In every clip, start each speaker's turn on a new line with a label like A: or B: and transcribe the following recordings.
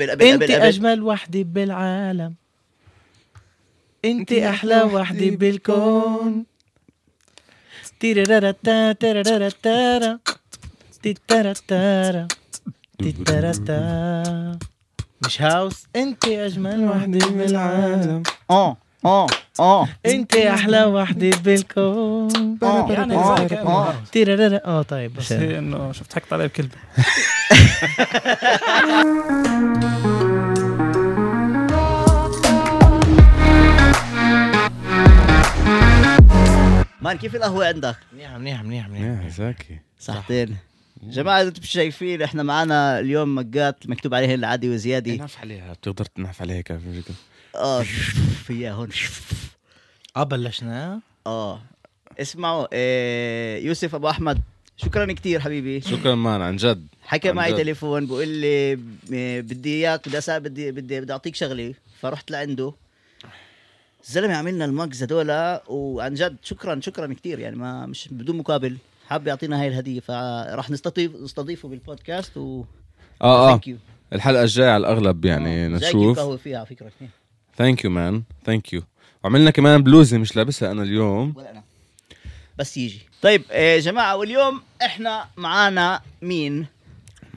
A: بلا بلا
B: انت
A: بلا بلا-
B: اجمل وحده بالعالم
A: أنت
B: انت احلى
A: أحلى
B: وحده
A: وحدة
B: بالكون تيرارتا تيرارتا تيتارتا تيتارتا مش هاوس انت اجمل وحده بالعالم
C: اه
D: آه.
C: اه اه
B: انت احلى وحده بالكون
C: آه،
D: يعني
C: آه،
D: زي كأنه
C: آه.
D: هاوس.
B: تيرارتا اه طيب
D: بس
B: بس
D: هي انه شفت حكت عليه بكلمه
A: مان كيف القهوه عندك
B: منيحه منيحه منيحه منيحه
E: يا زكي
A: صحتين جماعة إذا انتم شايفين احنا معنا اليوم مجات مكتوب عليهن العادي وزيادي
E: نحف عليها بتقدر تنحف عليها كيف
A: اه شف هي هون شف آه،
B: اه بلشنا
A: اه اسمعوا آه، يوسف ابو احمد شكرا كثير حبيبي
E: شكرا مان عن جد
A: حكى
E: عن
A: معي
E: جد.
A: تليفون بقول لي آه، بدي اياك بدي أسا- بدي بدي بدي اعطيك شغله فرحت لعنده الزلمه عملنا المجز هذول وعن جد شكرا شكرا كثير يعني ما مش بدون مقابل حاب يعطينا هاي الهديه فراح نستضيف نستضيفه بالبودكاست و
E: اه اه
A: Thank you. آه.
E: الحلقه الجايه على الاغلب يعني
A: زي كيف
E: نشوف
A: قهوه فيها على إيه، فكره
E: ثانك يو مان ثانك يو وعملنا كمان بلوزه مش لابسها انا اليوم
A: ولا انا بس يجي طيب يا جماعه واليوم احنا معانا مين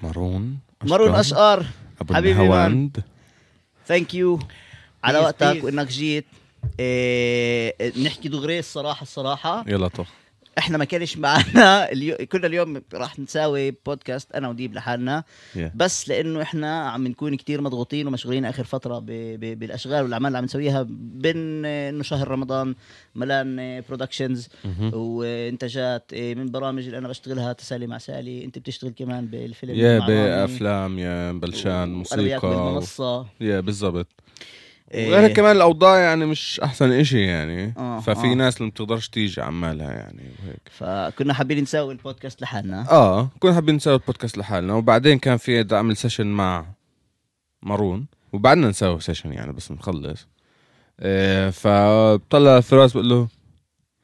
E: مارون
A: مارون اشقر
E: ابو
A: حبيبي
E: الهواند
A: ثانك يو على
B: Please,
A: وقتك
B: please.
A: وانك جيت إيه نحكي دغري الصراحه الصراحه
E: يلا طخ
A: احنا ما كانش معنا اليو... كنا اليوم راح نساوي بودكاست انا وديب لحالنا
E: Yeah.
A: بس لانه احنا عم نكون كتير مضغوطين ومشغولين اخر فتره ب... ب... بالاشغال والاعمال اللي عم نسويها بين آه، انه شهر رمضان ملان برودكشنز
E: مهم.
A: وانتاجات آه، من برامج اللي انا بشتغلها تسالي مع سالي انت بتشتغل كمان بالفيلم
E: يا
A: مع رامي.
E: بافلام يا بلشان
A: وأنا وياك
E: موسيقى
A: بالمنصه
E: يا بالضبط
A: إيه.
E: وغير كمان الاوضاع يعني مش احسن إشي يعني
A: آه،
E: ففي
A: آه.
E: ناس اللي ما بتقدرش تيجي عمالها يعني وهيك
A: فكنا حابين نسوي البودكاست لحالنا
E: اه كنا حابين نسوي البودكاست لحالنا وبعدين كان في بدي اعمل سيشن مع مارون وبعدنا نسوي سيشن يعني بس نخلص إيه فبطلع فراس بقول له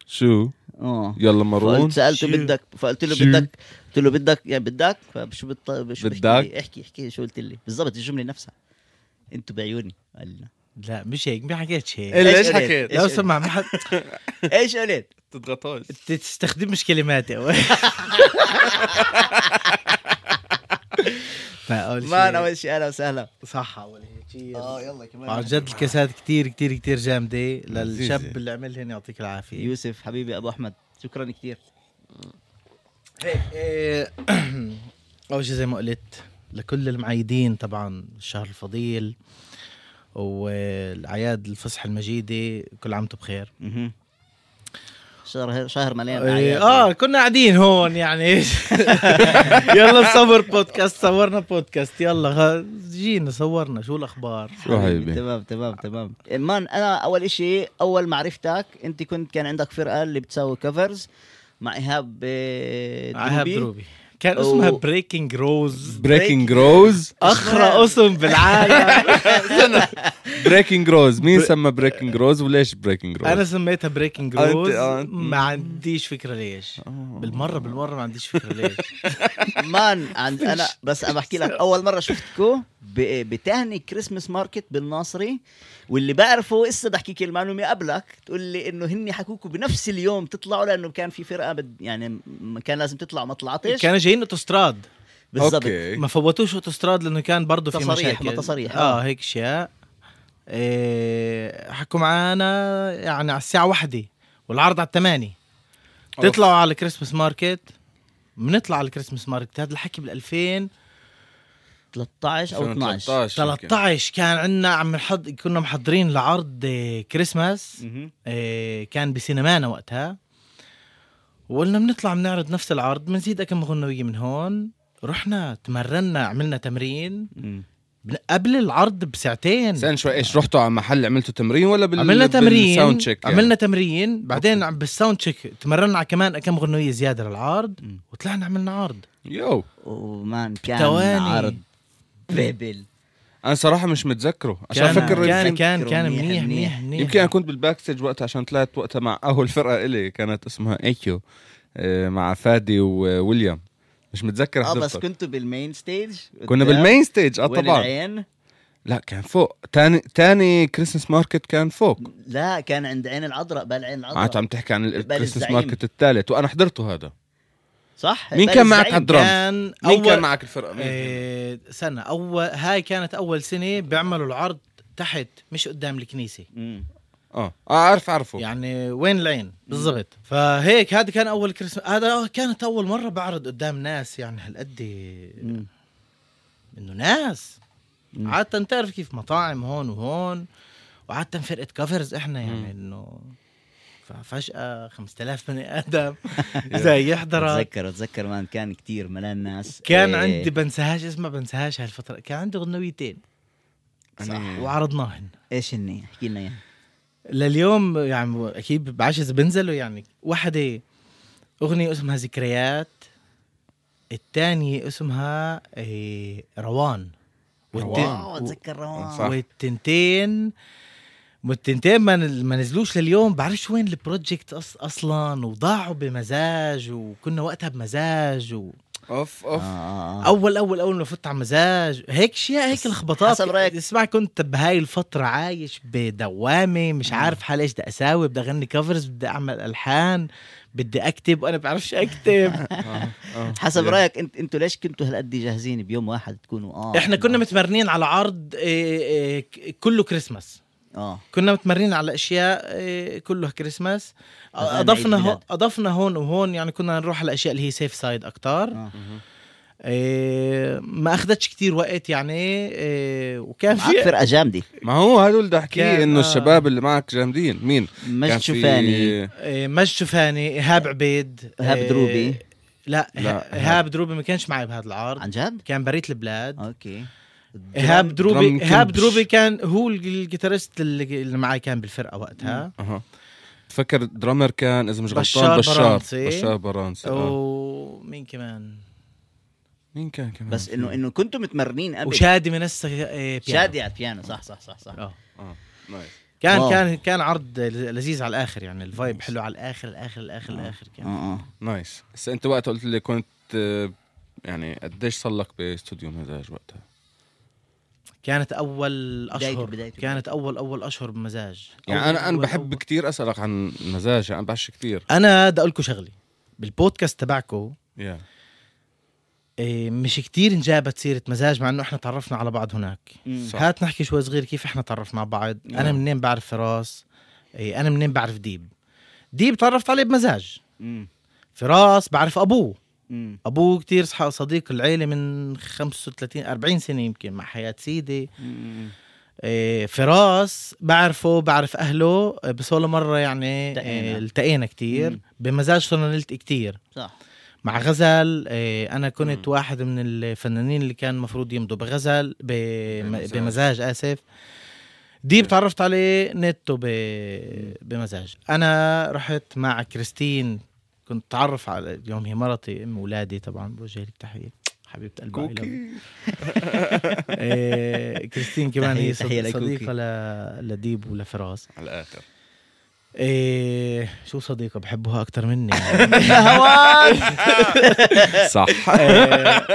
E: شو
A: اه
E: يلا مارون
A: فقلت سالته
E: شو؟
A: بدك فقلت له
E: شو؟
A: بدك قلت له بدك يعني بدك فشو بت... شو بحكي
E: بدك؟
A: لي؟ احكي احكي شو قلت لي بالضبط الجمله نفسها انتوا بعيوني قال لنا
B: لا مش هيك ما حكيتش هيك
E: إلا إيش
A: قلت؟
E: حكيت؟
A: إيش
B: لو
A: قلت؟
B: سمع ما حد
A: ايش قلت؟
E: تضغطوش
B: تستخدمش كلماتي اول فاول شيء
A: مان اول شيء اهلا وسهلا
B: صح اول شيء
A: اه يلا كمان
B: عن جد الكاسات كتير كتير كتير جامده للشاب اللي عملهن يعطيك العافيه
A: يوسف حبيبي ابو احمد شكرا كثير
B: هيك إيه، اول شيء زي ما قلت لكل المعيدين طبعا الشهر الفضيل والاعياد الفصح المجيده كل عام وانتم بخير
A: شهر شهر مليان
B: إيه،
A: أعياد.
B: اه كنا قاعدين هون يعني يلا صور بودكاست صورنا بودكاست يلا خ- جينا صورنا شو الاخبار
E: شو حبيبي
A: تمام تمام تمام مان انا اول إشي اول ما عرفتك انت كنت كان عندك فرقه اللي بتساوي كفرز مع ايهاب آه،
B: عهاب
A: دروبي.
B: دروبي كان
A: أو-
B: اسمها بريكنج روز
E: بريكنج روز
B: اخرى اسم بالعالم
E: بريكنج روز مين سمى بريكنج روز وليش بريكنج روز
B: انا سميتها بريكنج
E: أنت-
B: روز
E: آه، أنت-
B: ما عنديش فكره ليش بالمره بالمره ما عنديش فكره ليش
A: مان عند انا بس عم بحكي لك اول مره شفتكو ب- بتهني كريسمس ماركت بالناصري واللي بعرفه هسه بدي احكيك المعلومه قبلك تقول لي انه هني حكوكوا بنفس اليوم تطلعوا لانه كان في فرقه بد يعني م- كان لازم تطلع ما طلعتش
B: كانوا جايين اوتوستراد
A: بالضبط
E: اوكي
B: ما فوتوش اوتوستراد لانه كان برضه في
A: تصاريح،
B: مشاكل
A: ما تصاريح، آه.
B: اه هيك اشياء إيه حكوا معانا يعني على الساعه واحدة والعرض على 8
E: أوف.
B: تطلعوا على الكريسماس ماركت بنطلع على الكريسماس ماركت هذا الحكي بال 2000
A: 13 او 12
E: 2013 يمكن.
B: 13 كان عندنا عم نحض كنا محضرين لعرض آه، كريسماس
A: مهم.
B: آه، كان بسينمانا وقتها وقلنا بنطلع بنعرض نفس العرض بنزيد كم غنوية من هون رحنا تمرنا عملنا تمرين
A: مم.
B: بن- قبل العرض بساعتين
E: استنى شوي ايش رحتوا على محل عملتوا تمرين ولا بال
B: عملنا تمرين
E: بالساوند تشيك يعني؟
B: عملنا تمرين بعدين عم- بالساوند تشيك تمرنا على كمان كم غنوية زيادة للعرض
A: مم.
B: وطلعنا عملنا عرض
E: يو
A: ومان كان
B: ثواني.
A: عرض بيبل
E: انا صراحه مش متذكره عشان
B: كان
E: فكر
B: كان
E: يمكن-
B: كان كان
A: منيح-
B: منيح
A: منيح.
B: منيح منيح
E: يمكن انا كنت بالباك ستيج وقتها عشان طلعت وقتها مع اول فرقه الي كانت اسمها ايكيو آه، مع فادي وويليام مش متذكر
A: اه بس
E: حضرتك
A: كنتوا بالمين ستيج
E: كنا بالمين ستيج اه
A: وين
E: طبعا
A: العين
E: لا كان فوق تاني تاني كريسمس ماركت كان فوق
A: لا كان عند عين العذراء بال عين
E: انت
A: العذراء
E: عم تحكي عن
A: بال
E: الكريسمس
A: آه. الزعيم.
E: ماركت الثالث وانا حضرته هذا
A: صح
E: مين
A: بال
E: كان معك
A: الزعيم.
E: على الدرام؟
B: كان
E: مين كان
B: اول
E: معك الفرقه مين؟
B: آه، سنه اول هاي كانت اول سنه بيعملوا العرض تحت مش قدام الكنيسه
A: مم.
E: اه اه عارف عارفه
B: يعني وين العين بالضبط فهيك هذا كان اول كريسماس هذا كانت اول مره بعرض قدام ناس يعني هالقد
A: مم.
B: انه ناس
A: مم.
B: عادة تعرف كيف مطاعم هون وهون وعادة فرقة كفرز احنا
E: مم.
B: يعني انه فجأة 5000 بني ادم زي يحضرك
A: اتذكر اتذكر مان كان كتير ملان ناس
B: كان
A: إيه،
B: عندي بنساهاش اسمها بنساهاش هالفترة كان عندي غنويتين
A: صح.
B: وعرضناهن
A: ايش هني احكي لنا اياها
B: لليوم يعني اكيد بعرفش اذا بنزلوا يعني واحدة اغنية اسمها ذكريات الثانية اسمها إيه، روان والت-
A: واو اتذكر روان
E: صح.
B: والتنتين والتنتين ما نز- ما نزلوش لليوم بعرفش وين البروجكت أص اصلا وضاعوا بمزاج وكنا وقتها بمزاج و...
E: اوف
A: آه،
E: اوف
A: آه، آه.
B: اول اول اول ما فت على مزاج هيك اشياء هيك
A: بس
B: لخبطات
A: حسب رأيك.
B: اسمع كنت بهاي الفتره عايش بدوامه مش
A: آه.
B: عارف حالي ايش بدي اساوي بدي اغني كفرز بدي اعمل الحان بدي اكتب وانا بعرفش اكتب
E: آه، آه.
A: حسب
E: يا.
A: رايك انت انتوا ليش كنتوا هالقد جاهزين بيوم واحد تكونوا اه
B: احنا كنا
A: آه،
B: متمرنين على عرض إيه، إيه، ك- كله كريسماس
A: اه
B: كنا متمرين على اشياء إيه، كلها كريسماس
A: أغاني
B: اضفنا
A: عيد
B: هو
A: ميلاد.
B: اضفنا هون وهون يعني كنا نروح على الاشياء اللي هي سيف سايد اكتر
A: آه.
B: إيه، ما اخذتش كتير وقت يعني إيه، وكان
A: معك
B: في
A: فرقه جامده
E: ما هو هدول بدي احكيه
B: كان-
E: انه
B: آه.
E: الشباب اللي معك جامدين مين؟ كان
A: مجد
E: في-
A: شوفاني
B: إيه، مجد شوفاني ايهاب عبيد
A: إيهاب
B: إيه،
A: دروبي.
B: لا
E: لا،
B: إيه- ايهاب دروبي ما كانش معي بهذا العرض
A: عن آه. جد؟
B: كان بريت البلاد
A: اوكي
B: ايهاب
E: درام
B: دروبي ايهاب
E: كلبش.
B: دروبي كان هو الج- الجيتارست اللي اللي معي كان بالفرقه وقتها
E: اها بفكر درامر كان اذا مش غلطان
B: بشار
E: بشار
B: برانسي.
E: بشار برانسي آه.
B: ومين كمان
E: مين كان كمان؟
A: بس انه انه كنتوا متمرنين قبل
B: وشادي منسى إيه، بيانو.
A: شادي على البيانو صح صح صح صح
B: آه.
E: نايس.
B: كان
A: واو.
B: كان كان عرض لذيذ على الاخر يعني الفايب حلو على الاخر الاخر الاخر
E: آه.
B: الاخر
A: اه
B: كان
A: اه
E: نايس بس انت وقت قلت لي كنت آه، يعني قديش صار لك باستوديو مزاج وقتها؟
B: كانت اول
A: بدايته-
B: اشهر
A: بدايته.
B: كانت اول اول اشهر بمزاج
E: يعني
B: أول-
E: انا انا
B: أول-
E: بحب
B: أول.
E: كتير اسالك عن مزاج انا بعش كتير
B: انا بدي اقول لكم شغله بالبودكاست تبعكم
E: yeah.
B: إيه، مش كتير انجابت سيرة مزاج مع انه احنا تعرفنا على بعض هناك
A: مم.
E: صح.
B: هات نحكي شوي صغير كيف احنا تعرفنا على بعض انا
E: نعم.
B: منين بعرف فراس إيه، انا منين بعرف ديب ديب تعرفت عليه بمزاج
A: مم.
B: فراس بعرف ابوه
A: مم.
B: ابوه كتير صح- صديق العيلة من 35 40 سنة يمكن مع حياة سيدي
A: مم.
B: إيه، فراس بعرفه بعرف اهله إيه، بس ولا مرة يعني
A: التقينا.
B: إيه، التقينا كتير
A: مم.
B: بمزاج صرنا نلتقي كتير
A: صح
B: مع غزل إيه، انا كنت
E: مم.
B: واحد من الفنانين اللي كان المفروض يمضوا بغزل ب-
E: بمزاج.
B: بمزاج اسف ديب تعرفت عليه نتو ب... بمزاج انا رحت مع كريستين كنت تعرف على اليوم هي مرتي ام ولادي طبعا بوجه لك تحيه حبيبه قلبي I love you. إيه، كريستين كمان
A: تحية-
B: هي
A: تحية
B: صد-
A: لكوكي.
B: صديقه ل... لديب ولفراس
E: على الاخر
B: إيه شو صديقه بحبها اكثر مني
E: صح
B: إيه،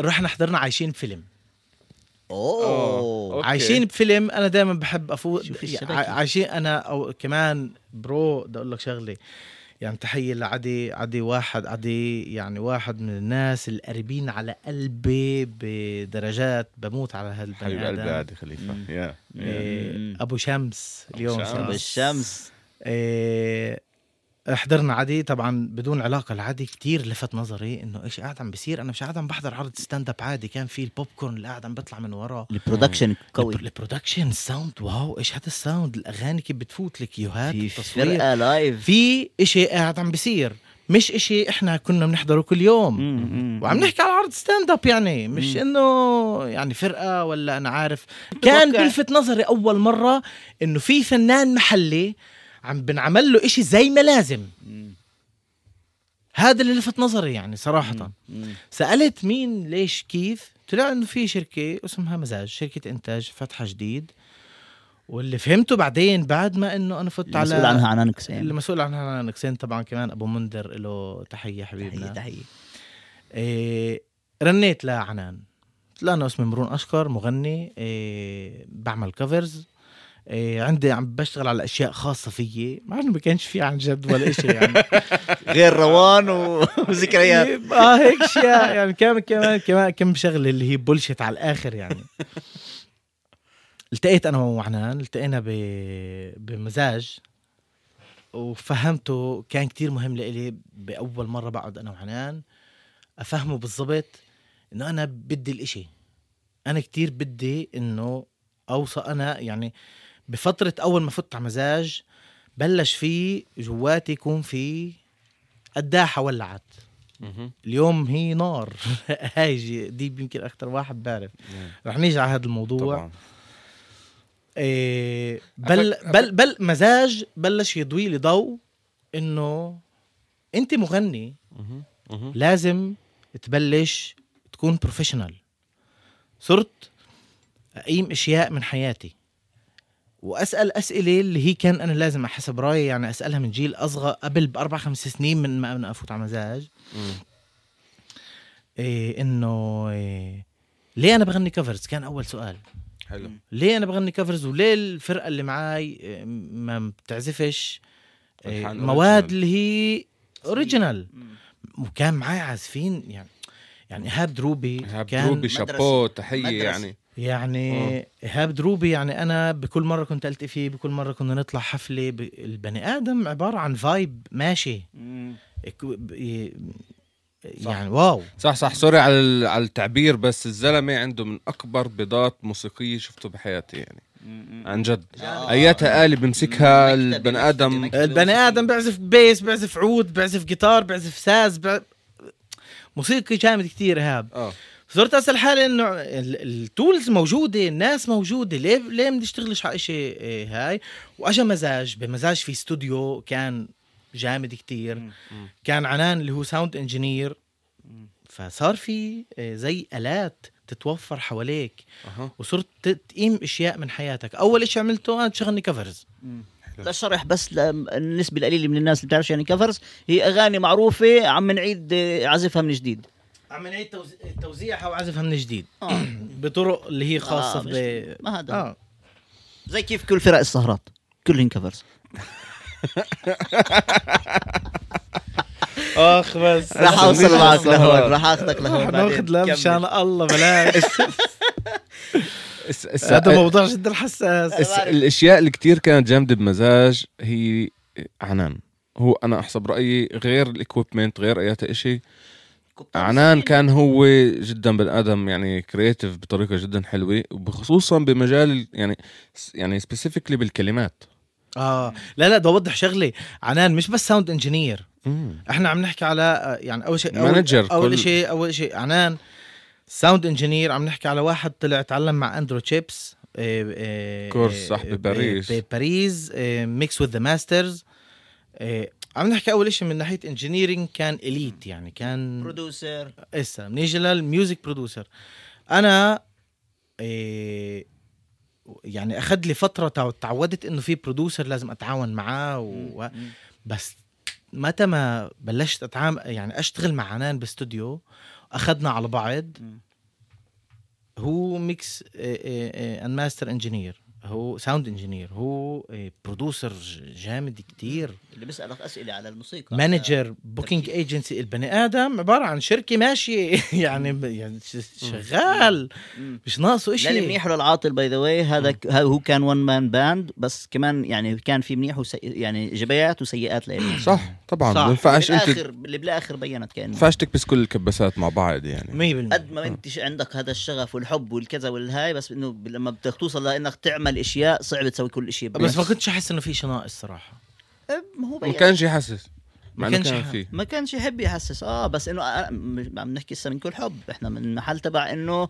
B: رحنا حضرنا عايشين فيلم
A: اوه
E: أوكي.
B: عايشين بفيلم انا دائما بحب افوت
A: شوف
B: يع-
A: الشبكة.
B: عايشين انا او كمان برو بدي اقول لك شغله يعني تحيه لعدي عدي واحد عدي يعني واحد من الناس القريبين على قلبي بدرجات بموت على
E: حبيب
B: هالبني
E: قلبي
B: ادم
E: عادي
A: مم.
E: خليفه يا
B: إيه،
A: مم.
B: ابو شمس اليوم
E: شمس.
B: صار.
A: طب الشمس
B: إيه، حضرنا عدي طبعا بدون علاقه لعدي كتير لفت نظري انه ايش قاعد عم بيصير انا مش قاعد عم بحضر عرض ستاند اب عادي كان في البوب كورن اللي قاعد عم بطلع من وراه
A: البرودكشن قوي
B: البر- البرودكشن الساوند واو ايش هذا الساوند الاغاني كيف بتفوت الكيوهات
A: في
B: التصوير
A: فرقه لايف
B: في اشي قاعد عم بيصير مش اشي احنا كنا بنحضره كل يوم وعم نحكي على عرض ستاند اب يعني مش انه يعني فرقه ولا انا عارف كان بلفت نظري اول مره انه في فنان محلي عم بنعمل له اشي زي ما لازم هذا اللي لفت نظري يعني صراحه سالت مين ليش كيف طلع انه في شركه اسمها مزاج شركه انتاج فاتحه جديد واللي فهمته بعدين بعد ما انه انا فت على
A: مسؤول عنها عنان كسام
B: المسؤول عنها أنا نكسين طبعا كمان ابو منذر له تحيه حبيبنا
A: تحيه تحيه
B: إيه رنيت لعنان قلت لانه اسمي مرون اشكر مغني إيه بعمل كفرز إيه عندي عم بشتغل على اشياء خاصه فيي مع انه ما كانش في عن جد ولا شيء يعني
A: غير روان و- وذكريات
B: اه هيك شيء يعني كم كمان كمان كم شغله اللي هي بولشت على الاخر يعني التقيت انا وعنان التقينا ب... بمزاج وفهمته كان كتير مهم لإلي بأول مرة بقعد أنا وعنان أفهمه بالضبط إنه أنا بدي الإشي أنا كتير بدي إنه أوصل أنا يعني بفترة أول ما فت على مزاج بلش في جواتي يكون في قداحة ولعت اليوم هي نار هاي جي- دي يمكن اكثر واحد بعرف رح نيجي على هذا الموضوع
E: طبعا
B: إيه بل بل بل مزاج بلش يضوي لي ضوء انه انت مغني
E: مهم. مهم.
B: لازم تبلش تكون بروفيشنال صرت اقيم اشياء من حياتي واسال اسئله اللي هي كان انا لازم احسب رايي يعني اسالها من جيل اصغر قبل باربع خمس سنين من ما انا افوت على مزاج
E: مم.
B: إيه انه إيه ليه انا بغني كفرز كان اول سؤال
E: حلو
B: ليه انا بغني كفرز وليه الفرقه اللي معاي إيه، ما بتعزفش إيه،
E: ألحان
B: مواد
E: original.
B: اللي هي اوريجينال وكان معاي عازفين يعني يعني ايهاب دروبي
E: إيهاب
B: كان
E: دروبي آه. شابو تحيه
A: مدرسة.
E: يعني
B: يعني ايهاب دروبي يعني انا بكل مره كنت التقي فيه بكل مره كنا نطلع حفله ب... البني ادم عباره عن فايب ماشي إك- ب- ي- يعني واو
E: صح صح سوري على ال- على التعبير بس الزلمه عنده من اكبر بيضات موسيقيه شفته بحياتي يعني عن جد
A: آه.
E: اياتها آلة بمسكها
A: مكتبة،
E: البني
A: مكتبة،
E: ادم
A: مكتبة.
B: البني ادم آه، بيعزف بيس بيعزف عود بيعزف جيتار بيعزف ساز بيع... موسيقي جامد كتير ايهاب
E: اه
B: صرت اسال حالي انه ال- التولز موجوده الناس موجوده ليه ليه ما تشتغلش على شيء هاي واجا مزاج بمزاج في استوديو كان جامد كتير
E: مم.
B: كان عنان اللي هو ساوند انجينير فصار في إيه، زي الات تتوفر حواليك
E: اها
B: وصرت ت- تقيم اشياء من حياتك اول شيء عملته انا شغلني كفرز
A: لشرح بس للنسبة القليلة من الناس اللي بتعرفش يعني كفرز هي أغاني معروفة عم نعيد آه، عزفها من جديد
B: عم نعيد توزيعها وعزفها من جديد بطرق اللي هي خاصه
A: آه،
B: آه
A: مش-
B: ب
A: ما هذا
B: آه.
A: زي كيف كل فرق السهرات كلهن كفرز
B: اخ بس
A: راح اوصل
E: مش
A: معك
E: السهرات.
A: لهون راح اخذك لهون بعدين.
B: ناخذ لا
A: كمل.
B: مشان الله بلاش
E: اس- اس-
B: هذا موضوع جدا حساس
E: اس- الاشياء اللي كتير كانت جامده بمزاج هي عنان هو انا احسب رايي غير الاكويبمنت غير ايات إشي عنان كان هو جدا بني ادم يعني كرييتيف بطريقه جدا حلوه وخصوصا بمجال ال- يعني يعني سبيسيفيكلي بالكلمات
B: اه لا لا بدي اوضح شغله عنان مش بس ساوند انجينير
E: مم.
B: احنا عم نحكي على آه، يعني اول شيء
E: Manager
B: اول,
E: كل-
B: أول شيء اول شيء عنان ساوند انجينير عم نحكي على واحد طلع تعلم مع اندرو تشيبس إيه، إيه،
E: كورس
B: إيه،
E: صح،
B: إيه،
E: بباريس.
B: إيه، بباريس آه، ميكس وذ ذا ماسترز آه، عم نحكي اول شيء من ناحيه انجينيرنج كان اليت يعني كان إيه،
A: برودوسر
B: اسا بنيجي للميوزك برودوسر انا إيه يعني اخذ لي فتره تع- تعودت انه في برودوسر لازم اتعاون معاه و... بس متى ما بلشت اتعامل يعني اشتغل مع عنان باستوديو اخذنا على بعض
A: مم.
B: هو ميكس اند ماستر انجينير هو ساوند انجينير هو برودوسر جامد كتير
A: اللي بيسالك اسئله على الموسيقى
B: مانجر بوكينج ايجنسي البني ادم عباره عن شركه ماشيه يعني ب- يعني ش- شغال
A: مم.
B: مش ناقصه
A: لا
B: شيء
A: المنيح ولا العاطل باي ذا واي هذا ك- هذا هو كان ون مان باند بس كمان يعني كان في منيح وسي... يعني جبايات وسيئات لإلي
E: صح طبعا
B: صح.
E: ما ينفعش انت
A: بالاخر اللي بالاخر بينت كانه
E: ما ينفعش تكبس كل الكبسات مع بعض يعني
B: 100%
A: قد ما انت ش- عندك هذا الشغف والحب والكذا والهاي بس انه ب- لما بدك توصل لانك تعمل اشياء صعب تسوي كل شيء
B: بس ما كنتش احس انه في شيء ناقص صراحه
A: ما هو
E: ما
A: بين.
E: كانش يحسس مع
B: طيب. ما
E: انه
B: كانش
E: كان
B: يح-
E: فيه
A: ما كانش يحب يحسس اه بس انه آه، م- عم نحكي هسه من كل حب احنا من محل تبع انه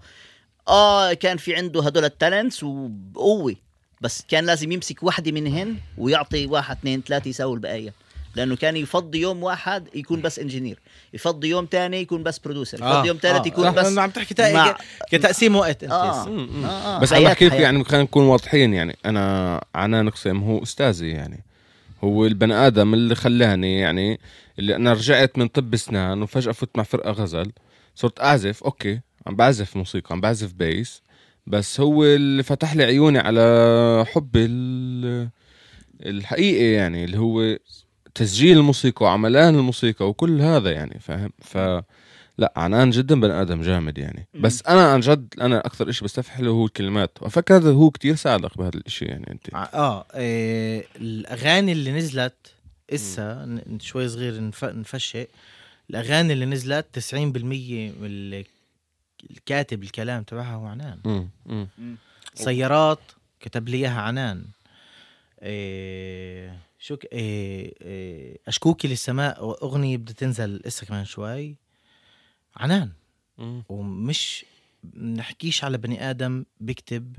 A: اه كان في عنده هدول التالنتس وبقوه بس كان لازم يمسك وحده منهن ويعطي واحد اثنين ثلاثه يساوي البقيه لانه كان يفضي يوم واحد يكون بس انجينير يفضي يوم تاني يكون بس برودوسر
E: آه.
A: يفضي يوم ثالث يكون
B: آه. صح،
A: بس
B: أنا عم تحكي
A: مع-
B: تق- كتقسيم وقت انت
A: آه.
B: هسه.
E: مم.
A: آه، آه،
E: بس انا
A: حياة-
E: بحكي لك
A: حياة.
E: يعني خلينا نكون واضحين يعني انا عنان قسم هو استاذي يعني هو البني ادم اللي خلاني يعني اللي انا رجعت من طب اسنان وفجاه فت مع فرقه غزل صرت اعزف اوكي عم بعزف موسيقى عم بعزف بيس بس هو اللي فتح لي عيوني على حبي ال- الحقيقي يعني اللي هو تسجيل الموسيقى وعملان الموسيقى وكل هذا يعني فاهم ف لا عنان جدا بني ادم جامد يعني بس انا عن جد انا اكثر شيء بستفح له هو الكلمات وافكر هذا هو كتير ساعدك بهذا الشيء يعني انت
B: ع- اه إيه الاغاني اللي نزلت اسا ن- شوي صغير نف- نفشق الاغاني اللي نزلت 90% من ال- الكاتب الكلام تبعها هو عنان
E: مم. مم.
B: سيارات كتب لي اياها عنان إيه شو ك... إيه إيه اشكوكي للسماء اغنيه بدها تنزل لسه كمان شوي عنان
E: مم.
B: ومش نحكيش على بني ادم بكتب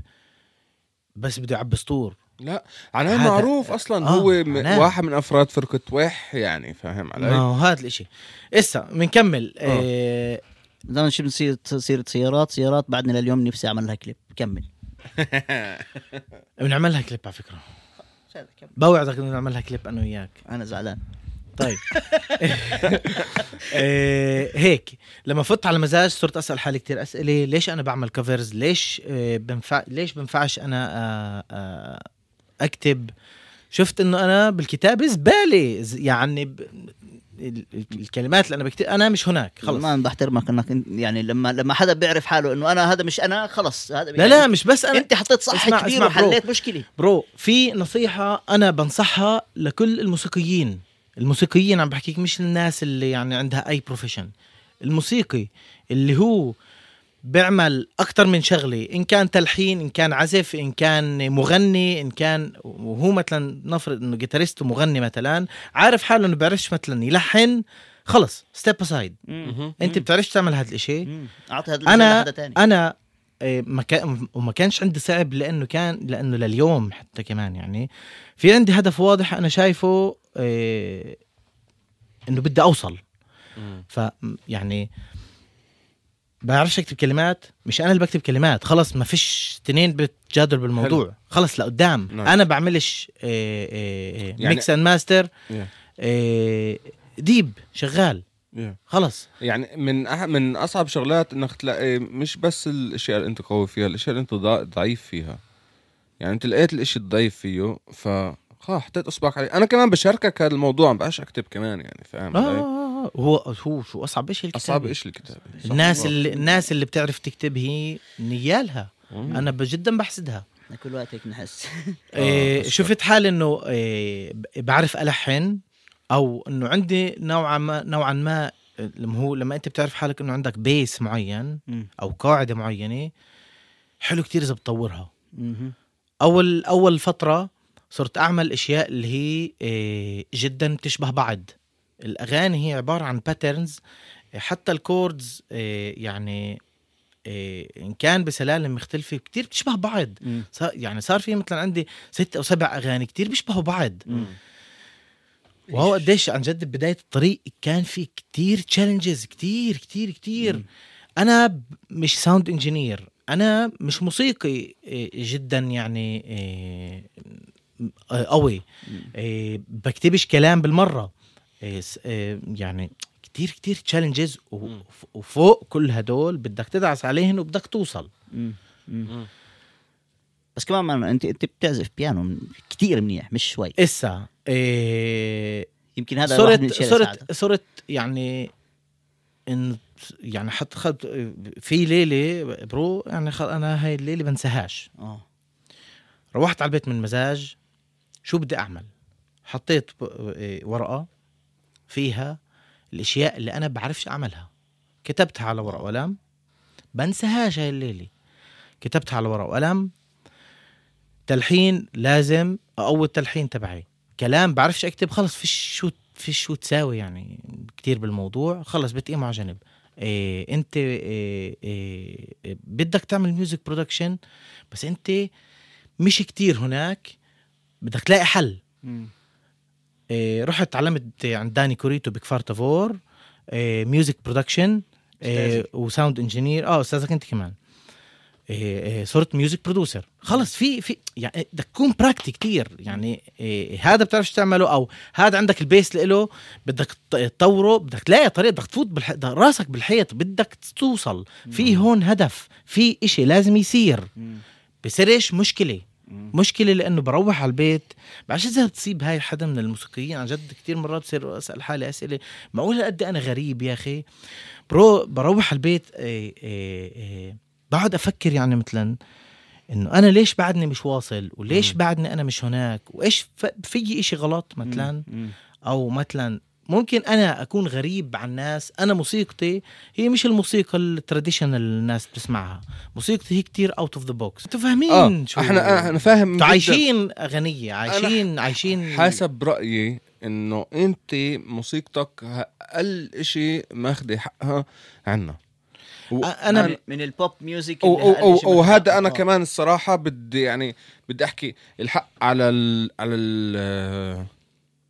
B: بس بده يعبي سطور
E: لا عنان
B: هذا-
E: معروف اصلا
B: آه،
E: هو م-
B: عنان.
E: واحد من افراد فرقه وح يعني فاهم
B: ما
E: علي؟
B: هو هذا الاشي اسا بنكمل
E: آه.
B: إيه
A: زمان شو بنصير تصير سيارات سيارات بعدنا لليوم نفسي اعمل لها كليب كمل
B: بنعملها كليب على فكره بوعدك انه نعملها كليب انا وياك
A: انا زعلان
B: طيب آه، هيك لما فت على مزاج صرت اسال حالي كتير اسئله ليش انا بعمل كفرز ليش آه، بنفع ليش بنفعش انا آه، آه، اكتب شفت انه انا بالكتابه زباله ز- يعني ب... ال- ال- الكلمات اللي انا بكتب انا مش هناك خلص
A: ما بحترمك انك انت- يعني لما لما حدا بيعرف حاله انه انا هذا مش انا خلص هذا
B: لا لا مش بس انا
A: انت حطيت صح
B: اسمع-
A: كبير
B: اسمع برو.
A: وحليت مشكله
B: برو في نصيحة أنا بنصحها لكل الموسيقيين الموسيقيين عم بحكيك مش الناس اللي يعني عندها أي بروفيشن الموسيقي اللي هو بيعمل أكتر من شغلة إن كان تلحين إن كان عزف إن كان مغني إن كان وهو مثلا نفرض إنه جيتاريست ومغني مثلا عارف حاله إنه بيعرفش مثلا يلحن خلص ستيب أسايد
E: مهم.
B: أنت بتعرفش تعمل هذا الإشي
A: مم. اعطي هذا
B: أنا-
A: الإنسان لحدا تاني
B: انا إيه، ما كان وما كانش عندي صعب لانه كان لانه لليوم حتى كمان يعني في عندي هدف واضح انا شايفه إيه، انه بدي اوصل
E: مم.
B: ف يعني بعرفش اكتب كلمات مش انا اللي بكتب كلمات خلص ما فيش تنين بتجادل بالموضوع
E: حلو.
B: خلص لقدام
E: نعم.
B: انا بعملش إيه، إيه، إيه،
E: يعني-
B: ميكس اند ماستر
E: Yeah.
B: إيه، ديب شغال
E: Yeah.
B: خلص
E: يعني من أح من اصعب شغلات انك تلاقي مش بس الاشياء اللي انت قوي فيها الاشياء اللي انت ضع- ضعيف فيها يعني انت لقيت الاشي الضعيف فيه ف خلاص حطيت اصبعك عليه انا كمان بشاركك هذا الموضوع ما بقاش اكتب كمان يعني فاهم
B: آه،
E: علي؟
B: آه، آه، هو هو شو اصعب شيء
E: اصعب ايش الكتاب
B: الناس اللي الناس اللي بتعرف تكتب هي نيالها
E: انا
B: انا ب- جدا بحسدها
A: كل وقت هيك نحس
B: إيه
E: بس-
B: شفت حالي انه إيه ب- بعرف الحن او انه عندي نوعا ما نوعا ما لما هو لما انت بتعرف حالك انه عندك بيس معين
A: مم.
B: او قاعده معينه حلو كتير اذا بتطورها
A: مهم.
B: اول اول فتره صرت اعمل اشياء اللي هي إيه، جدا بتشبه بعض الاغاني هي عباره عن باترنز حتى الكوردز إيه، يعني إيه، ان كان بسلالم مختلفه كتير بتشبه بعض
A: مم.
B: صار يعني صار في مثلا عندي ست او سبع اغاني كتير بيشبهوا بعض وهو قديش عن جد بدايه الطريق كان في كتير تشالنجز كتير كتير كتير انا ب- مش ساوند انجينير انا مش موسيقي إيه، جدا يعني إيه، م- آه، قوي إيه، بكتبش كلام بالمره إيه، س- إيه، يعني كتير كتير تشالنجز
E: مم.
B: وفوق كل هدول بدك تدعس عليهن وبدك توصل
A: مم. مم. بس كمان ما انت انت بتعزف بيانو من- كتير منيح مش شوي
B: اسا إيه
A: يمكن هذا واحد من
B: صرت
A: الاشياء اللي ساعدك.
B: صرت صرت يعني ان يعني حتى خد في ليله برو يعني خل انا هاي الليله بنساهاش
A: اه
B: روحت على البيت من مزاج شو بدي اعمل حطيت ب- إيه، ورقه فيها الاشياء اللي انا بعرفش اعملها كتبتها على ورقه وقلم بنساهاش هاي الليله كتبتها على ورقه وقلم تلحين لازم اقوي التلحين تبعي كلام بعرفش اكتب خلص فيش شو فيش شو تساوي يعني كتير بالموضوع خلص بتقيمه على جنب إيه انت إيه إيه إيه، بدك تعمل ميوزك برودكشن بس انت مش كتير هناك بدك تلاقي حل
A: مم.
B: إيه رحت تعلمت عند داني كوريتو بكفار تافور إيه ميوزك برودكشن إيه
A: أستاذك.
B: وساوند انجينير اه استاذك انت كمان إيه إيه صرت ميوزك برودوسر خلص في في يعني بدك تكون براكتي كتير يعني إيه هذا بتعرفش تعمله او هذا عندك البيس له بدك تط- تطوره بدك تلاقي طريقه بدك تفوت بالح... بدك راسك بالحيط بدك توصل في هون هدف في إشي لازم يصير بصيرش مشكله مشكلة لأنه بروح على البيت بعرفش إذا بتصيب هاي حدا من الموسيقيين عن جد كتير مرات بصير أسأل حالي أسئلة معقول قد إيه أنا غريب يا أخي برو بروح على البيت إيه إيه إيه بقعد أفكر يعني مثلا إنه أنا ليش بعدني مش واصل وليش
E: مم.
B: بعدني أنا مش هناك وإيش ف- في إشي غلط مثلا أو مثلا ممكن أنا أكون غريب عن الناس أنا موسيقتي هي مش الموسيقى التراديشنال الناس بتسمعها موسيقتي هي كتير أوت أوف ذا بوكس أنتوا فاهمين
E: اه
B: شو-
E: احنا أنا- انا فاهم
B: انتوا
E: جداً.
B: عايشين غنية عايشين عايشين
E: حسب رايي انه انت موسيقتك اقل إشي ماخذه حقها عنا و-
B: أنا
A: من- من البوب ميوزك
E: او
A: اللي
E: او
A: هلا
E: او,
A: شبه
E: أو هذا
A: حقق.
E: انا
A: آه.
E: كمان الصراحه بدي يعني بدي احكي الحق على ال على ال آه،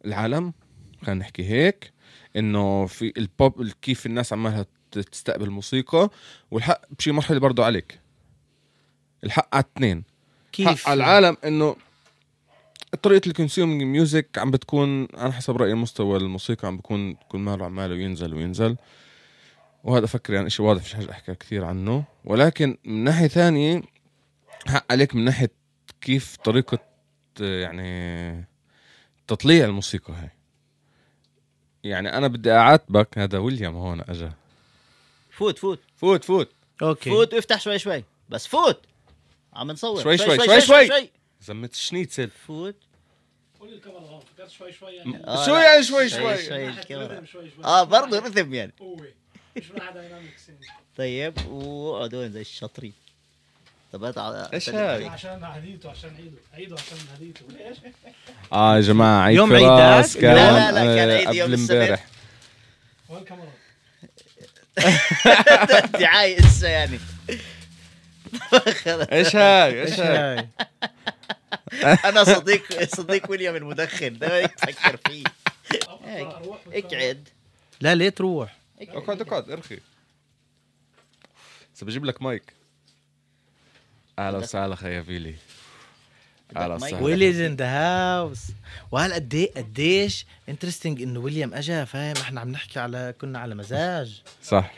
E: العالم خلينا نحكي هيك انه في البوب ال- كيف الناس عمالها ت- تستقبل موسيقى والحق بشي مرحله برضه عليك الحق على الاثنين
B: كيف
E: حق على العالم انه طريقه الكونسيومينج ميوزك عم بتكون انا حسب رايي مستوى الموسيقى عم بكون كل ماله عماله ينزل وينزل وهذا فكري يعني شيء واضح مش حاجة احكي كثير عنه ولكن من ناحيه ثانيه حق عليك من ناحيه كيف طريقه آه، يعني تطليع الموسيقى هاي يعني انا بدي اعاتبك هذا ويليام هون اجا
A: فوت فوت
E: فوت فوت
B: اوكي
A: فوت وافتح شوي شوي بس فوت عم نصور
E: شوي شوي شوي شوي. زمت الشنيتسل
A: فوت آه،
E: شو
A: لا.
E: يعني
A: شوي
E: شوي شوي
A: شوي الكاميرا اه برضه رتم يعني طيب واقعدوا وين زي الشاطرين طب هات على-
E: ايش
A: تاني.
E: هاي؟
D: عشان هديته عشان عيده عيده عشان هديته ليش؟
E: اه يا جماعه عيد
B: يوم
E: فراس
B: عيدك؟
E: كان
A: لا، لا، لا، كان
E: آه،
A: عيد يوم
E: قبل
A: السبت.
E: امبارح
D: وين الكاميرا؟
A: دعاية اسا يعني
E: ايش هاي
B: إيش
E: ايش هاي
B: هاي؟
A: انا صديق صديق ويليام المدخن ده ما تفكر فيه هيك. اقعد
B: لا ليه تروح
E: اقعد اقعد ارخي بس بجيب لك مايك اهلا وسهلا خيافيلي اهلا
A: مايك.
E: وسهلا
B: ويليز ان ذا هاوس وهل قد ايه قديش انترستنج انه ويليام اجا فاهم احنا عم نحكي على كنا على مزاج
E: صح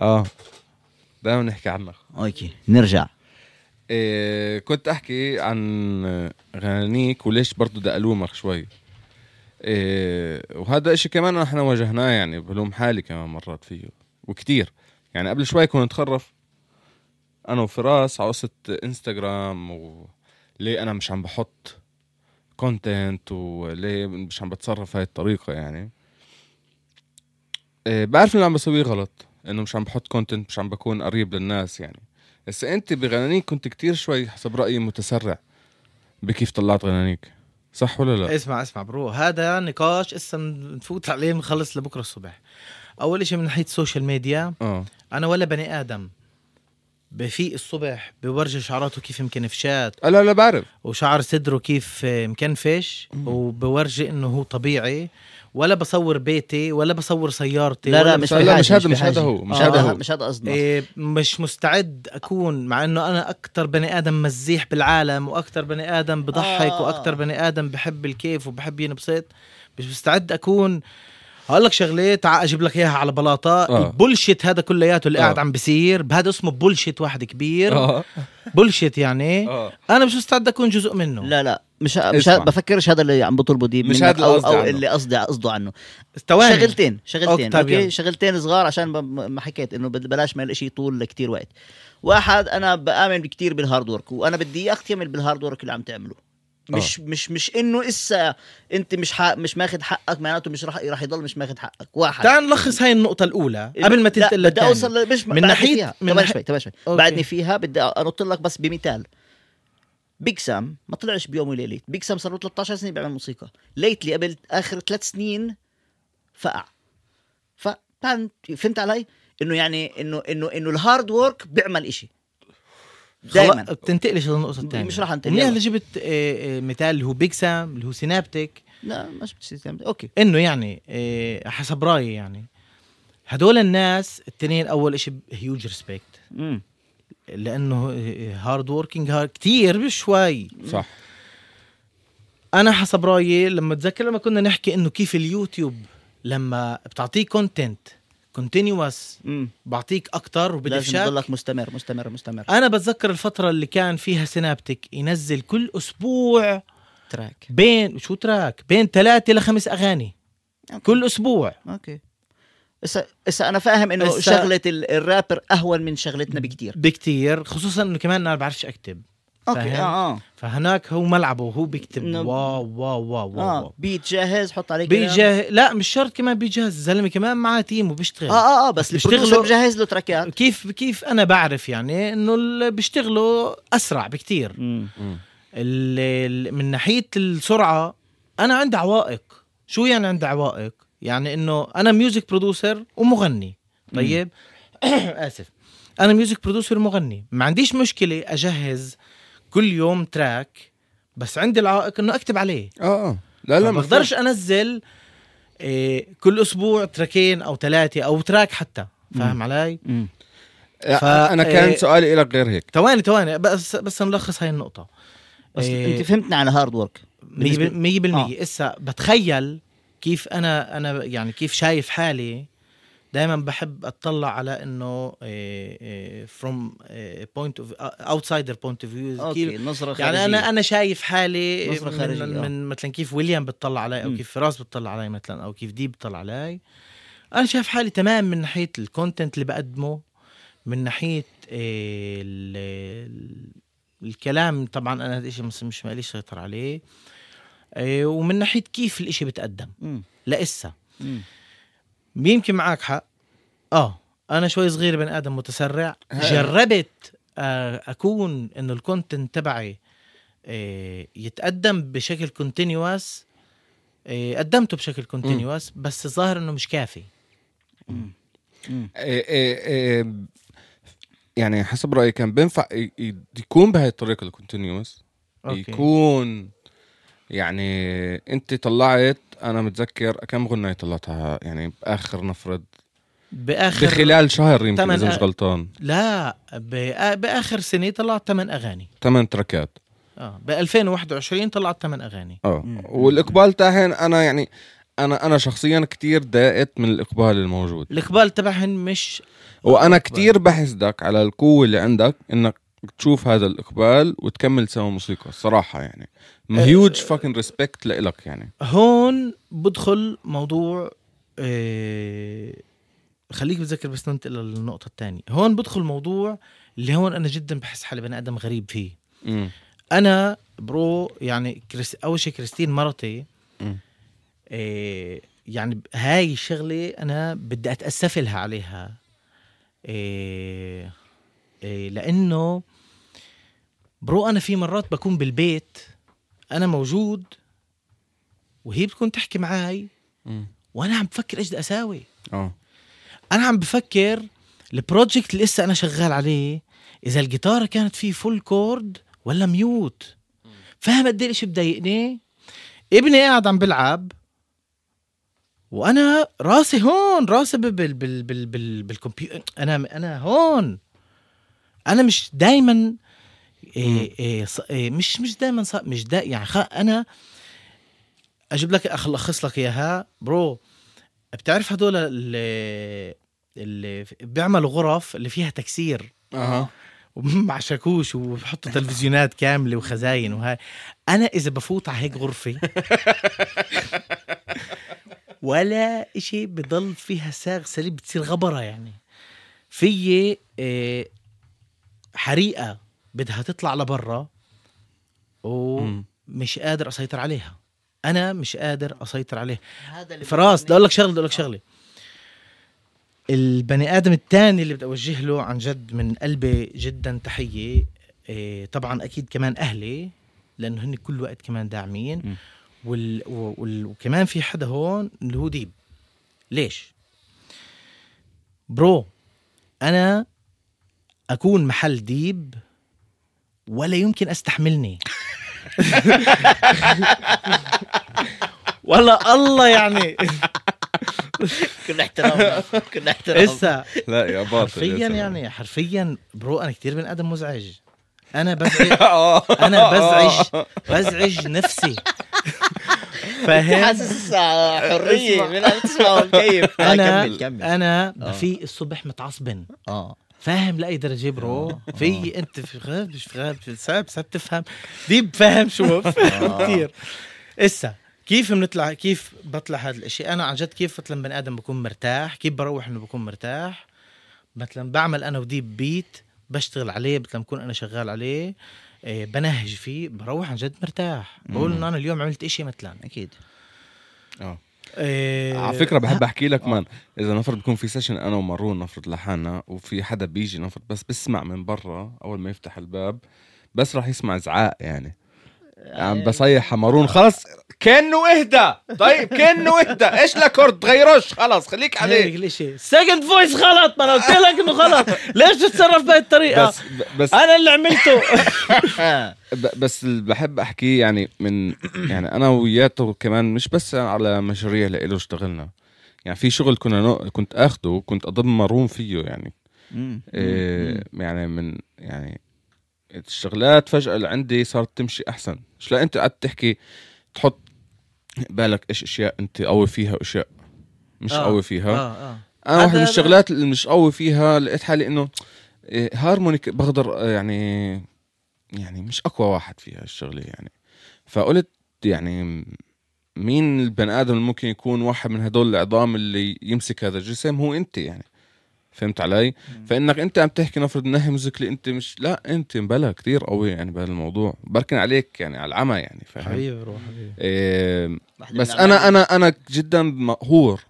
E: اه دائما نحكي عنك
A: اوكي نرجع
E: إيه كنت احكي عن غنانيك وليش برضو بدي الومك شوي إيه وهذا اشي كمان احنا واجهناه يعني بلوم حالي كمان مرات فيه وكتير يعني قبل شوي كنا نتخرف انا وفراس على قصة انستغرام وليه انا مش عم بحط كونتنت وليه مش عم بتصرف هاي الطريقة يعني إيه بعرف اللي عم بسويه غلط انه مش عم بحط كونتنت مش عم بكون قريب للناس يعني بس انت بغنانيك كنت كتير شوي حسب رايي متسرع بكيف طلعت غنانيك صح ولا لا
B: اسمع اسمع برو هذا نقاش اسا نفوت عليه نخلص لبكره الصبح اول شيء من ناحيه السوشيال ميديا
E: اه
B: انا ولا بني ادم بفيق الصبح بورجي شعراته كيف مكنفشات
E: آه، لا لا بعرف
B: وشعر صدره كيف مكنفش وبورجي انه هو طبيعي ولا بصور بيتي ولا بصور سيارتي
A: لا
B: ولا
A: لا مش
E: طيب، لا،
A: بحاجة،
E: مش هذا- مش
A: بحاجة.
E: هذا هو، مش
A: آه،
E: هذا هو.
A: مش هذا قصدنا
B: إيه مش مستعد اكون مع انه انا اكثر بني ادم مزيح بالعالم واكثر بني ادم بضحك
A: آه.
B: واكثر بني ادم بحب الكيف وبحب ينبسط مش مستعد اكون هقول لك شغله تعال اجيب لك اياها على بلاطه
E: آه.
B: البولشيت هذا كلياته اللي
E: آه.
B: قاعد عم بيصير هذا اسمه بولشيت واحد
A: آه.
B: كبير
E: اه
B: بولشيت يعني
E: اه
B: انا مش مستعد اكون جزء منه
A: لا لا مش مش
E: اسمع.
A: بفكرش هذا اللي عم بطلبه دي
E: مش
A: منك
E: هذا اللي
A: او
E: قصدي
A: او
E: عنه.
A: اللي قصدي قصده عنه
B: ثواني
A: شغلتين شغلتين
B: أوكي، طيب يلا.
A: اوكي شغلتين صغار عشان ب- م- ما حكيت انه بد- بلاش ما الاشي يطول كتير وقت واحد انا بامن كتير بالهارد ورك وانا بدي اياك تكمل بالهارد ورك اللي عم تعمله
B: آه.
A: مش مش مش انه اسا انت مش حق مش ماخذ حقك معناته مش راح راح يضل مش ماخذ حقك واحد
B: تعال نلخص هاي النقطة الأولى قبل ما
A: لا،
B: تنتقل للتاني
A: بدي اوصل ل- مش
B: من
A: بعدني
B: ناحية-
A: فيها
B: من
A: تبع
B: ناحية-
A: شوي تبع شوي
B: أوكي.
A: بعدني فيها بدي انط لك بس بمثال بيج سام ما طلعش بيوم وليله بيج سام صار له 13 سنه بيعمل موسيقى ليتلي قبل اخر ثلاث سنين فقع ف فهمت- فهمت علي انه يعني انه انه انه الهارد وورك بيعمل إشي دائما
B: خلاص بتنتقلش للنقطة الثانية
A: مش راح أنتقل،
B: منيح
A: يلا.
B: اللي جبت آه، آه، مثال اللي هو بيج سام اللي هو سينابتك
A: لا مش بتستعمل اوكي
B: انه يعني آه، حسب رايي يعني هدول الناس التنين اول شيء هيوج ريسبكت
A: امم
B: لانه هارد وركينج كثير شوي
E: صح
B: انا حسب رايي لما اتذكر لما كنا نحكي انه كيف اليوتيوب لما بتعطيه كونتنت كونتينيوس
A: مم.
B: بعطيك اكثر
A: لازم
B: وبدفشك
A: تضلك مستمر مستمر مستمر
B: انا بتذكر الفتره اللي كان فيها سينابتك ينزل كل اسبوع
A: تراك
B: بين شو تراك بين ثلاثة لخمس اغاني كل اسبوع
A: اوكي هسه هسه انا فاهم انه
B: هسا-
A: شغله ال- الرابر اهون من شغلتنا بكتير
B: بكتير خصوصا انه كمان انا بعرفش اكتب
A: اوكي
B: فاهم.
A: اه اه
B: فهناك هو ملعبه هو بيكتب
A: إنه-
B: واو واو واو واو,
A: اه
B: واو.
A: بيت جاهز حط عليه كلام.
B: بيجه لا مش شرط كمان بيجهز الزلمه كمان معاه تيم وبيشتغل
A: اه اه اه بس
B: بيشتغلوا-
A: البروديوسر مجهز له تراكات
B: كيف كيف انا بعرف يعني انه اللي بيشتغلوا اسرع بكتير اللي اللي من ناحيه السرعه انا عندي عوائق شو يعني عندي عوائق يعني انه انا ميوزك برودوسر ومغني طيب اسف انا ميوزك برودوسر ومغني ما عنديش مشكله اجهز كل يوم تراك بس عندي العائق انه اكتب عليه
E: اه اه لا
B: ما
E: لا
B: بقدرش انزل إيه كل اسبوع تراكين او ثلاثه او تراك حتى فاهم علي
E: لا،
B: ف-
E: انا كان
B: إيه.
E: سؤالي لك غير هيك
B: ثواني ثواني بس بس نلخص هاي النقطه
A: بس
B: إيه.
A: انت فهمتنا على هارد ورك
B: مية بال- مية بالمية
A: آه.
B: إسا بتخيل كيف أنا أنا يعني كيف شايف حالي دائما بحب أطلع على إنه إيه، إيه، from إيه، point of outsider point of view
A: اوكي
B: كيف
A: نظره خارجيه
B: يعني أنا أنا شايف حالي
A: نظرة خارجية،
B: من,
A: آه.
B: من مثلا كيف ويليام بتطلع علي أو
A: مم.
B: كيف فراس بتطلع علي مثلا أو كيف دي بتطلع علي أنا شايف حالي تمام من ناحية الكونتنت اللي بقدمه من ناحيه إيه، ال- ال- الكلام طبعا انا هذا الشيء مش مش ماليش سيطر عليه إيه، ومن ناحيه كيف الاشي بتقدم
A: مم.
B: لسه
A: مم.
B: يمكن معك حق اه انا شوي صغير بني ادم متسرع جربت آه، اكون انه الكونتنت تبعي إيه، يتقدم بشكل كونتينيوس قدمته بشكل كونتينيوس بس ظاهر انه مش كافي
E: إيه إيه إيه يعني حسب رايي كان بينفع ي- ي- يكون بهاي الطريقه الكونتينيوس يكون يعني انت طلعت انا متذكر كم غنية طلعتها يعني باخر نفرض
B: باخر
E: بخلال شهر يمكن
B: تمن آه.
E: اذا مش
B: أ-
E: غلطان
B: لا بآ- باخر سنه طلعت 8 اغاني
E: ثمان تركات
B: اه ب 2021 طلعت 8 اغاني
E: اه والاقبال تاعهن انا يعني انا انا شخصيا كتير ضايقت من الاقبال الموجود
B: الاقبال تبعهن مش
E: وانا كتير بحسدك على القوه اللي عندك انك تشوف هذا الاقبال وتكمل سوا موسيقى الصراحه يعني
B: آه،
E: هيوج فاكن ريسبكت لإلك يعني
B: هون بدخل موضوع آه خليك بتذكر بس ننتقل للنقطه الثانيه هون بدخل موضوع اللي هون انا جدا بحس حالي بني ادم غريب فيه
E: امم
B: انا برو يعني كريس اول شيء كريستين مرتي
E: مم.
B: إيه يعني هاي الشغله انا بدي اتاسف لها عليها إيه إيه لانه برو انا في مرات بكون بالبيت انا موجود وهي بتكون تحكي معاي
E: مم.
B: وانا عم بفكر ايش بدي اساوي
E: اه
B: انا عم بفكر البروجكت اللي لسه انا شغال عليه اذا الجيتار كانت فيه فول كورد ولا ميوت فاهم قد ايه الشيء بضايقني ابني قاعد عم بلعب وانا راسي هون راسي بال بال بال بال بال بالكمبيوتر انا انا هون انا مش دائما إيه إيه ص- إيه مش مش دائما مش دا يعني خ- انا اجيب لك الخص لك اياها برو بتعرف هدول اللي, اللي بيعملوا غرف اللي فيها تكسير
E: اها
B: مع شاكوش وبحطوا تلفزيونات كامله وخزاين وهاي انا اذا بفوت على هيك غرفه ولا إشي بضل فيها ساغ سليم بتصير غبره يعني في إيه، حريقه بدها تطلع لبرا
E: مم.
B: ومش قادر اسيطر عليها انا مش قادر اسيطر عليها
A: هذا اللي
B: فراس بدي
A: بيخليني-
B: اقول لك شغله بدي اقول
A: آه.
B: لك شغله البني ادم الثاني اللي بدي اوجه له عن جد من قلبي جدا تحيه إيه، طبعا اكيد كمان اهلي لانه هن كل وقت كمان
A: م.
B: داعمين وال... وال... وكمان في حدا هون اللي هو ديب ليش؟ برو انا اكون محل ديب ولا يمكن استحملني والله الله يعني
A: كل احترامنا كل احترام
B: اسا
E: لا يا باطل
B: حرفيا
E: يا زلمة.
B: يعني حرفيا برو انا كثير بني ادم مزعج انا بزعج
E: آه.
B: انا بزعج بزعج نفسي فاهم
A: حاسس الساعة حرية
B: اسمع.
A: من أن تسمع كيف
B: انا
A: كمل كمل
B: انا
A: آه.
B: في الصبح متعصبن
A: اه
B: فاهم لاي درجه برو
E: آه.
B: في انت في غاب مش في غاب ساب ساب تفهم دي فاهم شو
E: آه.
B: كثير اسا كيف بنطلع كيف بطلع هذا الاشي انا عن جد كيف مثلا بني ادم بكون مرتاح كيف بروح انه بكون مرتاح مثلا بعمل انا وديب بيت بشتغل عليه مثلا بكون انا شغال عليه إيه، بنهج فيه بروح عن جد مرتاح بقول انه انا اليوم عملت اشي مثلا
A: اكيد
B: إيه،
E: على فكره بحب احكي لك مان اذا نفرض بكون في سيشن انا ومارون نفرض لحالنا وفي حدا بيجي نفرض بس بسمع من برا اول ما يفتح الباب بس راح يسمع زعاق يعني عم بصيح على مارون خلص كانه اهدى طيب كانه اهدى ايش لكورد تغيروش خلص خليك
B: هيك
E: عليه
B: الاشي سكند فويس غلط ما انا قلت لك انه غلط ليش تتصرف بهي الطريقه
E: بس بس
B: انا اللي عملته
A: آه.
E: ب- بس اللي بحب احكيه يعني من يعني انا وياته كمان مش بس على مشاريع لإله اشتغلنا يعني في شغل كنا نو- كنت اخده كنت اضم مارون فيه يعني
A: مم.
E: إيه يعني من يعني الشغلات فجأة اللي عندي صارت تمشي أحسن مش لا أنت قعدت تحكي تحط بالك إيش أشياء أنت قوي فيها وأشياء مش
B: آه.
E: قوي فيها
B: اه
E: أنا واحد
B: هذا-
E: من الشغلات اللي مش قوي فيها لقيت حالي إنه إيه، هارمونيك بقدر آه، يعني يعني مش أقوى واحد فيها الشغلة يعني فقلت يعني مين البني آدم اللي ممكن يكون واحد من هدول العظام اللي يمسك هذا الجسم هو أنت يعني فهمت علي؟ فانك انت عم تحكي نفرض نهي موزيكلي انت مش لا انت مبلا كتير قوي يعني بهذا الموضوع بركن عليك يعني على العمى يعني
B: اه
E: فاهم؟
B: حبيبي روح حبيبي
E: إيه
A: واحدة
E: بس
A: من الأعمال
E: انا انا انا جدا مقهور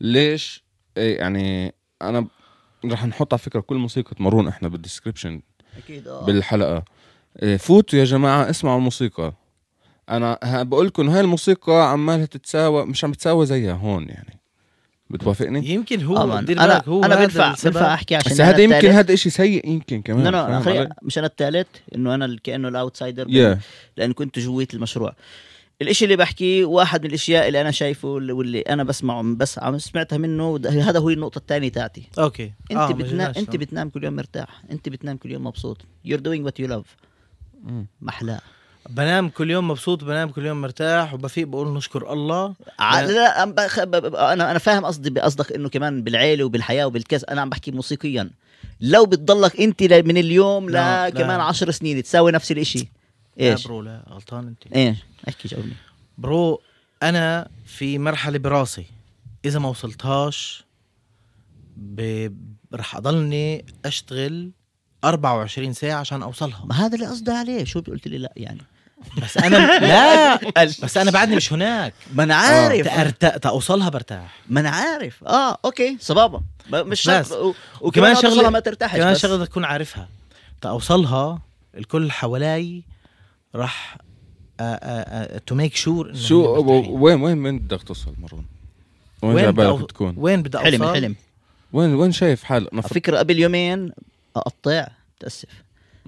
E: ليش؟ إيه يعني انا رح نحط على فكره كل موسيقى مارون احنا بالديسكربشن
A: اكيد اه
E: بالحلقه إيه، فوتوا يا جماعه اسمعوا الموسيقى انا ه- بقول لكم هاي الموسيقى عمالها تتساوى مش عم تتساوى زيها هون يعني بتوافقني
B: يمكن
A: طبعاً.
B: هو دير
A: انا
B: بالك هو
A: انا
B: هذا
A: بدفع
B: السبب.
A: بدفع احكي عشان
E: بس
A: أنا
E: هذا يمكن
A: التالت.
E: هذا آه، إشي سيء يمكن كمان
A: لا لا
E: فاهم
A: أخي-
E: علي؟
A: مش انا الثالث انه انا ال- كانه الاوتسايدر
E: يا
A: لان كنت جوية المشروع الاشي اللي بحكيه واحد من الاشياء اللي انا شايفه واللي انا بسمعه بس عم سمعتها منه وده- هذا هو النقطه الثانيه تاعتي
B: اوكي
A: انت
B: آه،
A: آه
B: ما
A: بتنام
B: جيناش.
A: انت بتنام كل يوم مرتاح انت بتنام كل يوم مبسوط you're doing what you love محلاه
B: بنام كل يوم مبسوط بنام كل يوم مرتاح وبفيق بقول نشكر الله
A: ع-
B: لا.
A: لا عم بخ- ب- ب- انا انا فاهم قصدي قصدك انه كمان بالعيله وبالحياه وبالكاس انا عم بحكي موسيقيا لو بتضلك انت ل- من اليوم
B: لا،
A: لا,
B: لا.
A: كمان عشر سنين تساوي نفس الاشي
B: لا
A: ايش
B: برو لا غلطان انت
A: ايش احكي جاوبني
B: برو انا في مرحله براسي اذا ما وصلتهاش ب... رح اضلني اشتغل 24 ساعه عشان اوصلها
A: ما هذا اللي قصدي عليه شو قلت لي لا يعني
B: بس انا لا بس انا بعدني مش هناك
A: ما انا
B: عارف
A: عارف
B: تأرتق تأوصلها برتاح
A: ما انا عارف اه اوكي صبابه ب- مش
B: بس.
A: شرط و- وكمان
B: شغلة-
A: شغله ما ترتاحش
B: كمان
A: بس.
B: شغله تكون عارفها تأوصلها الكل حوالي راح آه، تو ميك شور
E: شو و- وين وين وين بدك توصل مارون؟ وين على
B: بدي
E: بالك
B: أو-
E: تكون؟
B: وين بدي اوصل
A: حلم حلم
E: وين وين شايف حالك؟
A: على
E: نفرض
A: فكره قبل يومين اقطع تاسف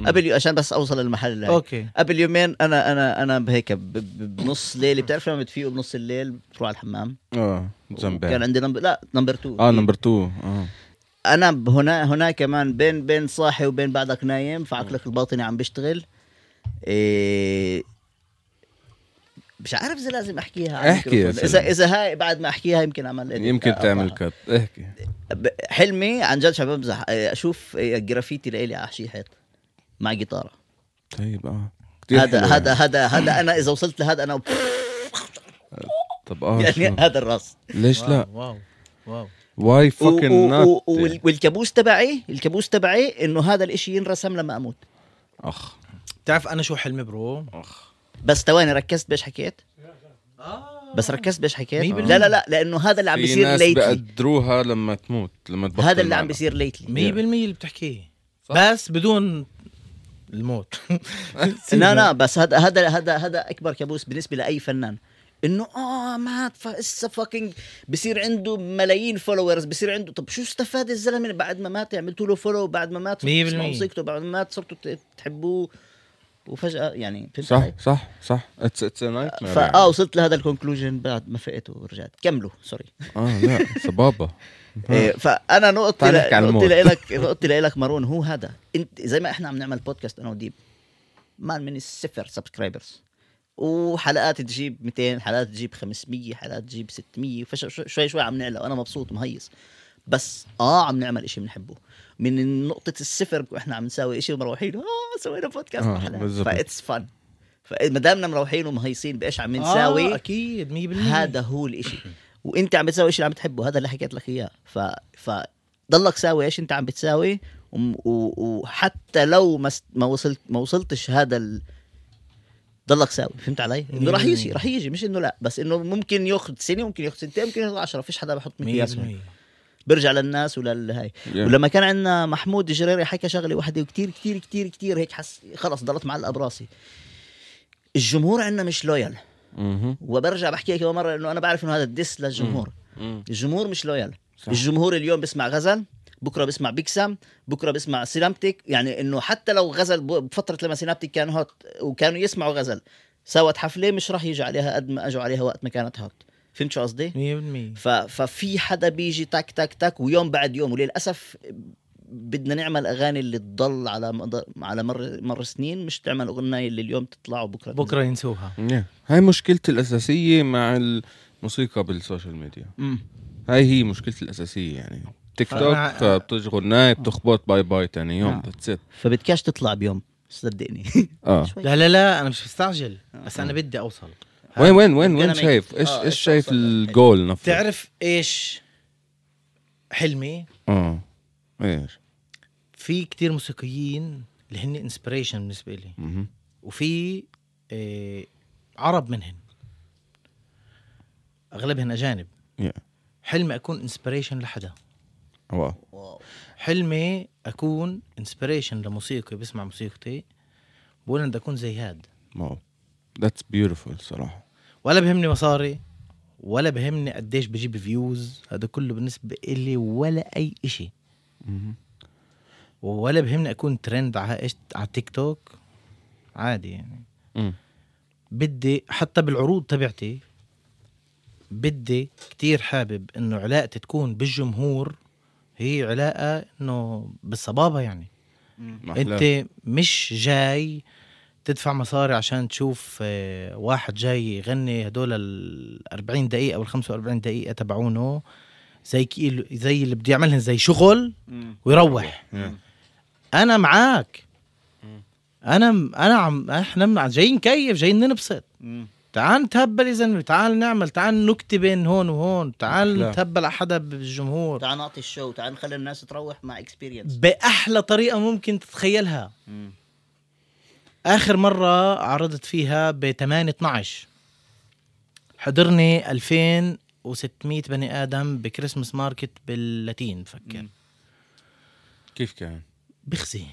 A: قبل عشان بس اوصل للمحل اللي هيك.
B: اوكي
A: قبل يومين انا انا انا هيك بنص ليل بتعرف لما بتفيقوا بنص الليل بتروح على الحمام
E: اه
A: كان
E: زنبان
A: عندي نمبر لا نمبر 2
E: اه نمبر 2 اه
A: انا هنا هنا كمان بين بين صاحي وبين بعدك نايم
E: آه.
A: فعقلك الباطني عم بيشتغل إيه مش عارف اذا لازم احكيها على
E: احكي يا
A: الميكروفون. اذا
E: سلمى.
A: اذا هاي بعد ما احكيها يمكن اعمل edit.
E: يعني يمكن
A: آه،
E: تعمل
A: آه.
E: كات احكي
A: ب- حلمي عن جد شباب بمزح إيه، اشوف إيه، جرافيتي لإلي على شي حيط مع جيتاره
E: طيب اه كتير
A: هذا
E: حلو
A: هذا
E: يعني.
A: هذا هذا انا اذا وصلت لهذا انا
E: طب اه
A: يعني
E: شو؟
A: هذا الراس
E: ليش لا؟
B: واو واو
E: واي
A: و-
E: فاكن
A: و-
E: نوت
A: وال- والكابوس تبعي الكابوس تبعي انه هذا الاشي ينرسم لما اموت
E: اخ
B: بتعرف انا شو حلمي برو؟
E: اخ
A: بس ثواني ركزت بايش حكيت بس ركزت بايش حكيت
B: آه. مية بالمية.
A: لا لا لا لانه هذا اللي عم
E: في
A: بيصير
E: ناس
A: ليتلي
E: بقدروها لما تموت لما تبطل
A: هذا اللي عم
E: معنا.
A: بيصير
B: 100%
A: ليتلي
B: اللي بتحكيه بس بدون الموت
A: لا لا بس هذا هذا هذا هذا اكبر كابوس بالنسبه لاي فنان انه اه مات فاسا فاكينج بصير عنده ملايين فولورز بصير عنده طب شو استفاد الزلمه بعد ما مات عملتوا له فولو بعد ما مات صرتوا
B: مية
A: تسمعوا
B: بالمية.
A: موسيقته بعد ما مات صرتوا ت- تحبوه وفجاه يعني فهمت
E: صح
A: علي؟
E: صح صح اتس اتس نايت
A: فاه وصلت لهذا الكونكلوجن بعد ما فقت ورجعت كملوا سوري
E: اه لا صبابه آه.
A: إيه، فانا نقطتي
E: تعال
A: ل-
E: نحكي عن
A: نقطتي
E: الموت.
A: لك نقطتي لك مارون هو هذا انت زي ما احنا عم نعمل بودكاست انا وديب مان من الصفر سبسكرايبرز وحلقات تجيب 200 حلقات تجيب 500 حلقات تجيب 600 فش شو- شوي شوي عم نعلى وانا مبسوط مهيص بس اه عم نعمل إشي بنحبه من نقطة الصفر احنا عم نساوي إشي ومروحين اه سوينا بودكاست
E: آه،
A: مع حلقات
E: بالضبط.
A: فاتس فن فما دامنا مروحين ومهيصين بايش عم نساوي
B: نساوي اكيد 100%
A: هذا هو الاشي وانت عم بتساوي الشيء اللي عم تحبه هذا اللي حكيت لك اياه ف ف ضلك ساوي ايش انت عم بتساوي وم- و- وحتى لو ما س- ما وصلت ما وصلتش هذا ال... ضلك ساوي فهمت علي؟ انه رح يجي رح يجي مش انه لا بس انه ممكن ياخذ سنه ممكن ياخذ سنتين ممكن ياخذ 10 فيش حدا بحط مقياسهم
B: 100%
A: برجع للناس وللهاي ولما كان عندنا محمود جريري حكى شغله واحده وكتير كتير كتير كتير هيك حس خلص ضلت معلقه براسي الجمهور عندنا مش لويال
E: مهم.
A: وبرجع بحكيها كمان مره انه انا بعرف انه هذا الدس للجمهور
E: مم.
A: الجمهور مش لويال
E: صح.
A: الجمهور اليوم بيسمع غزل بكره بيسمع بيكسام بكره بيسمع سينابتيك يعني انه حتى لو غزل ب- بفتره لما سينابتيك كان هوت وكانوا يسمعوا غزل سوت حفله مش راح يجي عليها قد ما اجوا عليها وقت ما كانت هوت فهمت شو قصدي
B: 100%
A: ف... ففي حدا بيجي تك تك تك ويوم بعد يوم وللاسف بدنا نعمل اغاني اللي تضل على مدار- على مر مر سنين مش تعمل اغنيه اللي اليوم تطلع وبكره تنزل.
B: بكره ينسوها
E: Yeah. هاي مشكلتي الاساسيه مع الموسيقى بالسوشيال ميديا
A: مم.
E: هاي هي مشكلتي الاساسيه يعني تيك توك
B: فأنا-
E: بتجي غنايه بتخبط باي باي تاني
A: نعم.
E: يوم ذاتس ات
A: فبدكاش تطلع بيوم صدقني
E: اه
A: شوي.
B: لا لا لا انا مش مستعجل بس
A: آه.
B: انا بدي اوصل
E: وين وين وين
A: بدنا
E: وين
A: نعمل-
E: شايف ايش
A: آه،
E: ايش
A: إيش
E: شايف
A: أوصل لهيك.
E: الجول نفسه
B: تعرف ايش حلمي
E: اه ايش
B: في كتير موسيقيين اللي هن انسبريشن بالنسبه لي
E: مهم.
B: وفي آه، عرب منهن اغلبهن اجانب
E: Yeah.
B: حلمي اكون انسبريشن لحدا
E: واو
A: واو.
B: حلمي اكون انسبريشن لموسيقي بسمع موسيقتي بقول أنا بدي اكون زي هاد
E: واو ذاتس بيوتيفول صراحه
B: ولا بهمني مصاري ولا بهمني قديش بجيب فيوز هذا كله بالنسبه إلي ولا اي إشي
E: مهم.
B: ولا بهمني اكون ترند على ايش على تيك توك عادي يعني
E: مم.
B: بدي حتى بالعروض تبعتي بدي كتير حابب انه علاقتي تكون بالجمهور هي علاقة انه بالصبابة يعني
E: أحلام.
B: انت مش جاي تدفع مصاري عشان تشوف آه، واحد جاي يغني هدول ال 40 دقيقة وال 45 دقيقة تبعونه زي كيلو زي اللي بدي يعملها زي شغل ويروح
E: مم.
B: انا معاك انا انا عم احنا مع- جايين نكيف جايين ننبسط
A: مم.
B: تعال نتهبل يا زلمه تعال نعمل تعال نكتب بين هون وهون تعال
E: أحلى.
B: نتهبل على حدا بالجمهور
A: تعال نعطي الشو تعال نخلي الناس تروح مع اكسبيرينس
B: باحلى طريقه ممكن تتخيلها
A: مم.
B: اخر مره عرضت فيها ب 8 12 حضرني 2600 بني ادم بكريسماس ماركت باللاتين بفكر
E: كيف كان؟
B: بخزي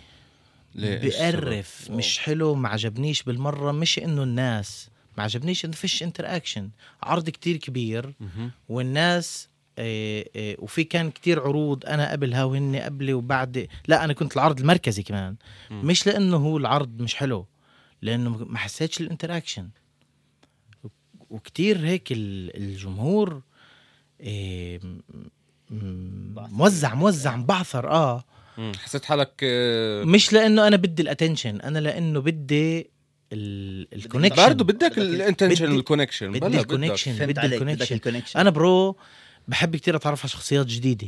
E: ليه؟ إيش السبب؟
B: بقرف مش حلو ما عجبنيش بالمره مش انه الناس ما عجبنيش انه فيش انتر اكشن عرض كتير كبير
E: مهم.
B: والناس آه، آه، وفي كان كتير عروض انا قبلها وهن قبلي وبعد لا انا كنت العرض المركزي كمان
E: مم.
B: مش لانه هو العرض مش حلو لانه ما حسيتش الانتراكشن وكتير هيك ال- الجمهور آه، م- م-
A: بعثر.
B: موزع موزع بعثر اه
E: مم. حسيت حالك آه،
B: مش لانه انا بدي الاتنشن انا لانه بدي ال- الكونكشن
E: برضه بدك الانتنشن
B: بدي-
E: والكونكشن
B: بدي
E: بلا،
B: الconnection.
E: بدك.
A: فهمت
B: بدي
A: عليك
B: الconnection.
A: بدك الكونكشن
B: انا برو بحب كتير اتعرف على شخصيات جديده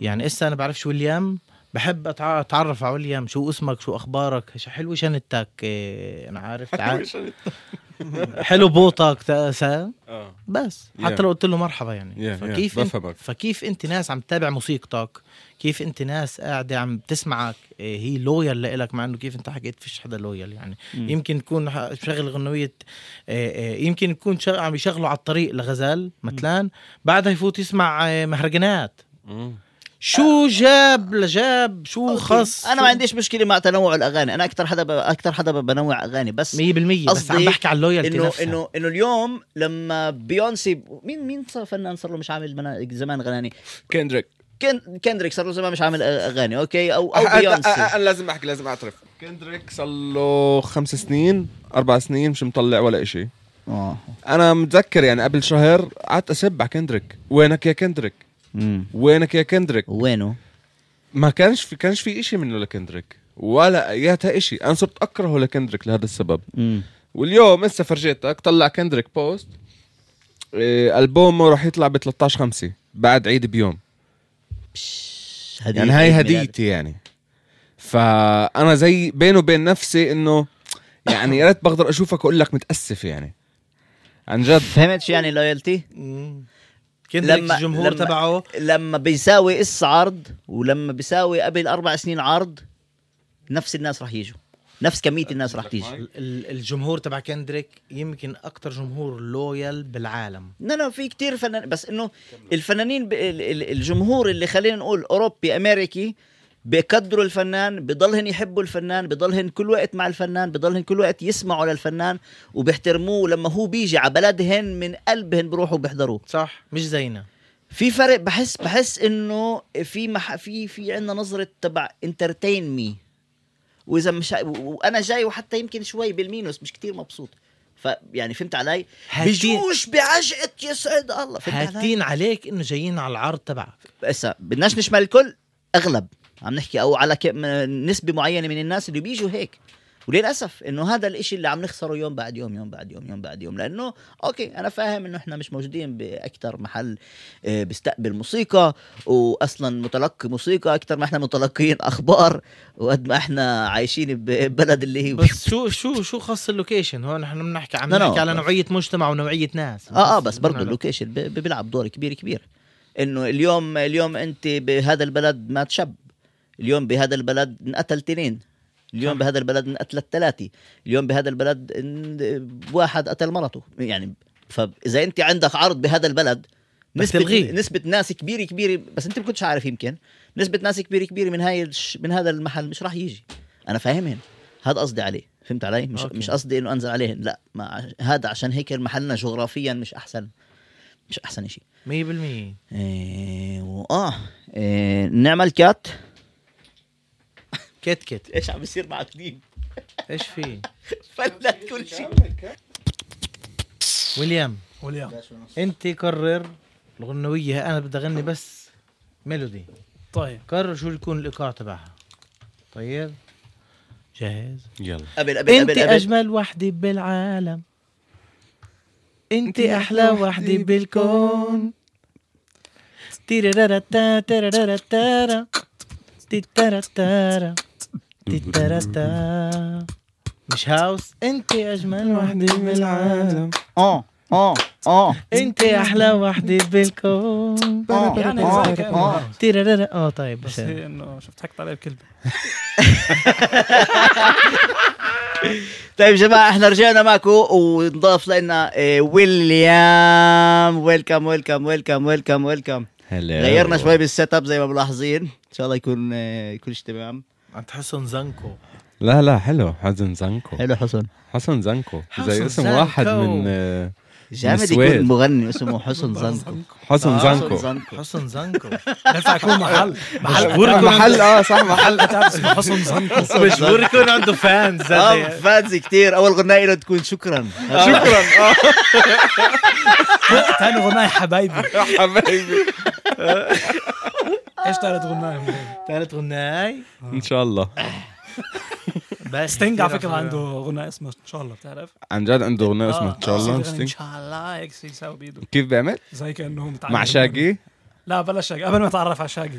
B: يعني اسا انا بعرفش ويليام بحب أتع- اتعرف على ويليام شو اسمك شو اخبارك شو حلو شنتك إيه، انا عارف تعال. حلو بوطك تا- سا-
E: اه
B: بس
E: Yeah.
B: حتى لو قلت له مرحبا يعني
E: Yeah, yeah.
B: فكيف انت
E: بفهمك.
B: فكيف انت ناس عم تتابع موسيقتك كيف انت ناس قاعده عم تسمعك إيه، هي لويال لإلك مع انه كيف انت حكيت فيش حدا لويال يعني
A: مم.
B: يمكن يكون ح- شغل غنويه إيه، إيه، يمكن يكون شغ- عم يشغله على الطريق لغزال
A: Mm.
B: مثلا بعدها يفوت يسمع إيه، مهرجانات
E: مم.
B: شو جاب لجاب شو
A: أوكي.
B: خص
A: انا ما عنديش مشكله مع تنوع الاغاني انا اكثر حدا ب... اكثر حدا ب- بنوع اغاني بس
B: 100% بس عم
A: قصدي
B: بحكي على اللويالتي
A: انه
B: نفسها
A: انه انه اليوم لما بيونسي مين مين صار فنان صار له مش عامل منا- زمان غناني
E: كندريك
A: كن... كندريك صار له زمان مش عامل أ- اغاني اوكي او او
E: أنا-
A: بيونسي
E: أه، أنا- انا لازم احكي لازم اعترف كندريك صار له خمس سنين اربع سنين مش مطلع ولا إشي
A: اه
E: انا متذكر يعني قبل شهر قعدت اسب على كندريك وينك يا كندريك
A: امم
E: وينك يا كندريك
A: وينه؟
E: ما كانش في كانش في إشي منه لكندريك ولا اياتها إشي انا صرت اكرهه لكندريك لهذا السبب
A: امم
E: واليوم هسه فرجيتك طلع كندريك بوست إيه، البومه راح يطلع ب 13 5 بعد عيد بيوم
A: هدية
E: يعني هاي
A: عيد ميلاد.
E: هديتي يعني فانا زي بيني وبين نفسي انه يعني يا ريت بقدر اشوفك واقول لك متاسف يعني عن جد
A: فهمت شو يعني لويالتي؟
B: كندريك
A: لما-
B: الجمهور
A: لما-
B: تبعه
A: لما بيساوي اس عرض ولما بيساوي قبل اربع سنين عرض نفس الناس رح يجوا نفس كميه الناس رح تيجي
B: ال- الجمهور تبع كندريك يمكن اكتر جمهور لويال بالعالم
A: لا لا في كتير فنان بس انه الفنانين ب... ال- ال- الجمهور اللي خلينا نقول اوروبي امريكي بيقدروا الفنان بضلهن يحبوا الفنان بضلهن كل وقت مع الفنان بضلهن كل وقت يسمعوا للفنان وبيحترموه لما هو بيجي على بلدهن من قلبهن بروحوا بيحضروه
B: صح مش زينا
A: في فرق بحس بحس انه في مح في في عندنا نظره تبع انترتين مي واذا مش و- وانا جاي وحتى يمكن شوي بالمينوس مش كتير مبسوط فيعني فهمت علي؟
B: هاتين-
A: بجوش بعجقه يسعد الله فهمت علي؟
B: هاتين عليك انه جايين على العرض تبعك
A: هسا بدناش نشمل الكل اغلب عم نحكي او على ك... نسبه معينه من الناس اللي بيجوا هيك وللاسف انه هذا الاشي اللي عم نخسره يوم بعد يوم يوم بعد يوم يوم بعد يوم لانه اوكي انا فاهم انه احنا مش موجودين باكثر محل آه، بيستقبل موسيقى واصلا متلقي موسيقى اكثر ما احنا متلقيين اخبار وقد ما احنا عايشين ب- ببلد اللي هي
B: بس شو شو شو خص اللوكيشن هون نحن بنحكي عم
A: لا، لا،
B: نحكي على
A: بس-
B: نوعيه مجتمع ونوعيه ناس
A: اه اه بس برضه
B: نحن-
A: اللوكيشن ب- ب- بيلعب دور كبير كبير انه اليوم اليوم انت بهذا البلد مات شاب اليوم بهذا البلد انقتل تنين اليوم بهذا البلد انقتلت ثلاثه اليوم بهذا البلد إن- واحد قتل مرته يعني فاذا انت عندك عرض بهذا البلد
B: بس تلغيه.
A: نسبة نسبة ناس كبيرة كبيرة بس انت ما كنتش عارف يمكن نسبة ناس كبيرة كبيرة من هاي الش- من هذا المحل مش راح يجي انا فاهمهم هذا قصدي عليه فهمت علي مش
B: أوكي.
A: مش قصدي انه انزل عليهم لا ما عش- هذا عشان هيك محلنا جغرافيا مش احسن مش احسن شيء
B: 100%
A: إيه واه إيه نعمل كات
B: كت كت
A: ايش عم بيصير معك ديب
B: ايش في
A: فلت كل شيء
B: ويليام
D: وليا
B: انت قرر الغنويه انا بدي اغني بس ميلودي
D: طيب
B: قرر شو يكون الايقاع تبعها طيب جاهز
E: يلا
A: قبل قبل
B: انت
A: قبل قبل
B: اجمل وحده بالعالم انت احلى وحده بالكون تيرارتا تيرارتا تيتارتا تيتارتا مش هاوس انت اجمل وحده بالعالم
C: اه
A: آه،
C: اه اه
B: انت احلى وحده بالكون
C: آه،
D: يعني
A: إيه،
C: آه،
D: زي كأنه
C: آه.
D: هاوس.
B: تيرارتا اه طيب
D: بس
B: بس
D: هي انه إيه، شفت حكت عليه بكلمه
A: طيب جماعه احنا رجعنا معكم ونضاف لنا إيه ويليام ويلكم ويلكم ويلكم ويلكم ويلكم
E: هلا
A: غيرنا شوي بالسيت اب زي ما ملاحظين ان شاء الله يكون آه، كل شيء تمام
B: عم تحسن زنكو
E: لا لا حلو حسن زنكو
A: حلو حسن
E: حسن زنكو
B: حسن
E: زي اسم
B: زنكو.
E: واحد من آه،
A: جامد
E: السويد.
A: يكون مغني اسمه حسن زنكو
E: حسن زنكو
A: آه، زنكو
B: حسن زنكو
D: ينفع يكون محل
B: مشهور
E: محل اه صح
D: محل انت عارف اسمه حسن زنكر
B: مشهور يكون عنده فانز
A: اه فانز كتير اول غناء له تكون شكرا
E: آه.
A: شكرا
D: تاني غناي حبايبي
E: حبايبي
D: ايش تالت غناي
B: ثالث غناي
E: ان شاء الله
B: بس
D: ستينج على
B: كتير
D: فكره
B: أفلام.
D: عنده غناء اسمه ان شاء الله بتعرف
E: عن جد عنده اغنيه اسمها
B: آه،
E: تشارلان
D: بيغني ان
E: ستينج
D: شاء الله هيك شي يساوي بايده
E: كيف بيعمل؟
D: زي كانه متعلم
E: مع شاقي
D: لا بلا شاقي قبل ما اتعرف على شاقي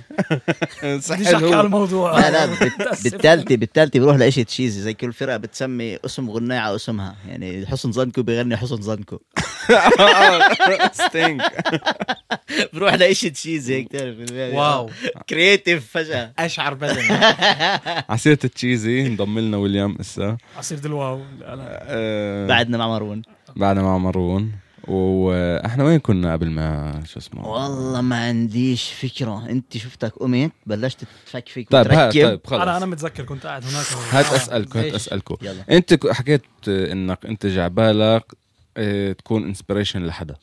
E: آه،
D: بديش احكي على
E: حلو
D: الموضوع
A: لا لا بت- بالتالتة بالتالتة بروح لإشي تشيزي زي كل فرقة بتسمي اسم غناء على اسمها يعني حسن زنكو بيغني حسن زنكو
E: آه، ستينج
A: بروح لإشي تشيزي هيك تعرف
B: واو
A: كرييتيف فجأة
B: اشعر بدني
E: عسيرة التشيزي انضم لنا ويليام اسا
D: عصير دلواو لا لا
E: آه،
A: بعدنا مع مروان
E: بعدنا مع مروان واحنا وين كنا قبل ما شو اسمه
A: والله ما عنديش فكرة أنت شفتك قمت بلشت تفكفك
E: طيب ها
A: وتركب
E: طيب
D: انا انا
E: خلص
D: متذكر كنت قاعد هناك
E: هات اسالكم هات
B: ليش؟
E: اسالكم
A: يلا
E: انت ك- حكيت آه، انك انت جعبالك آه، تكون انسبريشن لحدا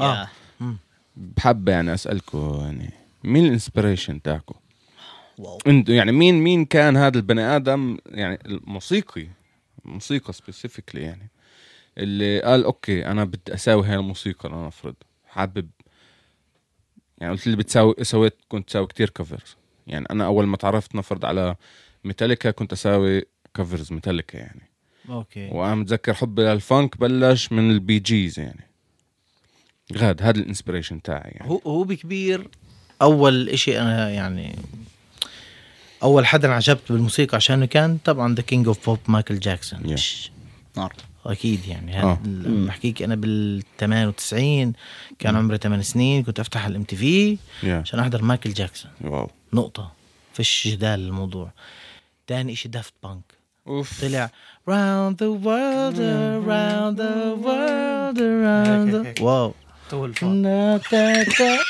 B: آه.
A: يا.
E: بحب يعني اسالكم يعني مين الانسبريشن تاعكم
B: واو
E: انت- يعني مين مين كان هذا البني ادم يعني الموسيقي موسيقى سبيسيفيكلي يعني اللي قال اوكي انا بدي اساوي هاي الموسيقى انا افرض حابب يعني قلت لي بتساوي سويت كنت ساوي كتير كفرز يعني انا اول ما تعرفت نفرض على ميتاليكا كنت اساوي كفرز ميتاليكا يعني
B: اوكي
E: وانا متذكر حبي للفانك بلش من البي جيز يعني غاد هذا الانسبريشن تاعي يعني
B: هو هو بكبير اول إشي انا يعني اول حدا عجبت بالموسيقى عشانه كان طبعا ذا كينج اوف بوب مايكل جاكسون
E: Yeah.
A: نار
B: اكيد يعني
E: آه.
B: هاد ال- بحكيك انا بال 98 كان عمري 8 سنين كنت افتح الام تي في
E: yeah.
B: عشان احضر مايكل جاكسون
E: واو
B: نقطة فيش جدال الموضوع تاني اشي دافت بانك
E: اوف
B: طلع round the world around the world around the واو
D: طول فوق.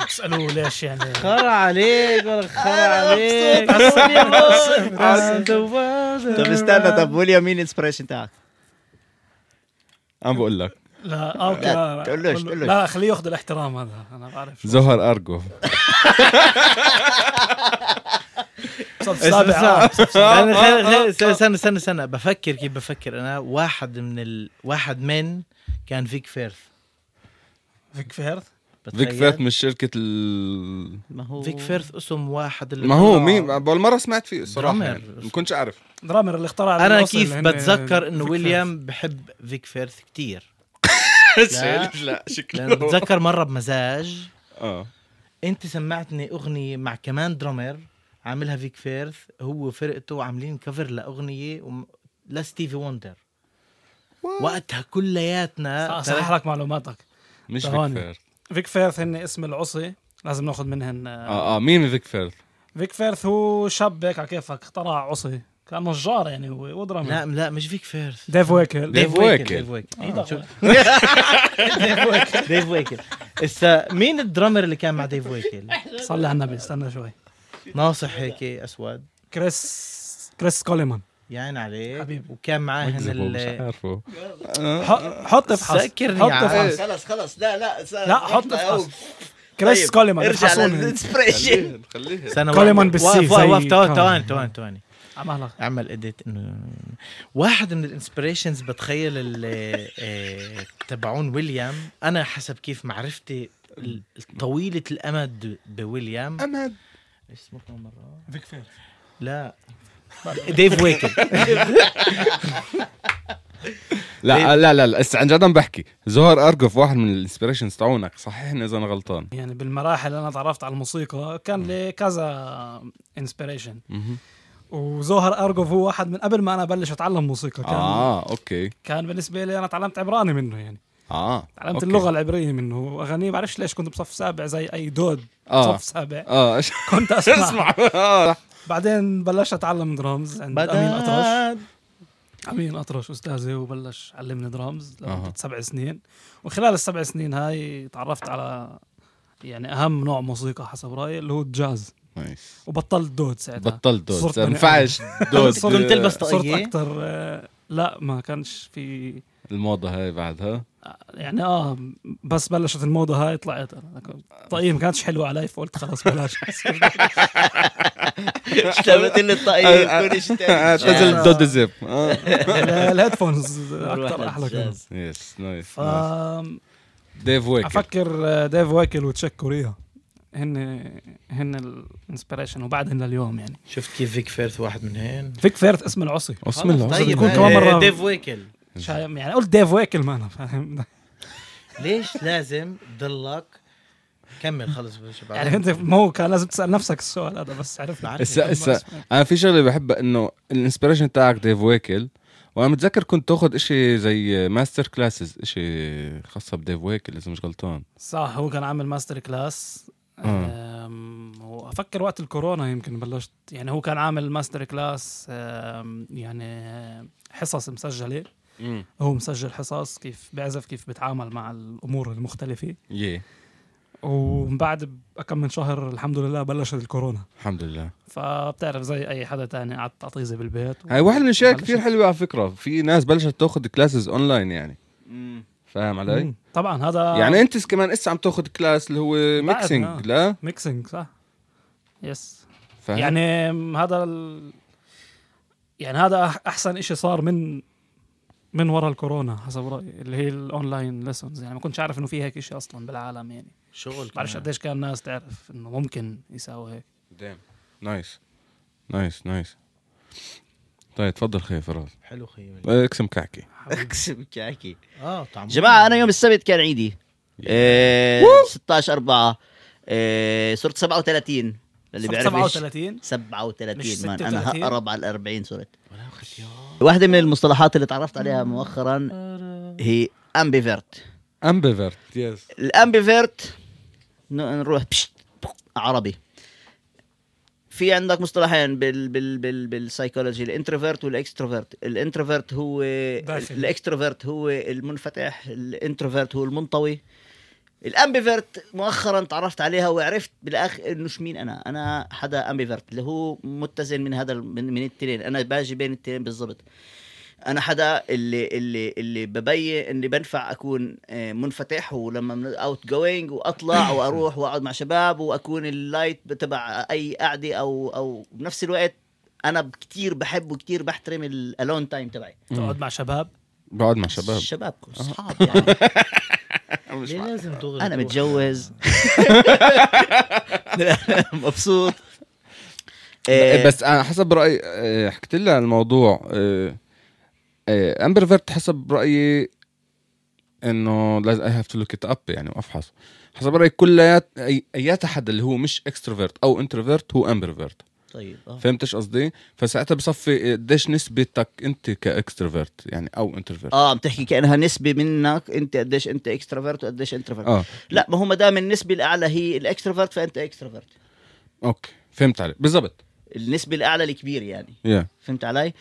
D: اسالوه ليش يعني
B: خر عليك ولا خر عليك round the world
A: طب استنى طب ويليام مين الانسبريشن تاعك؟
E: عم بقول لك
D: لا آه، اوكي
A: لا،
D: لا،
A: تقولوش،
D: قول-
A: تقولوش.
D: لا خليه ياخذ الاحترام هذا انا بعرف
E: زهر ارجو
D: صف سابع آه.
B: أنا خل-
A: أه،
B: خل- استنى استنى استنى استنى بفكر كيف بفكر انا واحد من ال... واحد من كان فيك فيرث
D: فيك فيرث
E: فيك
B: بتخيل؟
E: فيرث من شركه ال
A: ما هو
B: فيك فيرث اسم واحد اللي
E: ما هو
B: طلع-
E: مين اول مره سمعت فيه صراحه
B: درامر.
E: يعني. ما كنتش اعرف
D: درامر اللي اخترع
B: انا
D: الوصل
B: كيف
D: هن-
B: بتذكر انه
D: فيك فيرث.
B: ويليام بحب فيك فيرث كتير
E: لا, لا شكله
B: لانه بتذكر مره بمزاج
E: اه
B: انت سمعتني اغنيه مع كمان درامر عاملها فيك فيرث هو فرقته عاملين كفر لاغنيه وم... لستيفي وندر وقتها كلياتنا
D: صح- صحح لك معلوماتك
E: مش فيك
D: هون.
E: فيرث
D: فيك فيرث هن اسم العصي لازم ناخذ منهن آه.
E: اه اه مين فيك فيرث
D: فيك فيرث هو شاب هيك على كيفك اخترع عصي كان نجار يعني هو ودرامر
B: لا لا مش فيك فيرث
D: ديف ويكل
E: ديف ويكل.
B: ديف ويكل
D: إيه دخل.
B: ديف ويكل اسا مين الدرامر اللي كان مع ديف ويكل؟
D: صلي على النبي استنى شوي
B: ناصح هيك اسود
D: كريس كريس كوليمان
B: يعين عليك
D: حبيبي.
B: وكان معاه
E: مكذبه مش
B: هن
E: عارفه
D: ح- حط افحص
B: سكرني
D: حط
B: يا عم.
D: افحص
A: خلص خلص لا لا س-
D: لا، حط
A: اطلع
D: افحص.
A: أو-
D: كريس
A: طيب،
D: كوليمان
A: ارجع
D: افحصوهم
A: للانسبريشن
E: خليها
B: استنى
D: كوليمان بالسيف
B: واقف واقف
D: زي
B: توان
D: كان.
B: توان توان توان
D: عمالك
B: اعمل اديت انه واحد من الانسبريشنز بتخيل ال- آه، تبعون ويليام انا حسب كيف معرفتي ال- طويلة الامد بويليام
E: امد
B: إيش اسمه كمان مرة
D: فيك فيرث
B: لا ديف ويكل
E: لا آه، لا لا لا هسه عن جد عم بحكي زهر ارجوف واحد من الانسبريشنز تاعونك صححني اذا انا غلطان
D: يعني بالمراحل انا تعرفت على الموسيقى كان لي كذا انسبيريشن
E: مهم.
D: وزوهر ارجوف هو واحد من قبل ما انا ابلش اتعلم موسيقى كان آه.
E: اه اوكي
D: كان بالنسبه لي انا تعلمت عبراني منه يعني
E: اه أوكي.
D: تعلمت أوكي. اللغه العبريه منه واغانيه بعرفش ليش كنت بصف سابع زي اي دود
E: آه.
D: صف سابع
E: اه إيش-
D: كنت اسمع
E: اسمع آه.
D: بعدين بلشت اتعلم درامز عند امين اطرش
B: بدأت
D: امين اطرش استاذي وبلش علمني درامز لمده
E: أها.
D: سبع سنين وخلال السبع سنين هاي تعرفت على يعني اهم نوع موسيقى حسب رايي اللي هو الجاز
E: نايس
D: وبطلت دود ساعتها
E: بطلت دوز
D: صرت
E: ما
D: بني
E: ينفعش دوز
D: صرت-
B: كنت تلبس
D: صرت
B: طاقية
D: اكثر لا ما كانش في
E: الموضه هاي بعدها
D: يعني اه بس بلشت الموضه هاي طلعت انا كنت- طيب ما كانتش حلوه علي فقلت خلاص بلاش
A: اشتبت لي
E: أه،
A: الطاقية كل شيء تاني.
E: اعتزل أه، دود زيب آه.
D: الهيدفونز اكثر
A: الواحد
D: احلى كانوا
A: جاز.
E: يس نايس
D: ف
E: نايس. ديف ويكر
D: افكر آه، ديف واكل وتشيك كوريا هن هن الانسبريشن وبعدين لليوم يعني
B: شفت كيف فيك فيرث واحد من هين
D: فيك فيرت اسم العصي
E: بسم الله
B: طيب،
E: طيب
D: بتكون
B: آه،
D: كمان مرة-
B: ديف ويكل
D: شا- يعني قلت ديف واكل ما انا فاهم
B: ليش لازم ضلك كمل خلص بش- بعدين.
D: يعني انت مو كان لازم تسال نفسك السؤال هذا بس عرفنا
B: بعرف.
E: اسا اسا انا في شغله بحبها انه الانسبريشن تاعك ديف ويكل وانا متذكر كنت تاخذ اشي زي ماستر كلاسز اشي خاصه بديف ويكل اذا مش غلطان
D: صح هو كان عامل ماستر كلاس أم، وافكر وقت الكورونا يمكن بلشت يعني هو كان عامل ماستر كلاس أم، يعني حصص مسجله هو مسجل حصص كيف بيعزف كيف بتعامل مع الامور المختلفه
E: يي
D: ومن بعد بكم من شهر الحمد لله بلشت الكورونا
E: الحمد لله
D: فبتعرف زي اي حدا تاني قعدت اطيزه بالبيت
E: هاي واحد من الاشياء
D: بلشت-
E: كثير حلوه على فكره في ناس بلشت تاخذ كلاسز اونلاين يعني
A: مم.
E: فاهم علي
D: مم. طبعا هذا
E: يعني انت كمان اسا عم تاخذ كلاس اللي هو
D: آه. بعد، آه.
E: ميكسينج لا
D: ميكسينج صح يس
E: فاهم؟
D: يعني هذا ال... يعني هذا أح- احسن إشي صار من من ورا الكورونا حسب رايي اللي هي الاونلاين ليسونز يعني ما كنتش عارف انه في هيك إشي اصلا بالعالم يعني
B: شغل
D: بعرفش قديش كان الناس تعرف انه ممكن يساووا هيك
E: دام نايس نايس نايس طيب تفضل خي فراس
B: حلو خيي
E: اقسم كعكي
A: اقسم كعكي
B: اه طعمه
A: جماعة أنا يوم السبت كان عيدي إيه 16 4 إيه صرت 37 اللي
D: صرت
A: بيعرفش
D: 37 مش
A: 37 مان
D: 36.
A: أنا هقرب على ال 40 صرت واحدة من المصطلحات اللي تعرفت عليها مؤخرا
D: آه.
A: هي أمبيفيرت
E: امبيفرت يس
A: الأمبيفيرت ن- نروح بشت بق- عربي في عندك مصطلحين بال بال بال بالسايكولوجي الانتروفيرت والاكستروفيرت الانتروفيرت هو
D: داخل.
A: الاكستروفيرت هو المنفتح الانتروفيرت هو المنطوي الامبيفيرت مؤخرا تعرفت عليها وعرفت بالاخر انه شو مين انا انا حدا امبيفيرت اللي هو متزن من هذا ال- من, من التنين انا باجي بين التنين بالضبط انا حدا اللي اللي اللي ببين اللي بنفع اكون آه، منفتح ولما اوت جوينج واطلع واروح واقعد مع شباب واكون اللايت تبع اي قعده او او بنفس الوقت انا كثير بحب وكثير بحترم الالون تايم تبعي
D: تقعد مع شباب
E: بقعد مع شباب
A: الشباب اصحاب يعني
B: ليه لازم تغلط
A: انا متجوز مبسوط آه،
E: بس انا حسب رايي آه، حكيت لها الموضوع آه، آه، امبر فيرت حسب رايي انه لازم اي هاف تو لوك ات اب يعني وافحص حسب رايي كليات أي- ايات حدا اللي هو مش اكستروفيرت او انتروفيرت هو امبر فيرت
A: طيب آه.
E: فهمتش قصدي فساعتها بصفي قديش نسبتك انت كاكستروفيرت يعني او انتروفيرت
A: اه عم تحكي كانها نسبه منك انت قديش انت اكستروفرت وقديش انتروفرت
E: اه
A: لا ما هو ما دام النسبه الاعلى هي الاكستروفرت فانت اكستروفرت
E: اوكي فهمت عليك بالضبط
A: النسبه الاعلى الكبير يعني
E: يا
A: فهمت علي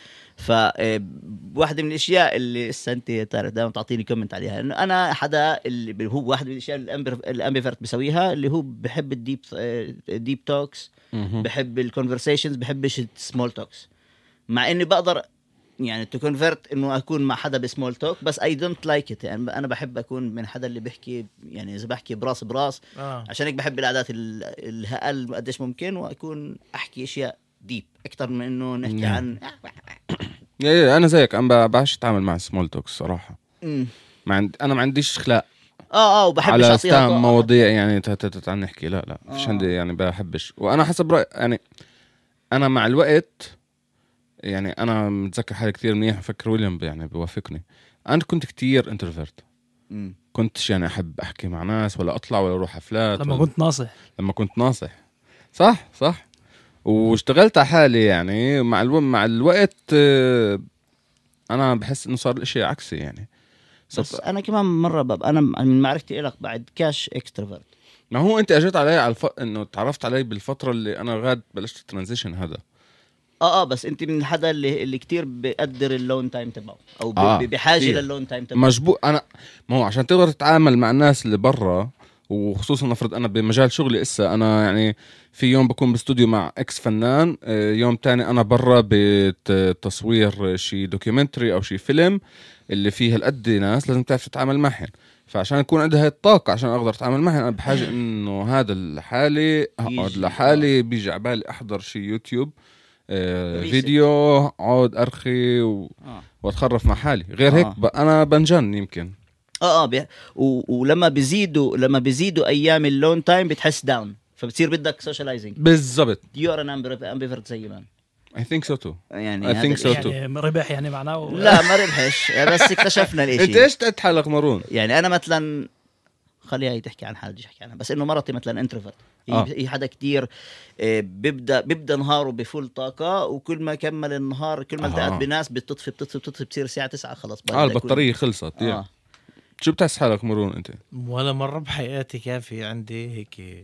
A: فواحدة من الاشياء اللي لسه انت تعرف دائما تعطيني كومنت عليها انه انا حدا اللي ب- هو واحد من الاشياء اللي الأمبر- الامبيفرت بسويها اللي هو بحب الديب الديب توكس بحب الكونفرسيشنز بحبش السمول توكس مع اني بقدر يعني تو كونفرت انه اكون مع حدا بسمول توك بس اي دونت لايك ات يعني انا بحب اكون من حدا اللي بحكي يعني اذا بحكي براس براس
B: اه
A: عشان هيك بحب العادات ال- الهقل قديش ممكن واكون احكي اشياء ديب اكثر من انه نحكي
E: نعم.
A: عن
E: يا- يا انا زيك انا ب- بعرفش اتعامل مع سمول توكس صراحه
A: مم.
E: ما عند... انا ما عنديش خلاق
A: اه اه وبحب
E: على
A: اعطيها
E: ستام
A: طاقة.
E: مواضيع يعني ت- ت- ت- تعال نحكي لا لا مش
A: آه.
E: عندي يعني بحبش وانا حسب رايي يعني انا مع الوقت يعني انا متذكر حالي كثير منيح بفكر ويليام يعني بوافقني انا كنت كتير انتروفيرت
A: مم.
E: كنتش يعني احب احكي مع ناس ولا اطلع ولا اروح حفلات
D: لما
E: ولا-
D: كنت ناصح
E: لما كنت ناصح صح صح واشتغلت على حالي يعني مع الو... مع الوقت آه، انا بحس انه صار الاشي عكسي يعني
A: بس
E: صرت
A: انا كمان مره باب انا من معرفتي لك بعد كاش اكستروفرت
E: ما هو انت اجيت علي على الف... انه تعرفت علي بالفتره اللي انا غاد بلشت الترانزيشن هذا
A: اه اه بس انت من الحدا اللي اللي كثير بقدر اللون تايم تبعه او ب-
E: آه،
A: ب- بحاجه
E: كتير.
A: للون تايم تبعه
E: مجبور انا ما هو عشان تقدر تتعامل مع الناس اللي برا وخصوصا نفرض انا بمجال شغلي اسا انا يعني في يوم بكون باستوديو مع اكس فنان آه، يوم تاني انا برا بتصوير شي دوكيومنتري او شي فيلم اللي فيه هالقد ناس لازم تعرف تتعامل معهم فعشان يكون عندي هاي الطاقة عشان اقدر اتعامل معهم انا بحاجة انه هذا لحالي اقعد
A: بيجي.
E: لحالي بيجي على بالي احضر شي يوتيوب آه،
A: ريست.
E: فيديو اقعد ارخي و...
A: آه.
E: واتخرف مع حالي غير هيك
A: آه.
E: ب... انا بنجن يمكن
A: اه اه بي... و... ولما بيزيدوا لما بيزيدوا ايام اللون تايم بتحس داون فبتصير بدك سوشيايزنج
E: بالضبط
A: يو ار ان امبيفرت زي ما أنا.
E: اي ثينك سو تو
A: يعني
E: I
A: هذا
E: think so
A: الإشي-
E: too.
D: يعني ربح يعني معناه
A: لا ما ربحش بس اكتشفنا
E: انت
A: الاشي
E: ايش تعد حالك مارون
A: يعني انا مثلا خليها هي تحكي عن حالها بديش احكي عنها بس انه مرتي مثلا انتروفيرت هي
E: آه.
A: هي حدا كتير آه، بيبدا بيبدا نهاره بفول طاقه وكل ما كمل النهار كل ما
E: آه.
A: التقت بناس بتطفي بتطفي بتطفي بتصير الساعه 9 خلص بدها
E: اه
A: يكون-
E: البطارية خلصت
A: آه.
E: يا. شو بتحس حالك مارون انت
B: ولا مرة بحياتي كان في عندي هيك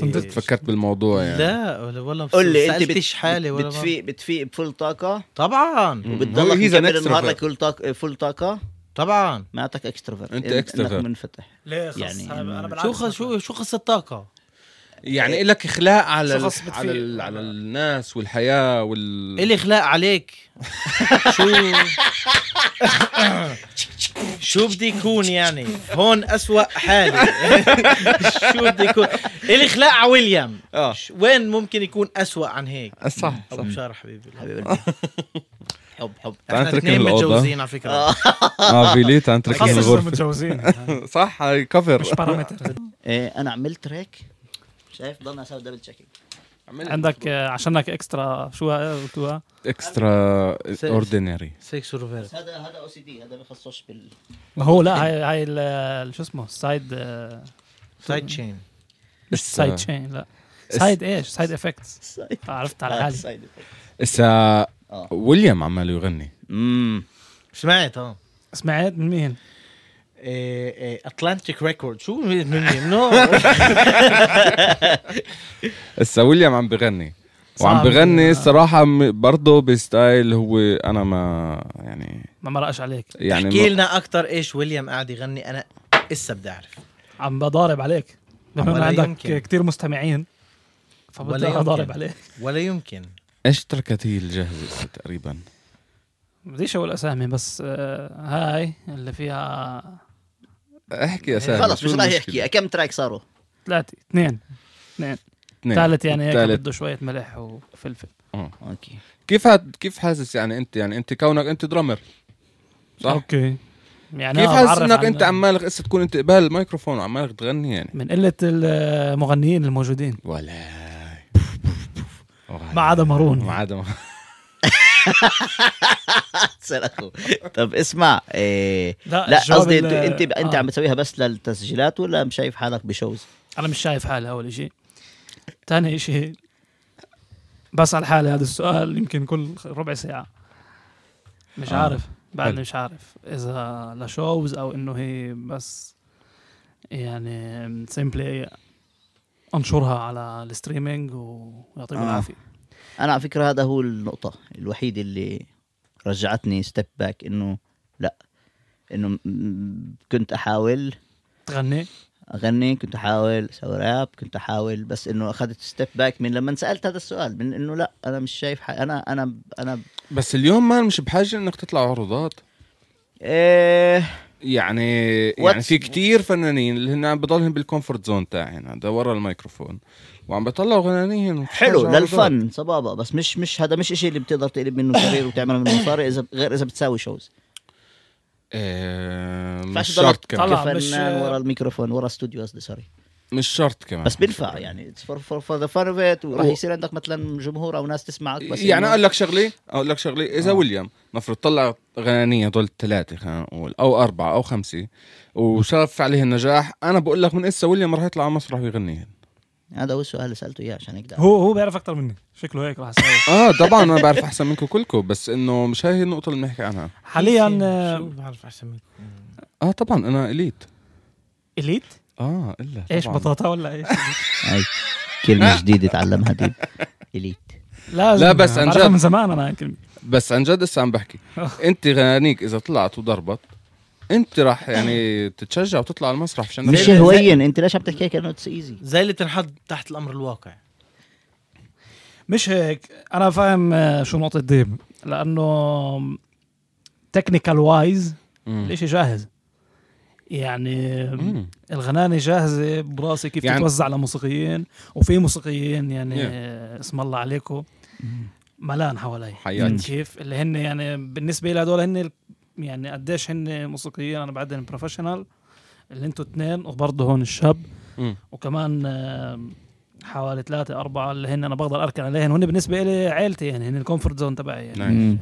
D: تندرت
E: فكرت بالموضوع يعني
B: لا ولا ولا
A: قول لي انت
B: سألتش حالي ولا مرة.
A: بتفيق بتفيق بفول طاقه
B: طبعا
E: مم. هو
A: وبتضلك
E: he's an
A: مكمل النهار
E: extrovert.
A: لكل طاقه فول طاقه
B: طبعا
A: معناتك اكستروفرت
E: أنت
A: إنك
E: extrovert.
A: منفتح
D: ليه خص
A: يعني
D: يعني انا
A: إنه-
D: بالعكس
B: شو خ- شو شو قصة الطاقة؟
E: يعني الك اخلاق على
D: شخص
E: ال...
D: بتفيق. إيه
E: على ال... على الناس والحياه
B: إيه
E: وال
B: الي خلاق عليك شو شو بدي يكون يعني هون أسوأ حالي شو بدي يكون إيه الإخلاء على ويليام
E: آه.
B: ش- وين ممكن يكون أسوأ عن هيك
E: صح
B: أبو بشار حبيبي
A: حبيب قلبي.
B: حب حب
E: تعال
B: احنا
E: نترك
B: الاثنين
E: الأوضة.
B: متجوزين على فكرة
E: اه فيلي تعال نترك
D: خلص صرنا
E: الغرفه
D: متجوزين
E: صح هاي كفر
D: مش بارامتر
A: إيه، انا عملت هيك شايف ضلنا اسوي دبل تشيكينج
D: عندك آه، عشانك اكسترا شو قلتوها؟
E: اكسترا
B: سيف.
E: اوردينري
B: سيكس روفيرت
A: هذا هذا او سي دي هذا بخصوش بال
D: ما هو لا هاي هاي ال- شو اسمه السايد آه،
B: سايد تشين
D: مش سايد تشين لا سايد ايش؟ سايد افكتس عرفت على حالي
E: هسا
A: آه.
E: ويليام عمال يغني
A: امم
B: سمعت إيه، اه
D: سمعت من مين؟
B: اتلانتيك ريكورد شو من من منو
E: هسا ويليام عم بغني
D: صعب.
E: وعم بغني الصراحه م- برضه بستايل هو انا ما يعني
D: ما مرقش عليك
E: يعني
B: احكي
E: ما-
B: لنا اكثر ايش ويليام قاعد يغني انا لسه بدي اعرف
D: عم بضارب عليك بما انه
B: ولا
D: عندك
B: يمكن.
D: كتير مستمعين فبدي
B: ولا يمكن.
D: اضارب عليك
B: ولا يمكن
E: ايش تركت هي الجاهزه هسا تقريبا
D: بديش اقول اسامي بس آه، هاي اللي فيها
E: احكي اسامي
A: خلص
E: شو
A: مش راح
E: المشكلة؟
A: يحكي كم تراك صاروا
D: ثلاثة اثنين
E: اثنين.
D: ثالث يعني هيك
E: الثالث.
D: بده شوية ملح وفلفل
A: اوكي
E: كيف هاد كيف حاسس يعني انت يعني انت كونك انت درامر صح
D: اوكي يعني
E: كيف
D: أنا
E: حاسس
D: بعرف
E: انك
D: عن-
E: انت عمالك هسه تكون انت قبال الميكروفون وعمالك تغني يعني
D: من قلة المغنيين الموجودين
E: ولا
D: ما عدا مارون
E: ما عدا
A: أحسن أخو. طب طيب، اسمع إيه
D: لا،
A: لا
D: الجواب
A: قصدي
D: ال-
A: انت انت, انت
D: آه.
A: عم تسويها بس للتسجيلات ولا شايف حالك بشوز؟
D: انا مش شايف حالي اول شيء ثاني شيء بسأل حالي هذا السؤال يمكن كل ربع ساعة مش
E: آه.
D: عارف بعدني
E: حلو.
D: مش عارف اذا لشوز او انه هي بس يعني سيمبلي انشرها على الستريمينج ويعطيكم
A: آه.
D: العافية
A: انا على فكره هذا هو النقطه الوحيده اللي رجعتني ستيب باك انه لا انه م- م- كنت احاول
D: تغني
A: اغني كنت احاول اسوي راب كنت احاول بس انه اخذت ستيب باك من لما انسالت هذا السؤال من انه لا انا مش شايف حق انا انا انا
E: بس اليوم ما مش بحاجه انك تطلع عروضات
A: إيه
E: يعني يعني
A: What's-
E: في كتير فنانين اللي هن عم بضلهم بالكومفورت زون تاعهم هذا ورا الميكروفون وعم بيطلعوا غنانين
A: حلو للفن صبابه بس مش مش هذا مش إشي اللي بتقدر تقلب منه كارير وتعمل منه مصاري اذا غير اذا بتساوي شوز
E: آه مش
A: فعش ضلك
E: شرط كمان
D: طلع.
A: كفنان
D: مش-
A: ورا الميكروفون ورا استوديو قصدي سوري
E: مش شرط كمان
A: بس بينفع يعني فور فور فور ذا فان اوف ات وراح يصير عندك مثلا جمهور او ناس تسمعك بس
E: يعني
A: إنه-
E: اقول لك شغله اقول لك شغله اذا آه. ويليام المفروض طلع غنانيه هدول الثلاثه خلينا نقول او اربعه او خمسه وشرف عليه النجاح انا بقول لك من اسا ويليام رح يطلع على مسرح ويغنيهن
A: هذا هو السؤال اللي سالته اياه عشان هيك
D: هو هو بيعرف اكثر مني شكله هيك راح يسوي
E: اه طبعا انا بعرف احسن منكم كلكم بس انه مش هاي هي النقطه اللي بنحكي عنها
D: حاليا
B: شو
D: آه،
B: بعرف احسن منك
E: اه طبعا انا اليت
D: اليت
E: اه الا
D: ايش
E: طبعاً.
D: بطاطا ولا ايش
A: هاي كلمه جديده تعلمها ديب اليت
D: لازم
E: لا، بس عن
D: بعرفها
E: جد.
D: من زمان انا هاي الكلمه
E: بس عن جد هسه عم بحكي انت غنانيك اذا طلعت وضربت انت راح يعني تتشجع وتطلع على المسرح عشان
A: مش
B: زي-
A: هوين انت ليش عم تحكي كانه اتس ايزي
B: زي اللي تنحط تحت الامر الواقع
D: مش هيك انا فاهم آه، شو نقطه ديب لانه تكنيكال وايز الاشي جاهز يعني
E: مم.
D: الغنانه جاهزه براسي كيف
E: يعني-
D: يعني تتوزع لموسيقيين وفي موسيقيين يعني
E: Yeah.
D: yeah. اسم الله عليكم ملان حوالي
E: حياتي.
D: كيف اللي هن يعني بالنسبه لي هدول هن ال- يعني قديش هن موسيقيين انا بعدين بروفيشنال اللي انتوا اثنين وبرضه هون الشاب
E: مم.
D: وكمان آه، حوالي ثلاثة أربعة اللي هن أنا بقدر أركن عليهم هن بالنسبة لي عائلتي يعني هن الكومفورت زون تبعي يعني
E: نايس.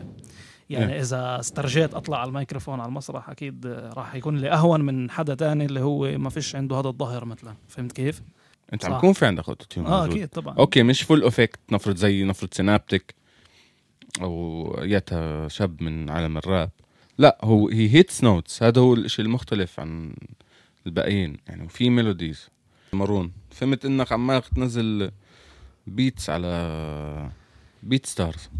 D: يعني اذا استرجيت اطلع على الميكروفون على المسرح اكيد آه، راح يكون لي اهون من حدا تاني اللي هو ما فيش عنده هذا الظاهر مثلا فهمت كيف؟ آه،
E: انت عم
D: صح.
E: يكون في عندك اوتو تيون
D: اه
E: موجود.
D: اكيد طبعا
E: اوكي مش فول افكت نفرض زي نفرض سينابتك او ياتا شاب من عالم الراب لا هو هي هيتس نوتس هذا هو الشيء المختلف عن الباقيين يعني وفي ميلوديز مارون فهمت انك عمال تنزل بيتس على بيت ستارز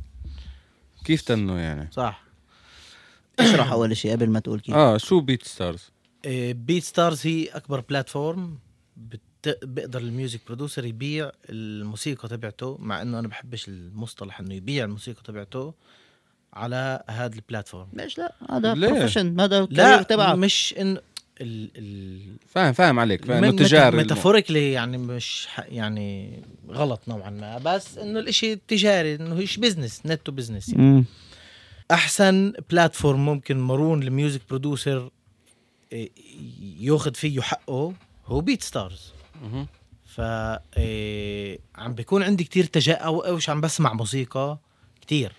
E: كيف تنو يعني
B: صح
A: اشرح اول شيء قبل ما تقول كيف
E: اه شو بيت ستارز
B: بيت ستارز إيه، هي اكبر بلاتفورم بت- بيقدر الميوزك برودوسر يبيع الموسيقى تبعته مع انه انا بحبش المصطلح انه يبيع الموسيقى تبعته على هذا البلاتفورم
A: ليش لا هذا
E: ليه؟
A: بروفيشن هذا الكارير
B: لا
A: تبعك
B: مش انه ال ال
E: فاهم فاهم عليك فاهم انه
B: مت-
E: تجاري
B: ميتافوريكلي يعني مش ح- يعني غلط نوعا ما بس انه الاشي تجاري انه هيش بزنس نتو بزنس
A: مم.
B: احسن بلاتفورم ممكن مارون الميوزك برودوسر إيه، ياخذ فيه حقه هو بيت ستارز
E: مهم.
B: ف إيه، عم بيكون عندي كتير تجاء او اوش عم بسمع موسيقى كتير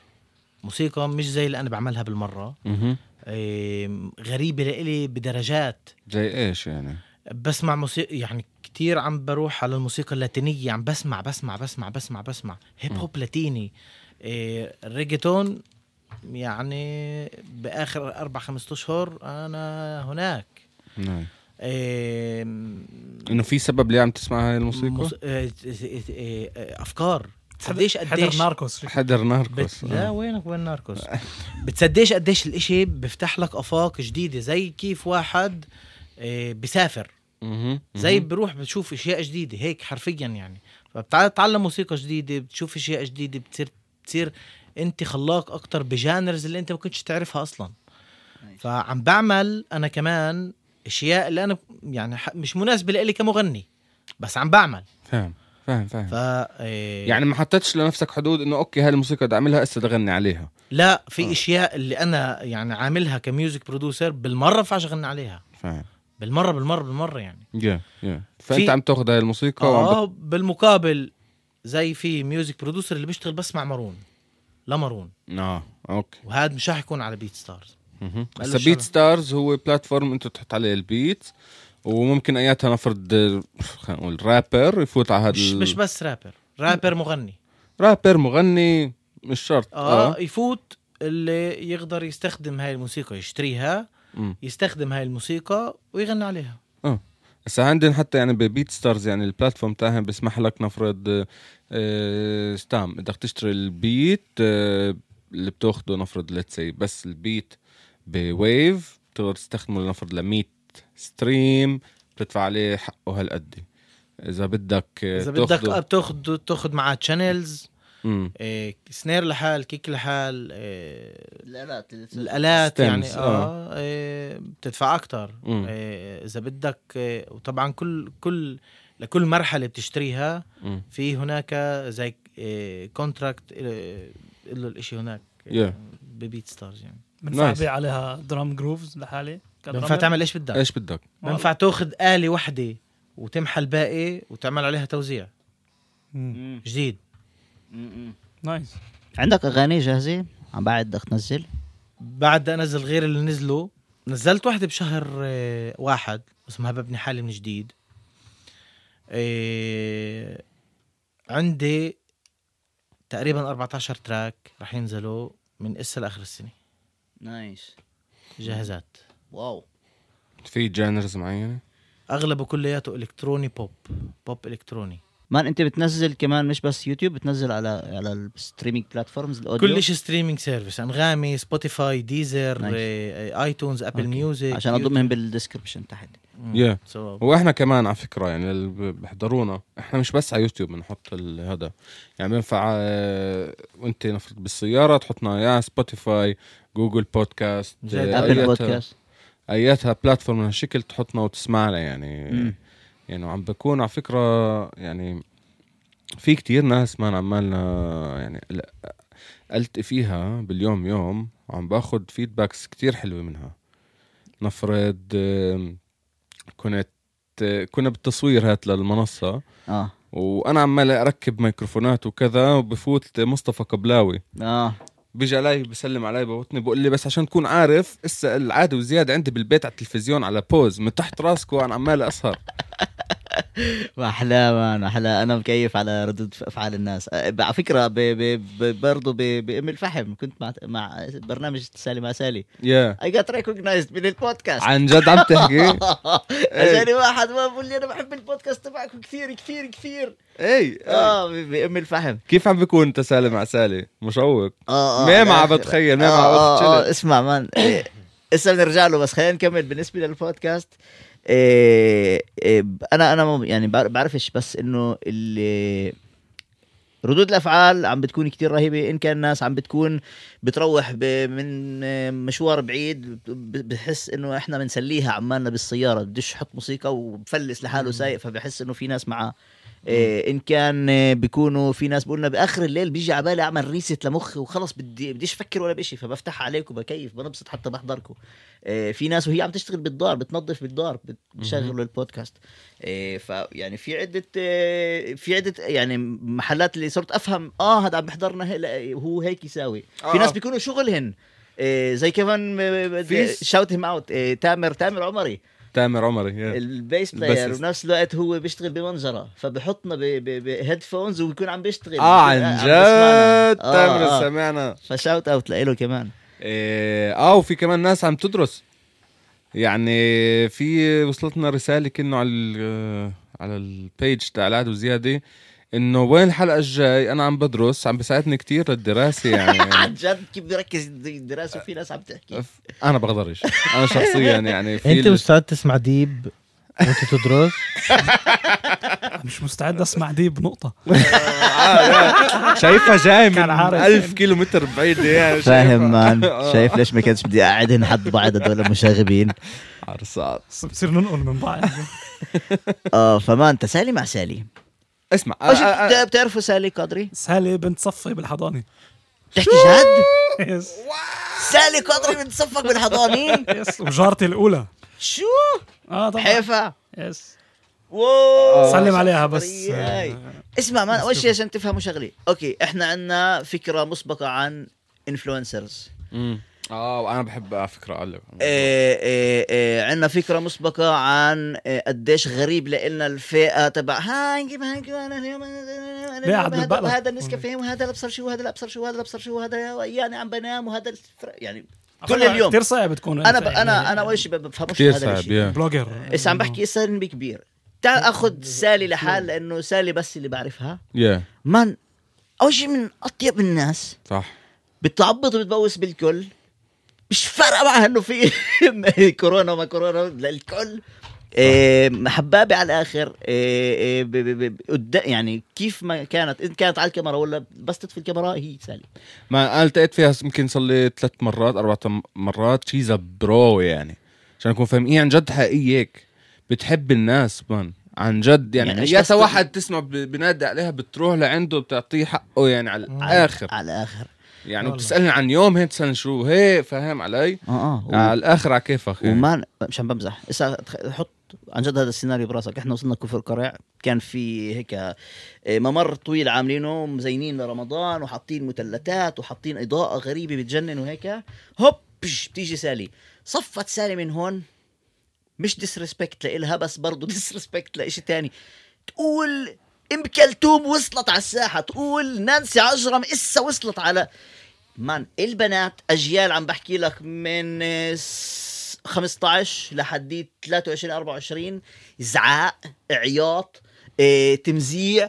B: موسيقى مش زي اللي انا بعملها بالمره
E: مهم.
B: إيه، غريبه لإلي بدرجات
E: زي ايش يعني
B: بسمع موسيقى يعني كتير عم بروح على الموسيقى اللاتينية عم بسمع بسمع بسمع بسمع بسمع هيب هوب لاتيني إيه ريجيتون يعني بآخر أربع خمسة أشهر أنا هناك
E: نعم.
B: إيه
E: انه في سبب ليه عم تسمع هاي الموسيقى
B: موس- إيه إيه إيه إيه أفكار
D: حضر-
B: قديش
D: حضر
B: قديش
D: ناركوس
E: حدر
B: بت...
E: ناركوس
B: لا
E: آه.
B: وينك وين ناركوس بتصدقش قديش الاشي بيفتح لك افاق جديده زي كيف واحد إيه، بسافر
E: مهم.
B: زي
E: مهم.
B: بروح بتشوف اشياء جديده هيك حرفيا يعني فبتتعلم موسيقى جديده بتشوف اشياء جديده بتصير بتصير انت خلاق اكتر بجانرز اللي انت ما كنتش تعرفها اصلا فعم بعمل انا كمان اشياء اللي انا يعني ح- مش مناسبه لإلي كمغني بس عم بعمل
E: فاهم فاهم
B: ف
E: فاهم
B: إيه،
E: يعني ما حطيتش لنفسك حدود انه اوكي هاي الموسيقى بدي اعملها هسه بدي اغني عليها
B: لا في
E: آه.
B: اشياء اللي انا يعني عاملها كميوزك برودوسر بالمره ينفعش اغني عليها
E: فاهم
B: بالمره بالمره بالمره يعني
E: يا يا
B: في-
E: فانت عم تاخذ هاي الموسيقى وعم
B: اه بالمقابل زي في ميوزك برودوسر اللي بيشتغل بس مع مارون لا مارون
E: بت- اه اوكي
B: وهذا مش رح يكون على بيت ستارز
E: مهم.
B: آه. قال له
E: هسا بيت
B: شغل.
E: ستارز هو بلاتفورم انت بتحط عليه البيت وممكن اياتها نفرض آه، خلينا نقول رابر يفوت على هذا
B: مش مش بس رابر رابر مغني
E: رابر مغني مش شرط
B: اه, آه. يفوت اللي يقدر يستخدم هاي الموسيقى يشتريها
E: مم.
B: يستخدم هاي الموسيقى ويغني عليها
E: آه. هسا عندنا حتى يعني ببيت ستارز يعني البلاتفورم تاعهم بسمح لك نفرض آه، آه، ستام بدك تشتري البيت آه، اللي بتاخده نفرض ليتس سي بس البيت بويف بتقدر تستخدمه لنفرض ل 100 ستريم بتدفع عليه حقه هالقد اذا بدك آه،
B: اذا بدك
E: تاخده-
B: آه، بتاخد تاخد معاه تشانلز
E: مم.
B: إيه سنير لحال كيك لحال إيه
A: الالات
B: الالات
E: stems،
B: يعني
E: آه.
B: اه, إيه بتدفع اكثر
E: مم.
B: إيه اذا بدك إيه وطبعا كل كل لكل مرحله بتشتريها
E: مم.
B: في هناك زي إيه، كونتراكت له الاشي هناك إيه،
E: Yeah.
B: ببيت ستارز يعني
D: بنفع
E: Nice.
D: بيع عليها درام جروفز لحالي
B: بنفع تعمل ايش بدك
E: ايش بدك
B: بنفع تاخذ اله وحده وتمحى الباقي وتعمل عليها توزيع جديد
D: نايس
A: عندك اغاني جاهزه عم بعد بدك تنزل
B: بعد انزل غير اللي نزلوا نزلت واحدة بشهر آه، واحد اسمها ببني حالي من جديد آه، عندي تقريبا 14 تراك رح ينزلوا من اسا لاخر السنة
A: نايس
B: جاهزات
A: واو
E: في جانرز معينه
B: اغلبه كلياته الكتروني بوب بوب الكتروني
A: مان انت بتنزل كمان مش بس يوتيوب بتنزل على على الستريمينج بلاتفورمز الاوديو
B: كل شيء ستريمينج سيرفيس انغامي سبوتيفاي ديزر
A: Nice.
B: ايتونز ابل ميوزك
A: عشان اضمهم بالديسكربشن تحت
E: يا
B: So-
E: واحنا كمان على فكره يعني اللي بيحضرونا احنا مش بس على يوتيوب بنحط ال- هذا يعني بينفع آه، وانت نفرض بالسياره تحطنا يا سبوتيفاي جوجل بودكاست
B: جد.
E: آه،
A: ابل
E: أياتها-
A: بودكاست
E: اياتها بلاتفورم من هالشكل تحطنا وتسمعنا يعني
A: مم.
E: يعني عم بكون على فكره يعني في كتير ناس ما عمالنا يعني لا- التقي فيها باليوم يوم عم باخد فيدباكس كتير حلوه منها نفرض آم، كنت آه، كنا بالتصوير هات للمنصه
A: اه
E: وانا عمال اركب ميكروفونات وكذا وبفوت مصطفى قبلاوي
A: اه
E: بيجي علي بسلم علي بوتني بقول لي بس عشان تكون عارف هسه العاده وزياد عندي بالبيت على التلفزيون على بوز من تحت راسك وانا عمال اسهر
A: احلى مان احلى انا مكيف على ردود افعال الناس أه، على فكره ب... ب... ب... برضه ب... بام الفحم كنت مع مع برنامج سالي مع سالي
E: يا
A: اي جت ريكوجنايزد من البودكاست
E: عن جد عم تحكي
A: اجاني واحد ما بقول لي انا بحب البودكاست تبعكم كثير كثير كثير
E: اي
A: اه ب- بام الفحم
E: كيف عم بيكون انت سالم على سالي مشوق
A: اه اه
E: ما ما عم
A: لا،
E: بتخيل ما ما
A: آه،
E: عم
A: آه، آه،
E: بتشلل.
A: اسمع مان اسا بنرجع له بس خلينا نكمل بالنسبه للبودكاست إيه إيه انا انا مو- يعني بعرفش بس انه اللي ردود الافعال عم بتكون كتير رهيبه ان كان ناس عم بتكون بتروح ب... من آه، مشوار بعيد ب- بحس انه احنا بنسليها عمالنا بالسياره بدش يحط موسيقى وبفلس لحاله سايق فبحس انه في ناس معاه إيه ان كان آه، بيكونوا في ناس بقولنا باخر الليل بيجي على بالي اعمل ريست لمخي وخلص بدي بديش افكر ولا بشيء فبفتح عليكم بكيف بنبسط حتى بحضركم إيه في ناس وهي عم تشتغل بالدار بتنظف بالدار بت- بتشغلوا البودكاست إيه فيعني في عده إيه في عده يعني محلات اللي صرت افهم اه هذا عم بحضرنا هي- لا، هو هيك يساوي
E: آه،
A: في
E: آه.
A: ناس بيكونوا شغلهن إيه زي كيفن آه،
E: في-
A: شاوت هيم اوت آه، تامر تامر عمري
E: تامر عمري يا.
A: البيس
E: البسست.
A: بلاير وبنفس الوقت هو بيشتغل بمنظره فبحطنا بهيدفونز وبيكون عم بيشتغل
E: اه
A: بيكون
E: عن
A: عم بيسمعنا.
E: جد تامر
A: آه، آه.
E: سمعنا
A: فشاوت اوت لإله كمان
E: إيه، اه وفي كمان ناس عم تدرس يعني في وصلتنا رساله كانه على ال- آه، على البيج تاع العاد وزياده انه وين الحلقه الجاي انا عم بدرس عم بيساعدني كتير الدراسه يعني
A: عن جد كيف بيركز الدراسه وفي ناس عم تحكي
E: ف- انا بقدرش انا شخصيا يعني في
B: انت
E: ال-
B: استاذ تسمع ديب وانت تدرس
D: مش مستعد اسمع دي بنقطه
E: شايفها جاي من
D: كان عارف.
E: ألف كيلو متر بعيدة يعني
A: فاهم مان
E: آه.
A: شايف ليش ما كانش بدي اقعدهم حد بعض هدول المشاغبين
E: عرصات
D: بصير ننقل من بعض
A: اه فما انت سالي مع سالي
E: اسمع آه،
A: أول شي
E: آه، آه.
A: بت- بتعرفوا سالي قدري
D: سالي بنت صفي بالحضانه
A: بتحكي جد
D: يس
A: سالي قدري بتصفق بالحضانين
D: يس وجارتي الاولى
A: شو
D: اه طبعا
A: حيفا
D: يس
A: واو
D: آه.
A: طيب.
D: سلم عليها بس
A: شطرية هاي.
D: آه،
A: اسمع ما اول شيء عشان تفهموا شغلي اوكي احنا عندنا فكره مسبقه عن انفلونسرز
E: مم. اه وانا بحب على فكرة اعلق
A: إيه، عندنا فكره مسبقه عن آه، قديش غريب لنا الفئه تبع هاي نجيب هاي نجيب انا اليوم أنا- أنا- أنا
D: ليه
A: اليوم
D: عبد
A: هذا
D: البقلة؟
A: هذا النسكافيه وهذا الابصر شو وهذا الابصر شو وهذا الابصر شو وهذا يعني عم بنام وهذا الفر- يعني كل اليوم.
D: كثير صعب تكون
A: انا ب-
D: يعني.
A: انا انا اول شيء ما بفهمش
E: كثير
A: هذا
E: صعب
A: الشيء
E: يا
D: بلوجر
A: بس عم بحكي هسه اني كبير تعال اخذ سالي لحال لانه سالي بس اللي بعرفها
E: يا
A: من اول شيء من اطيب الناس
E: صح
A: بتعبط وبتبوس بالكل مش فارقه معها انه في كورونا وما كورونا للكل إيه حبابه على الاخر إيه إيه ب- ب- ب- قد- يعني كيف ما كانت ان كانت على الكاميرا ولا بس تطفي الكاميرا هي سالي
E: ما انا التقيت فيها يمكن صار لي ثلاث مرات اربع تم- مرات شي برو يعني عشان نكون فاهمين عن جد حقيقيك بتحب الناس مان عن جد يعني,
A: يعني
E: يعني
A: مش
E: يا
A: قصدي-
E: واحد تسمع ب- بنادي عليها بتروح لعنده بتعطيه حقه يعني على
A: على-
E: الاخر
A: على الاخر
E: يعني
D: والله.
E: بتسالني عن يوم هيك تسالني شو هي فاهم علي؟
A: اه اه و-
E: على الاخر على كيفك يعني.
A: وما مش عم بمزح اسا تخ- حط عن جد هذا السيناريو براسك احنا وصلنا كفر قرع كان في هيك آه، ممر طويل عاملينه مزينين لرمضان وحاطين مثلثات وحاطين اضاءه غريبه بتجنن وهيك هوب بش، بتيجي سالي صفت سالي من هون مش ديسريسبكت لإلها بس برضه ديسريسبكت لإشي تاني تقول ام كلثوم وصلت على الساحه تقول نانسي عجرم اسا وصلت على مان البنات اجيال عم بحكي لك من آه، س- 15 لحد 23 24 زعاق عياط آه، تمزيع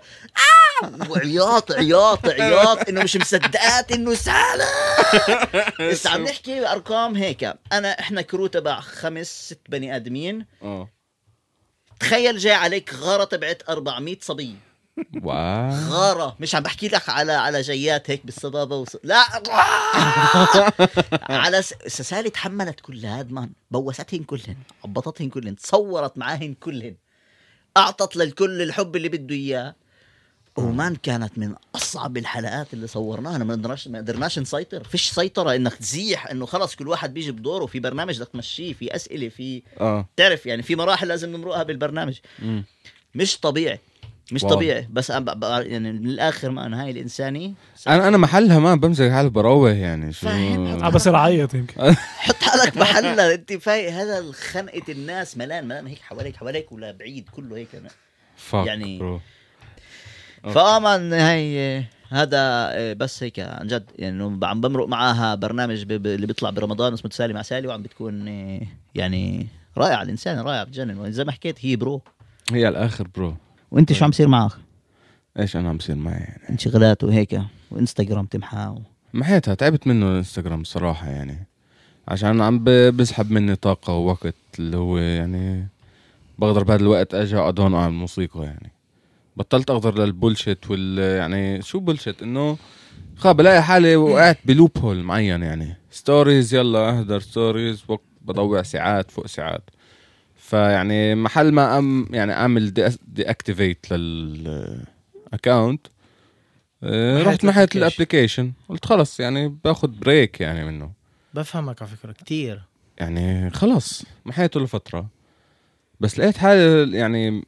A: آه، وعياط عياط عياط انه مش مصدقات انه سالة بس عم نحكي بارقام هيك انا احنا كرو تبع خمس ست بني ادمين
E: اه
A: تخيل جاي عليك غاره تبعت 400 صبيه
E: واو
A: غاره مش عم بحكي لك على على جيات هيك بالصبابه وص... لا على س... سسالي تحملت كل هاد مان بوستهن كلهن عبطتهن كلهن تصورت معاهن كلهن اعطت للكل الحب اللي بده اياه ومان كانت من اصعب الحلقات اللي صورناها أنا ما قدرناش ما قدرناش نسيطر فيش سيطره انك تزيح انه خلص كل واحد بيجي بدوره في برنامج بدك تمشيه في اسئله في
E: اه
A: تعرف يعني في مراحل لازم نمرقها بالبرنامج
E: مم.
A: مش طبيعي مش
E: واو.
A: طبيعي بس أنا بق- بق- يعني من الاخر ما انا هاي الانساني
E: انا انا محلها ما بمسك حالي بروح يعني شو
A: فاهم.
D: آه، بصير اعيط يمكن
A: حط حالك محلها انت فايق هذا الخنقه الناس ملان ملان هيك حواليك حواليك ولا بعيد كله هيك أنا.
E: فاك
A: يعني-
E: برو. أوكي.
A: فامان هاي آه، هذا آه، بس هيك عن جد يعني إنه عم بمرق معاها برنامج ب- ب- اللي بيطلع برمضان اسمه تسالي مع سالي وعم بتكون آه، يعني رائعه الانسان رائعه بتجنن وزي ما حكيت هي برو
E: هي الاخر برو
A: وانت
B: طيب.
A: شو عم يصير معك؟
E: ايش انا عم بصير معي يعني
A: انشغالات وهيك وانستغرام تمحاه
E: محيتها تعبت منه الانستغرام صراحه يعني عشان عم ب- بسحب مني طاقه ووقت اللي هو يعني بقدر بهذا الوقت اجي اقعد هون اعمل موسيقى يعني بطلت اغدر للبولشيت وال يعني شو بولشيت انه خا بلاقي حالي وقعت بلوب هول معين يعني ستوريز يلا اهدر ستوريز وق- بضوع ساعات فوق ساعات فيعني محل ما أم يعني اعمل دي, دي اكتيفيت
B: محيت
E: للاكونت آه، رحت محيت
B: الapplication.
E: الابلكيشن قلت خلص يعني باخد بريك يعني منه
B: بفهمك على فكره كتير
E: يعني خلاص محيته لفترة بس لقيت حالي يعني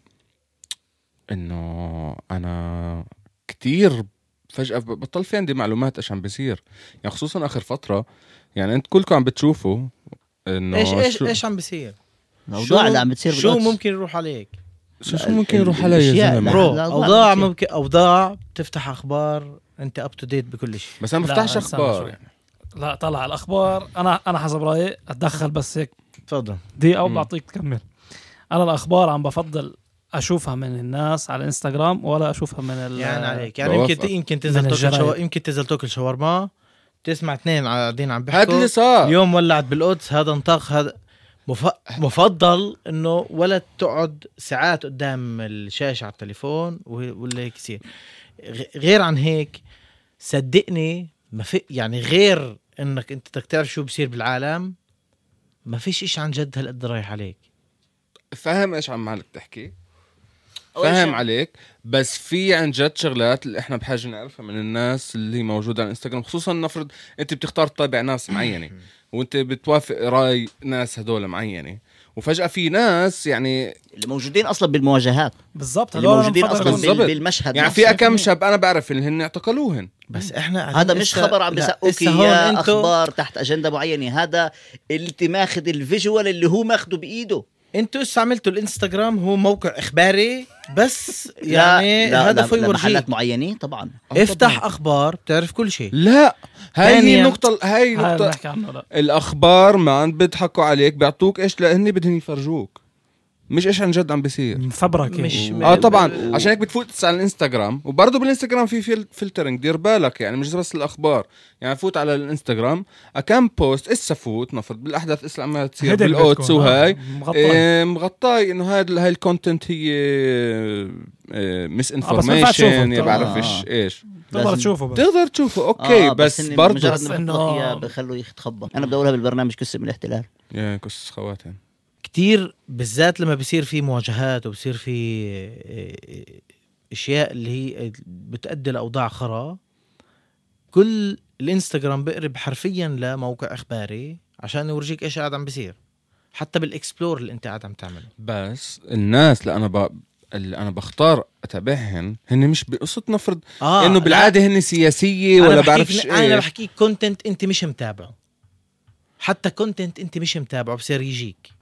E: انه انا كتير فجأة ب- بطل في عندي معلومات ايش عم بيصير يعني خصوصا اخر فترة يعني انت كلكم عم بتشوفوا انه
B: ايش ايش
E: شو-
B: ايش عم بيصير
A: الموضوع اللي عم بتصير
B: شو
A: بالقدس.
B: ممكن يروح عليك
E: شو, شو ممكن يروح علي
A: الأشياء
E: يا زلمة
A: لا.
B: برو
A: الأوضاع
B: اوضاع
A: بتصير.
B: ممكن اوضاع بتفتح اخبار انت اب تو ديت بكل شيء
E: بس انا
D: لا،
E: بفتحش
D: استنى
E: اخبار
D: شوي.
E: يعني
D: لا طلع الاخبار انا انا حسب رايي اتدخل بس هيك
B: تفضل
D: دقيقه
E: مم.
D: وبعطيك تكمل انا الاخبار عم بفضل اشوفها من الناس على انستغرام ولا اشوفها من ال
B: يعني عليك يعني
E: بوافقك.
B: يمكن يمكن
D: من
B: تنزل تاكل
D: الجرايد.
B: شو... يمكن تنزل تاكل شاورما تسمع اثنين قاعدين عم
E: هاد
B: بيحكوا
E: اللي
A: آه.
E: صار
B: اليوم ولعت بالقدس هذا انطخ هذا مف... مفضل انه ولا تقعد ساعات قدام الشاشه على التليفون و- ولا هيك يصير غ- غير عن هيك صدقني ما في يعني غير انك انت بدك تعرف شو بصير بالعالم ما فيش إشي عن جد هالقد رايح عليك
E: فاهم ايش عم مالك تحكي
B: أول
E: فاهم
B: شيء-
E: عليك بس في عن جد شغلات اللي احنا بحاجه نعرفها من الناس اللي موجوده على الانستغرام خصوصا نفرض انت بتختار تتابع ناس معينه وانت بتوافق راي ناس هدول معينه وفجاه في ناس يعني
A: اللي موجودين اصلا بالمواجهات
D: بالضبط
A: اللي
D: هدول أنا
A: موجودين
D: بفضل
A: اصلا
D: هدول.
A: بال-
E: بالضبط.
A: بالمشهد
E: يعني
A: نفسه.
E: في كم شاب انا بعرف اللي هن اعتقلوهن
B: بس احنا قاعدين
A: هذا مش
B: لسه-
A: خبر عم
B: لا،
A: بيسقوك
B: لسه هون
A: اياه
B: انتو-
A: اخبار تحت اجنده معينه هذا اللي ماخذ الفيجوال اللي هو ماخده بايده
B: انتوا لسه عملتوا الانستغرام هو موقع اخباري بس يعني
A: لا
B: هذا
A: لا
B: فيه يورجيك
A: محلات معينه طبعا
B: افتح اخبار بتعرف كل شيء
E: لا هاي
B: ثانياً.
E: النقطه هاي
D: هاي
E: النقطه
D: بنحكي عنه لا
E: الاخبار ما عم بيضحكوا عليك بيعطوك ايش لان بدهم يفرجوك مش ايش عن جد عم بيصير
D: مفبرك هيك.
B: مش
E: اه طبعا عشان هيك بتفوت على الانستغرام وبرضه بالانستغرام في فيل- فلترنج دير بالك يعني مش بس الاخبار يعني فوت على الانستغرام اكم بوست اسا فوت نفرض بالاحداث اسا عمالة تصير
D: هيدا اللي
E: بالاوتس
D: بدكم،
E: وهاي
D: آه، مغطاي
E: إيه، مغطاي انه هاي هاي الكونتنت هي مس
D: آه، بس ما ينفع تشوفه.
E: انفورميشن
A: آه.
E: بعرف ايش ايش
D: تقدر
A: لازم-
D: تشوفه بس
E: بتقدر تشوفه اوكي
A: آه،
E: بس
A: إني
E: برضه
A: مجرد
D: بس
A: ما
D: إنه-
A: بحطلك اياه بخلوه يتخبط انا بدي اقولها بالبرنامج كسب من الاحتلال
E: يا كس خواتم
B: كتير بالذات لما بصير في مواجهات وبصير في آه، آه، اشياء اللي هي بتؤدي لاوضاع خرا كل الانستغرام بقرب حرفيا لموقع اخباري عشان يورجيك ايش قاعد عم بصير حتى بالاكسبلور اللي انت قاعد عم تعمله
E: بس الناس اللي انا ب... اللي انا بختار اتابعهن هن مش بقصه نفرض
B: اه
E: انه
B: لا،
E: بالعاده هن سياسيه
B: أنا
E: آه، ولا إيه؟
B: بحكيك-
E: بعرف ايش
B: انا بحكيك كونتنت انت مش متابعه حتى كونتنت انت مش متابعه بصير يجيك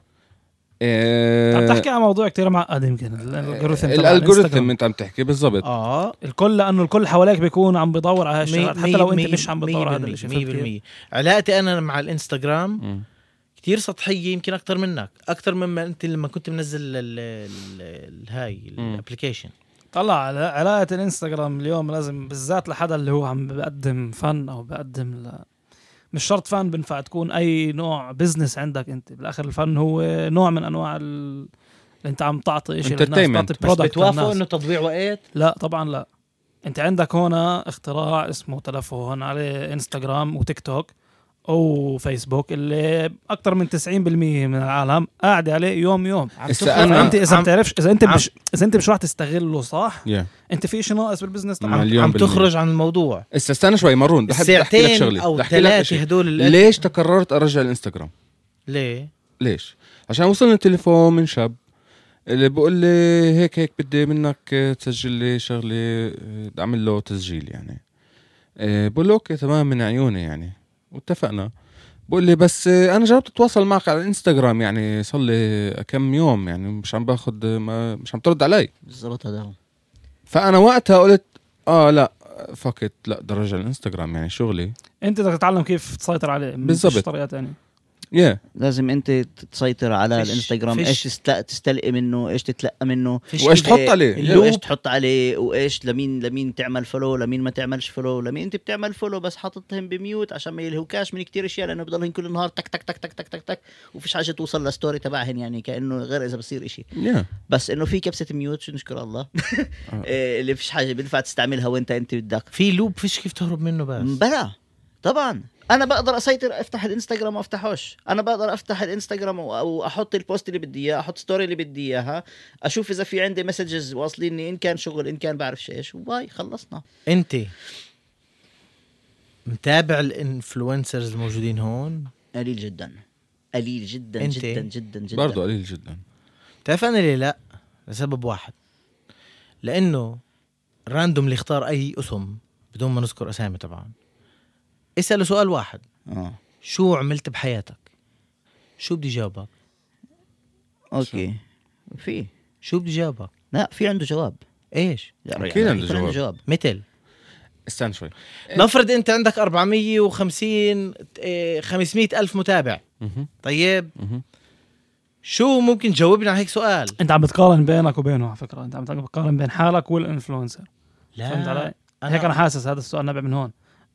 D: عم
E: آه،
D: تحكي عن موضوع كتير معقد يمكن الالجوريثم تبع
E: الالجوريثم
D: الإنستغرام. آه،
E: انت عم تحكي بالضبط
B: اه
D: الكل لانه الكل حواليك بيكون عم بدور على
B: مية-
D: هالشغلات حتى
B: مية-
D: لو انت
B: مية-
D: مش عم
B: مية
D: بدور على هذا
B: بالمية،
D: الشيء
B: مية بالمية علاقتي انا مع الانستغرام
E: مم.
B: كتير سطحيه يمكن اكثر منك اكثر مما انت لما كنت منزل ال- ال- ال- هاي
E: مم.
B: الابلكيشن
D: طلع على- علاقة الانستغرام اليوم لازم بالذات لحدا اللي هو عم بقدم فن او بقدم ل... مش شرط فن بنفع تكون اي نوع بزنس عندك انت بالاخر الفن هو نوع من انواع ال... انت عم تعطي شيء للناس
E: Entertainment.
D: تعطي
E: بس
B: بس
D: برودكت
B: بتوافقوا انه تضييع وقت
D: لا طبعا لا انت عندك هون اختراع اسمه تلفون عليه انستغرام وتيك توك وفيسبوك اللي اكثر من 90% من العالم قاعد عليه يوم يوم
E: هسا
B: تفرق.
E: أنا-
D: انت اذا
B: عم-
D: بتعرفش اذا انت
B: عم-
D: مش اذا انت مش راح تستغله صح
E: يا
D: انت في شيء ناقص بالبزنس
E: مع
D: تبعك
E: اليوم
B: عم
E: بالمية.
B: تخرج عن الموضوع
E: هسا استنى شوي مارون بدي أحكي- بدي احكي لك
B: ساعتين
E: شغله
B: او
E: بدي أحكي لك
B: ثلاثه
E: إشي.
B: هدول اللي-
E: ليش تكررت ارجع الانستغرام
B: ليه
E: ليش عشان وصلني تليفون من شاب اللي بقول لي هيك هيك بدي منك آه، تسجل لي شغله آه، بدي اعمل له تسجيل يعني آه، بقول له اوكي تمام من عيوني يعني واتفقنا بقول لي بس آه، انا جربت اتواصل معك على الانستغرام يعني صار لي كم يوم يعني مش عم باخد ما مش عم ترد علي
A: بالضبط هذا هو
E: فانا وقتها قلت اه لا فكت لا درجة الانستغرام يعني شغلي
D: انت بدك تتعلم كيف تسيطر عليه مش
E: بالضبط.
D: طريقه ثانيه
E: يا
A: لازم انت تسيطر على
B: فيش-
A: الانستغرام
B: فيش.
A: ايش تستل- تستلقي منه ايش تتلقى منه
B: فيش
E: وايش
B: إيش
E: تحط عليه
A: وايش تحط عليه وايش لمين لمين تعمل فولو لمين ما تعملش فولو لمين انت بتعمل فولو بس حاططهم بميوت عشان ما يلهوكاش من كتير اشياء لانه بضلهم كل النهار تك تك تك تك تك تك تك وفيش حاجه توصل لستوري تبعهن يعني كانه غير اذا بصير إشي
E: يا
A: بس انه في كبسه ميوت شو نشكر الله
E: آه.
A: إيه، اللي فيش حاجه بينفع تستعملها وانت انت بدك
B: في لوب فيش كيف تهرب منه بس
A: بلا طبعا انا بقدر اسيطر افتح الانستغرام ما افتحوش انا بقدر افتح الانستغرام و- واحط البوست اللي بدي اياه احط ستوري اللي بدي اياها اشوف اذا في عندي مسجز واصليني ان كان شغل ان كان بعرفش ايش وباي خلصنا
B: انت متابع الانفلونسرز الموجودين هون
A: قليل جدا قليل جدا
B: أنت؟
A: جدا جدا جدا
E: برضه قليل جدا
B: بتعرف انا ليه لا لسبب واحد لانه راندوم اللي اختار اي اسم بدون ما نذكر اسامي طبعا اساله سؤال واحد
A: اه
B: شو عملت بحياتك شو بدي جاوبك
A: اوكي في
B: شو بدي جاوبك
A: لا في عنده جواب
B: ايش
A: لا،
E: أكيد عنده
A: يكون
E: جواب.
B: مثل
E: استنى شوي
D: إيه.
B: نفرض انت عندك 450 إيه، 500 الف متابع
E: مهم.
B: طيب
E: مهم.
B: شو ممكن تجاوبني على هيك سؤال
D: انت عم بتقارن بينك وبينه على فكره انت عم بتقارن بين حالك والانفلونسر فهمت علي؟
B: أنا-
D: هيك انا حاسس هذا السؤال نابع من هون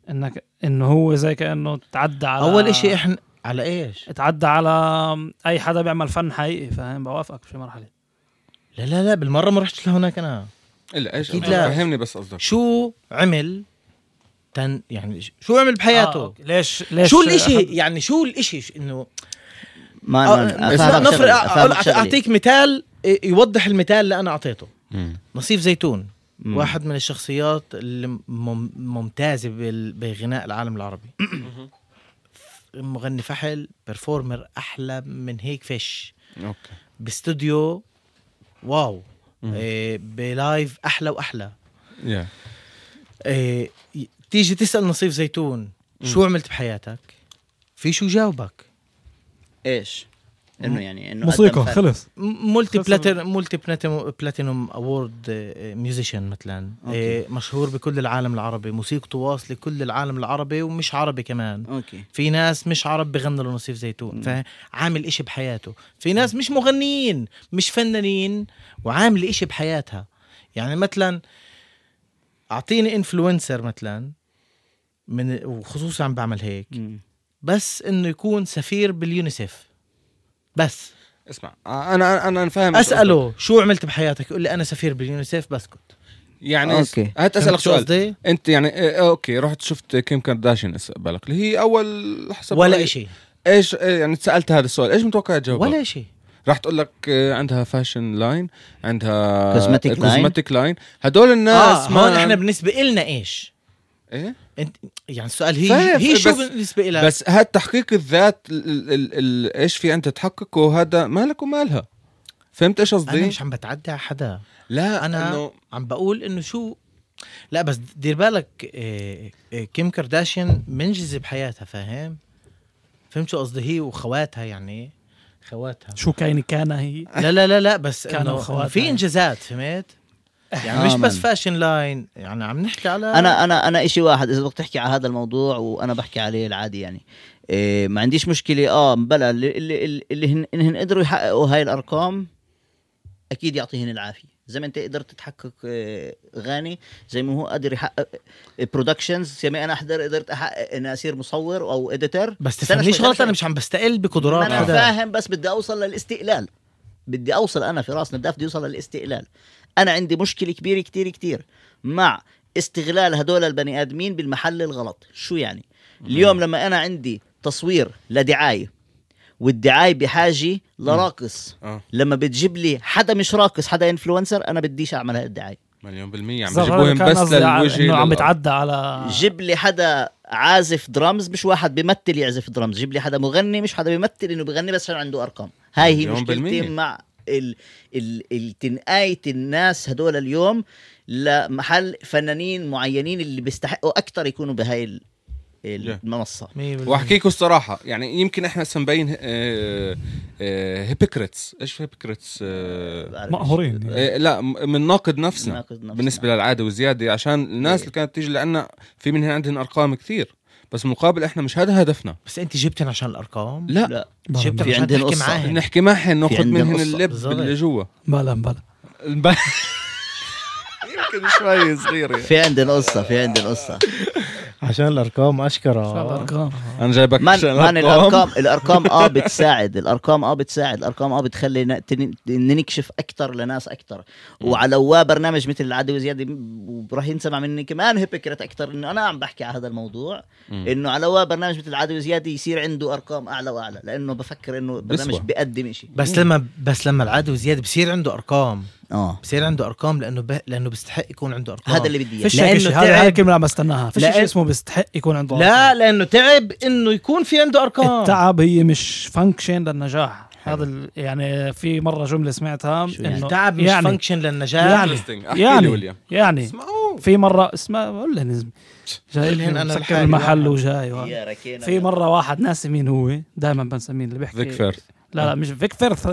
D: انك انه هو زي كانه تعدى على
B: اول اشي احنا على ايش
D: تعدى على اي حدا بيعمل فن حقيقي فاهم بوافقك في مرحله
B: لا لا لا بالمره ما رحت لهناك انا
E: الا ايش
B: أكيد لا.
E: فهمني بس قصدك
B: شو عمل تن يعني شو عمل بحياته
D: آه، أوكي. ليش ليش
B: شو الاشي
D: أحد-
B: يعني شو الاشي ش- انه
A: ما
B: آه،
A: ما أفهمك
B: نفرض
A: شغلة، أفهمك
B: أع-
A: شغلة.
B: اعطيك مثال ي- يوضح المثال اللي انا اعطيته
E: مم.
B: نصيف زيتون
A: مم.
B: واحد من الشخصيات الممتازه بغناء العالم العربي مغني فحل بيرفورمر احلى من هيك فيش
E: اوكي
B: باستوديو واو
E: مم.
B: إيه بلايف احلى واحلى
E: يا
B: إيه ي- تيجي تسال نصيف زيتون شو عملت بحياتك في شو جاوبك
A: ايش
B: آه.
A: انه يعني انه
D: موسيقى
A: قدم فن.
D: خلص
B: مولتي
D: خلصنا.
B: بلاتينوم مولتي بلاتينوم بلاتينوم اوورد ميوزيشن مثلا
A: أوكي.
B: إيه، مشهور بكل العالم العربي موسيقته واصله كل العالم العربي ومش عربي كمان
A: اوكي
B: في ناس مش عرب بغنوا لنصيف زيتون فعامل إشي بحياته في ناس مش مغنيين مش فنانين وعامل إشي بحياتها يعني مثلا اعطيني انفلونسر مثلا من وخصوصا عم بعمل هيك
A: مم.
B: بس انه يكون سفير باليونيسف بس
E: اسمع انا انا انا فاهم إيش قصدك.
B: اساله شو عملت بحياتك يقول لي انا سفير باليونيسف بسكت
E: يعني
A: أوكي.
E: اوكي هات اسالك
B: فهمت شو
E: سؤال
B: قصدي
E: انت يعني إيه، اوكي رحت شفت كيم كارداشيان اسالك اللي هي اول حسب
B: ولا
E: رأيي.
B: إشي
E: ايش إيه، يعني سالت هذا السؤال ايش متوقع تجاوب
B: ولا إشي
E: راح تقول لك آه، عندها فاشن لاين عندها
A: Cosmetic line.
E: كوزمتيك لاين هدول الناس
B: آه
E: ما-
B: هون احنا بالنسبه إلنا ايش
E: إيه؟
B: انت يعني السؤال هي
E: فاهم،
B: هي شو
E: بس-
B: بالنسبه لك
E: بس هاد تحقيق الذات ال- ال- ال- ال- ايش في انت تحققه هذا مالك ومالها فهمت ايش
B: انا
E: قصدي؟
B: مش عم بتعدى على حدا
E: لا
B: أنا-
E: انه
B: عم بقول انه شو لا بس دير بالك إيه، إيه، كيم كارداشيان منجزه بحياتها فاهم فهمت شو قصدي هي وخواتها يعني خواتها
D: شو كان كان هي
B: لا لا لا لا بس
D: كانوا
B: إنه-
D: خواتها.
B: إنه في انجازات فهمت يعني مش
A: تماماً.
B: بس فاشن لاين يعني عم نحكي على
A: انا انا انا شيء واحد اذا بدك تحكي على هذا الموضوع وانا بحكي عليه العادي يعني إيه ما عنديش مشكله اه بلا اللي اللي, اللي هن, إنهن قدروا يحققوا هاي الارقام اكيد يعطيهن العافيه زي ما انت قدرت تحقق آه، غاني زي ما هو قادر يحقق إيه، برودكشنز زي ما انا أحضر قدرت احقق اني اصير مصور او اديتر
B: بس تفهمنيش غلط انا مش عم بستقل بقدرات
A: انا
B: حدا
A: فاهم بس بدي اوصل للاستقلال بدي اوصل انا فراس نداف بدي اوصل للاستقلال انا عندي مشكله كبيره كتير كتير مع استغلال هدول البني ادمين بالمحل الغلط شو يعني اليوم لما انا عندي تصوير لدعايه والدعايه بحاجه لراقص
E: آه.
A: لما بتجيب لي حدا مش راقص حدا انفلونسر انا بديش اعمل هالدعايه
E: مليون بالمية عم
D: صار
E: بجيبوهم
D: كان
E: بس
D: قصدي على
E: للوجه
D: انه عم
E: للأرض.
D: بتعدى على
E: آه.
A: جيب لي حدا عازف درامز مش واحد بيمثل يعزف درامز جيب لي حدا مغني مش حدا بيمثل انه بغني بس عشان عنده ارقام هاي هي
E: مليون
A: مشكلتي
E: بالمية.
A: مع ال... ال... التنقاية الناس هدول اليوم لمحل فنانين معينين اللي بيستحقوا اكثر يكونوا بهاي ال...
E: Yeah.
A: المنصه
E: واحكيكوا الصراحه يعني يمكن احنا هسه مبين آه، هيبوكريتس ايش هيبوكريتس آه.
A: بعرف
D: مقهورين
A: إيش-
D: يعني.
E: إيه لا م- من ناقد نفسنا
A: ناقد نفسنا.
E: بالنسبه للعاده والزياده عشان الناس
A: إيه.
E: اللي كانت تيجي لعنا في منهم عندهم ارقام كثير بس مقابل احنا مش هذا هدفنا
B: بس انت جبتن عشان الارقام
E: لا
A: لا
B: جبتن
A: في
B: عشان
A: عندنا
B: تحكي
A: قصة.
B: معاهم
E: نحكي معهم ناخذ
A: عندنا
E: منهم
A: قصة.
E: اللب
B: بالظبط.
E: اللي جوا
D: بلا بلا
E: يمكن شوي صغيره
A: في عندنا قصه في عندنا قصه
B: عشان الارقام
D: شو
B: اشكره
D: الارقام
E: انا جايبك
A: من
E: عشان
A: من الارقام الارقام اه بتساعد الارقام اه بتساعد الارقام اه بتخلي ن- تن- ننكشف اكثر لناس اكثر وعلى برنامج مثل العدو وزياده وراح ينسمع مني كمان هيبكرت اكثر انه انا عم بحكي على هذا الموضوع
E: مم.
A: انه على برنامج مثل العدو وزياده يصير عنده ارقام اعلى واعلى لانه بفكر انه برنامج
E: بيسوى.
A: بيقدم شيء
B: بس لما بس لما العدو زياد بصير عنده ارقام
A: اه
B: بصير عنده ارقام لانه ب... لانه بيستحق يكون عنده ارقام
A: هذا اللي بدي اياه
D: آه. فيش
B: لأنه
D: هيك شيء، هذا هاي
B: تعب.
D: الكلمه عم بستناها فيش
B: لأن-
D: شيء اسمه بيستحق يكون عنده
B: لا لانه تعب انه يكون في عنده ارقام
D: التعب هي مش فانكشن للنجاح هذا ال- يعني في مره جمله سمعتها إنه
B: التعب مش
D: يعني
B: فانكشن للنجاح
D: يعني
E: يعني
D: يعني
E: ويليام
D: يعني
E: اسمعوا
D: في مره اسمع قول لي نزم جاي
B: قول لهن أنا
D: مسكر
B: لحالي
D: المحل
B: واحد.
D: وجاي وهذا.
A: يا ركينا
D: في مره واحد ناسي مين هو دائما بنسى مين اللي بيحكي
E: ذيك فيرث
D: لا لا مش فيك فيرث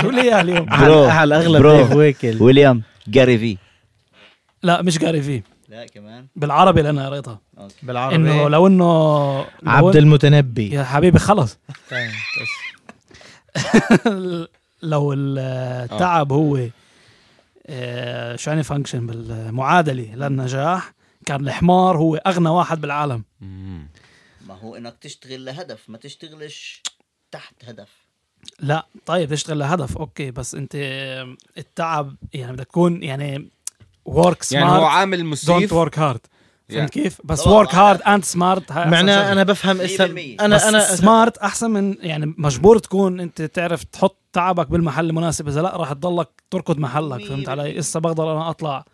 D: شو لي إياه اليوم
A: برو.
B: على على الاغلب
A: برو.
B: ديف ويكل
A: ويليام جاري في
D: لا مش قاري فيه
A: لا كمان
D: بالعربي اللي انا قريتها انه
B: بالعربي
D: لو انه لو
B: عبد
D: إن-
B: المتنبي
D: يا حبيبي خلص
B: طيب.
D: لو التعب هو آه، شو يعني فانكشن بالمعادله للنجاح كان الحمار هو اغنى واحد بالعالم
A: ما هو انك تشتغل لهدف ما تشتغلش تحت هدف
D: لا طيب تشتغل لهدف اوكي بس انت التعب يعني بدك تكون يعني ورك
E: يعني هو
D: سمارت
E: عامل
D: دونت
E: مسيف
D: ورك هارد
E: يعني.
D: فهمت كيف؟ بس
A: طبعاً.
D: ورك هارد اند سمارت
B: معناه انا بفهم اسم
A: 100%
B: انا انا
D: سمارت احسن من يعني مجبور تكون انت تعرف تحط تعبك بالمحل المناسب اذا لا راح تضلك تركض محلك فهمت علي؟ اسا بقدر انا اطلع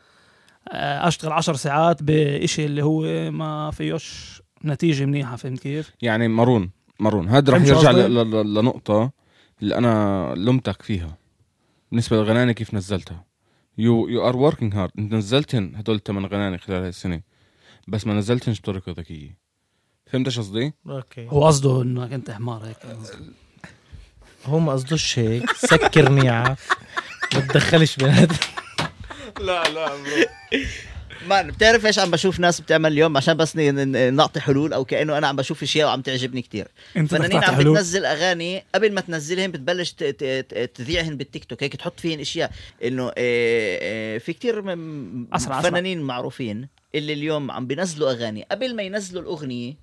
D: آه، اشتغل عشر ساعات بإشي اللي هو ما فيهوش نتيجه منيحه فهمت كيف؟
E: يعني مارون مارون هذا رح
D: فهمت
E: يرجع
D: قصدي؟
E: ل- ل- ل- لنقطة اللي أنا لمتك فيها بالنسبة للغنانة كيف نزلتها يو يو ار وركينج هارد انت نزلتن هدول الثمان غنانة خلال هالسنة بس ما نزلتنش بطريقة ذكية فهمت ايش قصدي؟
B: اوكي
D: هو قصده انك انت حمار هيك
B: هو ما قصدوش هيك سكر نيعك ما تدخلش بنات
E: لا لا
A: مان بتعرف ايش عم بشوف ناس بتعمل اليوم عشان بس ن- ن- نعطي حلول او كانه انا عم بشوف اشياء وعم تعجبني كتير
D: انت بدك
A: فنانين
D: تعطي
A: عم
D: حلول
A: بتنزل اغاني قبل ما تنزلهم بتبلش ت- ت- ت- تذيعهن بالتيك توك هيك تحط فيهن اشياء انه آه، آه، في كتير من
D: أسرع، أسرع.
A: فنانين معروفين اللي اليوم عم بينزلوا اغاني قبل ما ينزلوا الاغنيه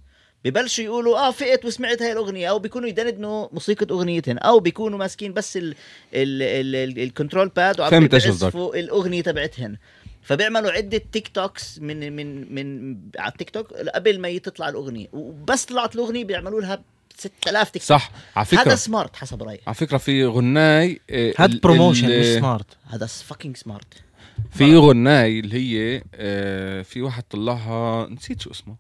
A: ببلشوا يقولوا اه فقت وسمعت هاي الاغنيه او بيكونوا يدندنوا موسيقى اغنيتهم او بيكونوا ماسكين بس ال ال ال ال الكنترول باد وعم
E: فهمت إيش قصدك.
A: بيعزفوا الاغنيه تبعتهن فبيعملوا عده تيك توكس من من من على التيك توك قبل ما تطلع الاغنيه وبس طلعت الاغنيه بيعملوا لها 6000 تيك توك
E: صح على
A: هذا
E: فكرة
A: سمارت حسب رايي
E: على فكرة في غناي آه،
B: هاد
E: ال-
B: بروموشن
E: ال-
B: مش سمارت
A: هذا فاكينج سمارت
E: في غناي اللي هي آه، في واحد طلعها نسيت شو اسمه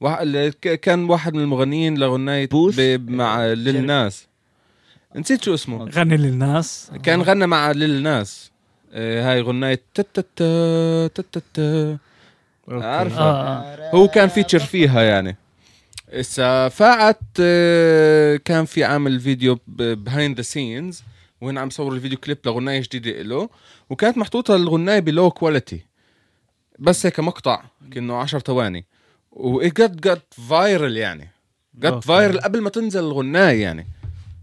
E: واحد اللي ك- كان واحد من المغنيين لغناية
A: بوث؟
E: ب- مع
A: شركة.
E: للناس نسيت شو اسمه
D: غني للناس
E: كان غنى مع للناس آه، هاي غناية تتتا تتتا عارفة
D: آه.
E: هو كان فيتشر فيها يعني اسا فقعت آه، كان في عامل فيديو بهايند ذا سينز وين عم صور الفيديو كليب لغنايه جديده له وكانت محطوطه الغنايه بلو كواليتي بس هيك مقطع كانه 10 ثواني وجت جت فايرل يعني جت
B: أوكي.
E: فايرل قبل ما تنزل الغنايه يعني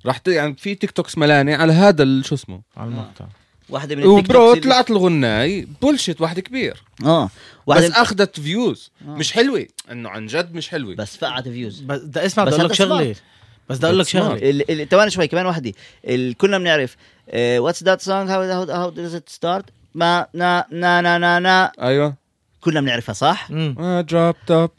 E: راح ت- يعني في تيك توكس ملانه على هذا ال- شو اسمه
B: على المقطع
A: واحده من التيك
E: وبرو
A: توكس اللي-
E: طلعت الغناي بولشيت واحد كبير
A: اه
E: بس
A: واحده
E: اخذت فيوز
A: آه.
E: مش حلوه انه عن جد مش حلوه
A: بس فقعت فيوز
B: بس بدي اسمع بدي
A: بس
B: اقول
A: هذا
B: لك شغله
A: سمارت.
B: بس بدي اقول لك
E: That's smart.
B: شغله
A: ال- ال- ثواني شوي كمان وحده ال- كلنا بنعرف آه، واتس ذات سونج هاو هاو داز ات ستارت ما نا نا نا نا نا
E: ايوه
A: كلنا بنعرفها صح؟
B: مم.
E: دروب توب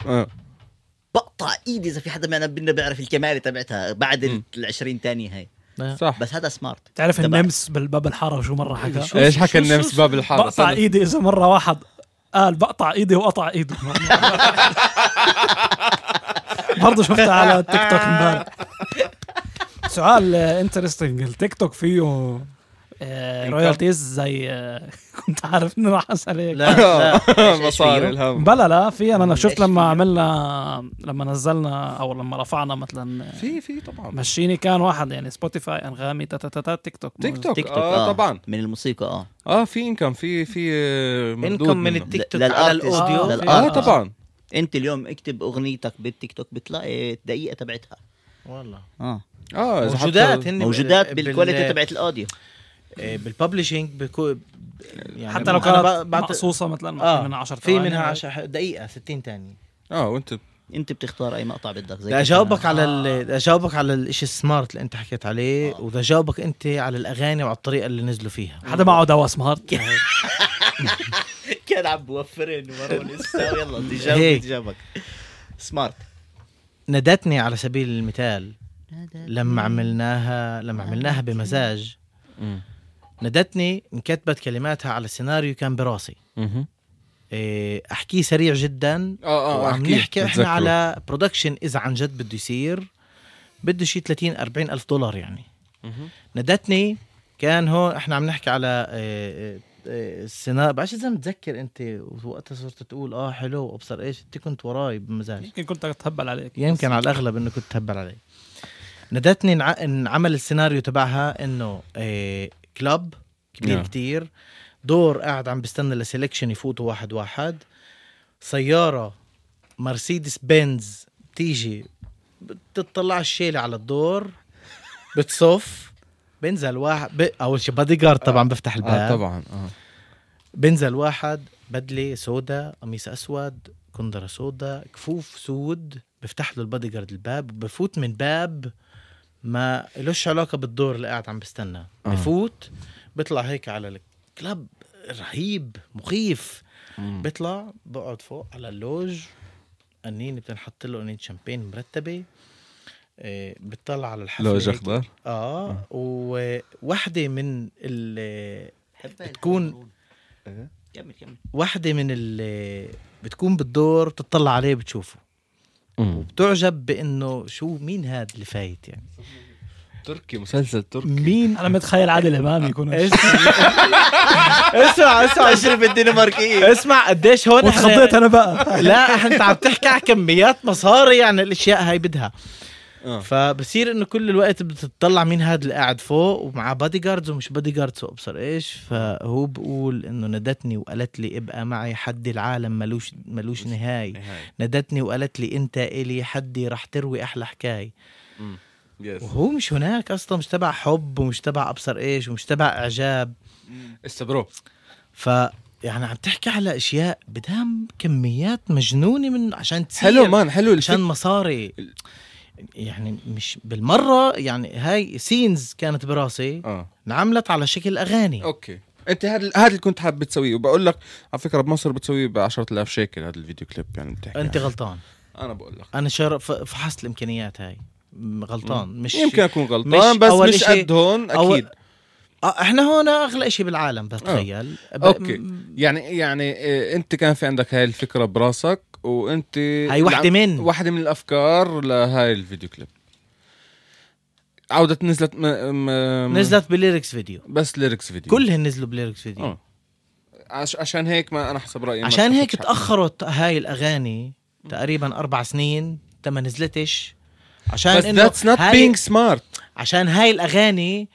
A: بقطع ايدي اذا في حدا معنا بدنا بيعرف الكماله تبعتها بعد ال 20 ثانية هاي
B: آه.
E: صح
A: بس هذا سمارت
D: تعرف
A: تبع-
D: النمس بالباب الحاره شو مره حكى
E: ايش حكى النمس باب الحاره
D: بقطع
E: استنى.
D: ايدي اذا مره واحد قال بقطع ايدي وقطع ايده برضه شفتها على التيك توك امبارح سؤال انترستنج التيك توك فيه رويالتيز زي آه، كنت عارف انه راح اسال هيك
A: لا
B: آه.
A: لا إيش- إيش
E: مصاري
A: فيه؟
E: الهم
D: بلا لا في انا شفت
A: ليش فيه؟
D: لما عملنا لما نزلنا او لما رفعنا مثلا آه،
E: في في طبعا
D: مشيني كان واحد يعني سبوتيفاي انغامي تا تا تا تا تيك توك
E: تيك توك
A: تيك توك
E: اه
B: آه.
E: طبعا
A: من الموسيقى اه
E: اه في انكم في في آه، مردود
B: انكم من
E: منه.
B: التيك توك
A: للآرتست.
B: على الاوديو
D: آه،
E: اه
A: للآرتست.
E: طبعا
A: انت اليوم اكتب اغنيتك بالتيك توك بتلاقي الدقيقه تبعتها
B: والله
A: اه
E: اه إذا حط-
B: موجودات هن
A: موجودات
B: آه. بال-
A: بالكواليتي
B: بال-
A: تبعت الاوديو
B: إيه، بالببلشنج بكو يعني
D: حتى لو
B: أنا
D: كانت
B: ب- بعت-
D: مقصوصه مثلا
B: آه،
D: في منها 10
B: في منها 10 دقيقه 60 ثانيه
E: اه وانت
A: انت بتختار اي مقطع بدك زي
B: بدي اجاوبك على
D: آه.
B: ال- بدي اجاوبك على الشيء السمارت اللي انت حكيت عليه وبدي اجاوبك انت على الاغاني وعلى الطريقه اللي نزلوا فيها
D: حدا معه دواء سمارت
A: كده. كان عم بوفرن ورا لسه يلا بدي اجاوبك
B: هيك.
A: اجاوبك سمارت
B: نادتني على سبيل المثال لما عملناها لما عملناها بمزاج
E: مم.
B: نادتني انكتبت كلماتها على سيناريو كان براسي
E: مهم.
B: إيه، احكيه سريع جدا
E: اه
B: وعم
E: أحكيه،
B: نحكي احنا
E: بتذكره.
B: على برودكشن اذا عن جد بده يصير بده شيء 30 40 الف دولار يعني
E: مهم.
B: نادتني كان هون احنا عم نحكي على إيه، إيه، السيناريو بعرفش اذا متذكر انت وقتها صرت تقول اه حلو وابصر ايش انت كنت وراي بمزاج
D: يمكن كنت اتهبل عليك
B: يمكن على الاغلب انه كنت تهبل علي نادتني انع- انعمل السيناريو تبعها انه إيه، كلاب كبير
E: نعم.
B: كتير دور قاعد عم بستنى لسيلكشن يفوتوا واحد واحد سياره مرسيدس بنز بتيجي بتطلع الشيله على الدور بتصف بنزل واحد ب... اول شيء بادي جارد طبعا بفتح الباب
E: اه طبعا اه
B: بنزل واحد بدله سودا قميص اسود كندره سودا كفوف سود بفتح له البادي جارد الباب بفوت من باب ما لوش علاقه بالدور اللي قاعد عم بستنى
E: آه.
B: بفوت بطلع هيك على الكلب رهيب مخيف
E: مم.
B: بطلع بقعد فوق على اللوج قنينه بتنحط له قنينه شامبين مرتبه إيه، بتطلع على الحفله
E: لوج
B: هيك.
E: اخضر آه.
B: اه وواحده من ال بتكون-
A: إيه؟ كمل كمل
B: واحدة من اللي بتكون بالدور بتطلع عليه بتشوفه
E: مم.
B: وبتعجب بانه شو مين هاد اللي فايت يعني
E: تركي مسلسل تركي
B: مين
D: انا متخيل عادل امام يكون
B: اسمع اسمع
A: تجربة الدنماركية
B: اسمع قديش هون إحنا-
D: واتخضيت انا بقى
B: لا إحنا- انت عم تحكي على كميات مصاري يعني الاشياء هاي بدها
E: آه.
B: فبصير انه كل الوقت بتطلع مين هاد اللي قاعد فوق ومعه بادي جاردز ومش بادي جاردز وابصر ايش فهو بقول انه نادتني وقالت لي ابقى معي حد العالم ملوش ملوش نهايه
E: نهاية.
B: نادتني وقالت لي انت الي حدي رح تروي احلى حكايه
E: يس
B: وهو مش هناك اصلا مش تبع حب ومش تبع ابصر ايش ومش تبع اعجاب
E: استا برو
B: ف يعني عم تحكي على اشياء بدها كميات مجنونه من عشان تصير
E: حلو مان حلو
B: عشان
E: الفكرة
B: مصاري يعني مش بالمره يعني هاي سينز كانت براسي
E: اه
B: انعملت على شكل اغاني
E: اوكي انت هذا هذا اللي كنت حابب تسويه وبقول لك على فكره بمصر بتسويه ب 10000 شيكل هذا الفيديو كليب يعني بتحكي
B: انت
E: عنه.
B: غلطان
E: انا بقول لك
B: انا شر... ف- فحصت الامكانيات هاي م- غلطان مش
E: يمكن اكون
B: مش
E: غلطان بس
B: أول
E: مش
B: إشي-
E: قد هون
B: أو-
E: اكيد
B: آه، احنا هون اغلى شيء بالعالم بتخيل ب...
E: آه. أوكي.
B: م-
E: يعني يعني آه، انت كان في عندك هاي الفكره براسك وانت
B: هاي وحده من
E: واحدة من الافكار لهاي الفيديو كليب عودة نزلت م... م...
B: نزلت بليركس فيديو
E: بس ليركس فيديو
B: كلهن نزلوا بليركس فيديو
E: آه. عش... عشان هيك ما انا حسب رايي ما
B: عشان هيك
E: تاخدش حق.
B: تاخرت هاي الاغاني تقريبا اربع سنين تما نزلتش عشان
E: بس
B: انه
E: ذاتس نوت
B: هاي
E: بينج سمارت
B: عشان هاي الاغاني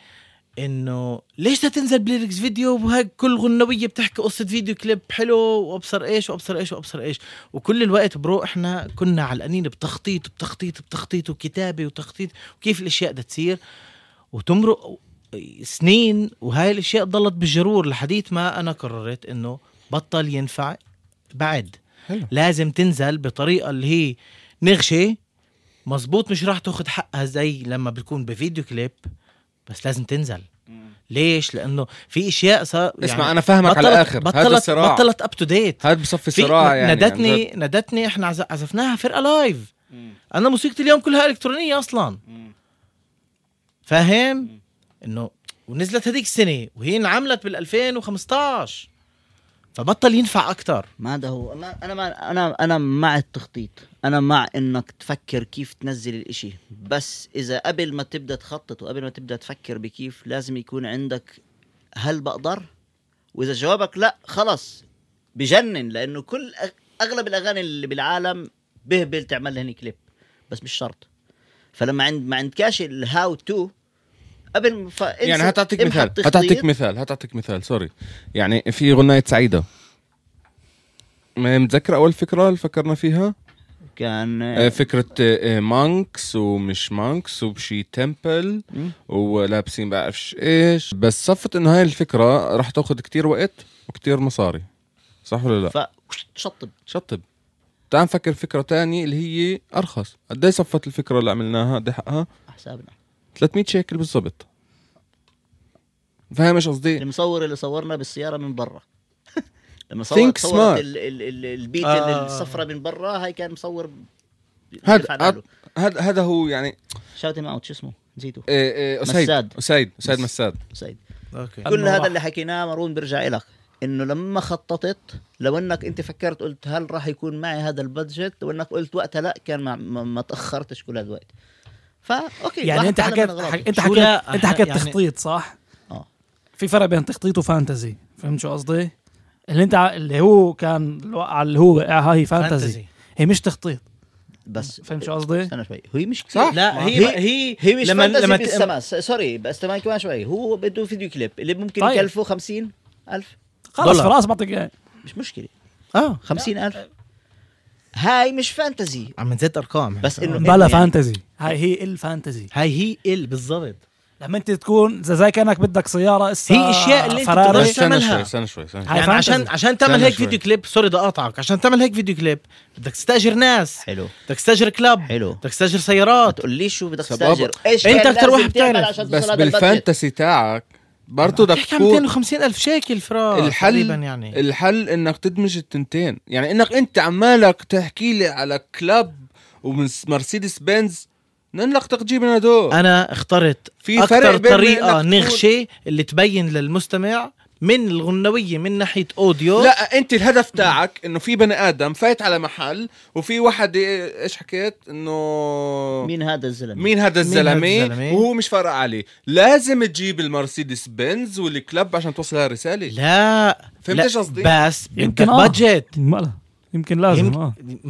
B: انه ليش بدها تنزل بليركس فيديو وهيك كل غنويه بتحكي قصه فيديو كليب حلو وابصر ايش وابصر ايش وابصر ايش وكل الوقت برو احنا كنا علقانين بتخطيط بتخطيط بتخطيط وكتابه وتخطيط وكيف الاشياء بدها تصير وتمرق سنين وهاي الاشياء ضلت بالجرور لحديت ما انا قررت انه بطل ينفع بعد
E: حلو.
B: لازم تنزل بطريقه اللي هي نغشه مزبوط مش راح تاخد حقها زي لما بتكون بفيديو كليب بس لازم تنزل ليش لانه في اشياء صار يعني
E: اسمع انا فاهمك على الاخر هذا
B: بطلت
E: الصراع
B: بطلت اب تو ديت
E: هذا بصفي
B: في
E: صراع يعني عن جد.
B: نادتني نادتني احنا عز- عزفناها فرقه لايف انا موسيقى اليوم كلها الكترونيه اصلا فاهم انه ونزلت هذيك السنه وهي انعملت بال 2015 فبطل ينفع اكثر
A: ما هذا هو ما انا ما انا انا مع التخطيط انا مع انك تفكر كيف تنزل الاشي بس اذا قبل ما تبدا تخطط وقبل ما تبدا تفكر بكيف لازم يكون عندك هل بقدر واذا جوابك لا خلص بجنن لانه كل أغ- اغلب الاغاني اللي بالعالم بهبل تعمل لهن كليب بس مش شرط فلما عند ما عندكاش الهاو تو قبل ما- فانسى-
E: يعني هتعطيك
A: امحى
E: مثال
A: التخطيط.
E: هتعطيك مثال هتعطيك مثال سوري يعني في غناية سعيدة ما متذكر اول فكره اللي فكرنا فيها
A: كان
E: آه، فكره مانكس ومش مانكس وبشي تمبل
A: مم.
E: ولابسين بعرفش ايش بس صفت انه هاي الفكره راح تاخذ كتير وقت وكتير مصاري صح ولا لا
A: ف شطب
E: شطب تعال نفكر فكره تانية اللي هي ارخص قد ايه صفت الفكره اللي عملناها قد إيه حقها
A: حسابنا
E: 300 شيكل بالضبط فاهم ايش قصدي
A: المصور اللي صورنا بالسياره من برا لما
E: Think
A: صور صورت
E: smart.
A: ال- ال- ال- البيت
B: آه.
A: الصفراء من برا هاي كان مصور
E: هذا هذا- هذا هذا هو يعني
A: شاوت هيم اوت شو اسمه نسيته
E: إيه، إيه، اسيد
A: مساد.
E: اسيد اسيد مساد
A: سعيد
B: اوكي
A: كل
D: المروحة.
A: هذا اللي حكيناه مارون برجع إلك انه لما خططت لو انك انت فكرت قلت هل راح يكون معي هذا البادجت وانك قلت وقتها لا كان ما, ما, ما تاخرتش كل هذا الوقت فا اوكي
D: يعني
A: الواحد
D: انت
A: تعلم من
D: حكيت
A: أغلاطه.
D: حك... انت
B: شو
D: حكيت
B: لا،
D: انت حكيت
B: يعني-
D: تخطيط صح؟
A: آه.
D: في فرق بين تخطيط وفانتزي فهمت شو قصدي؟ اللي انت ع- اللي هو كان الوقعة اللي هو وقعها هي فانتزي
B: فانتزي
D: هي مش تخطيط
A: بس
D: فهمت شو قصدي؟
A: استنى شوي هي مش كثير
B: صح لا هي
A: هي-
B: هي,
A: هي مش
B: لما لما
A: بس
B: ت-
A: تمام سوري بس تمام كمان شوي هو بده فيديو كليب اللي ممكن
D: طيب.
A: يكلفه 50 ألف
D: خلص
B: دولار.
D: خلاص بعطيك اياه
A: مش مشكلة
B: اه
A: 50 ألف هاي مش فانتزي
B: عم نزيد ارقام
A: بس إنه-
D: بلا
A: يعني-
D: فانتزي هاي هي الفانتزي
B: هاي هي ال بالضبط
D: لما انت تكون زي, زي كانك بدك سياره اسا
B: هي أشياء اللي انت
E: بس
D: فراري
B: بتقدرش-
E: استنى
B: تعملها.
E: شوي استنى شوي استنى شوي.
D: هاي
B: يعني
D: فانتزي.
B: عشان عشان تعمل
E: استنى
B: هيك
E: شوي.
B: فيديو كليب سوري بدي اقاطعك عشان تعمل هيك فيديو كليب بدك تستاجر ناس
A: حلو
B: بدك تستاجر كلاب
A: حلو.
B: بدك تستاجر سيارات
A: تقول لي شو بدك
E: سبابة.
A: تستاجر ايش
B: أنت
A: كان
B: أكتر
A: لازم
B: واحد
A: تعمل
B: بتعرف.
A: عشان توصل
E: بس
A: هذا البادجت؟
E: بالفانتسي تاعك برضه بدك
B: بتحكي عن
E: تكون
B: 250 الف شيكل فراس
E: الحل
B: تقريبا يعني
E: الحل انك تدمج التنتين يعني انك انت عمالك تحكي لي على كلاب ومن مرسيدس بنز ننلق تجيب لنا دول
B: انا اخترت
E: في فرق
B: اكثر
E: بين
B: طريقه
E: إنك تكون-
B: نغشه اللي تبين للمستمع من الغنويه من ناحيه اوديو
E: لا انت الهدف تاعك انه في بني ادم فايت على محل وفي واحد إيه- ايش حكيت انه
A: مين هذا الزلمه؟
E: مين هذا الزلمه
B: الزلمة؟
E: وهو مش فارق عليه لازم تجيب المرسيدس بنز والكلاب عشان توصلها رساله
B: لا
E: فهمت
B: لا،
E: إيش قصدي؟
B: بس
D: يمكن
B: بدك
D: آه.
B: بادجت
D: بلا. يمكن لازم
B: يمكن-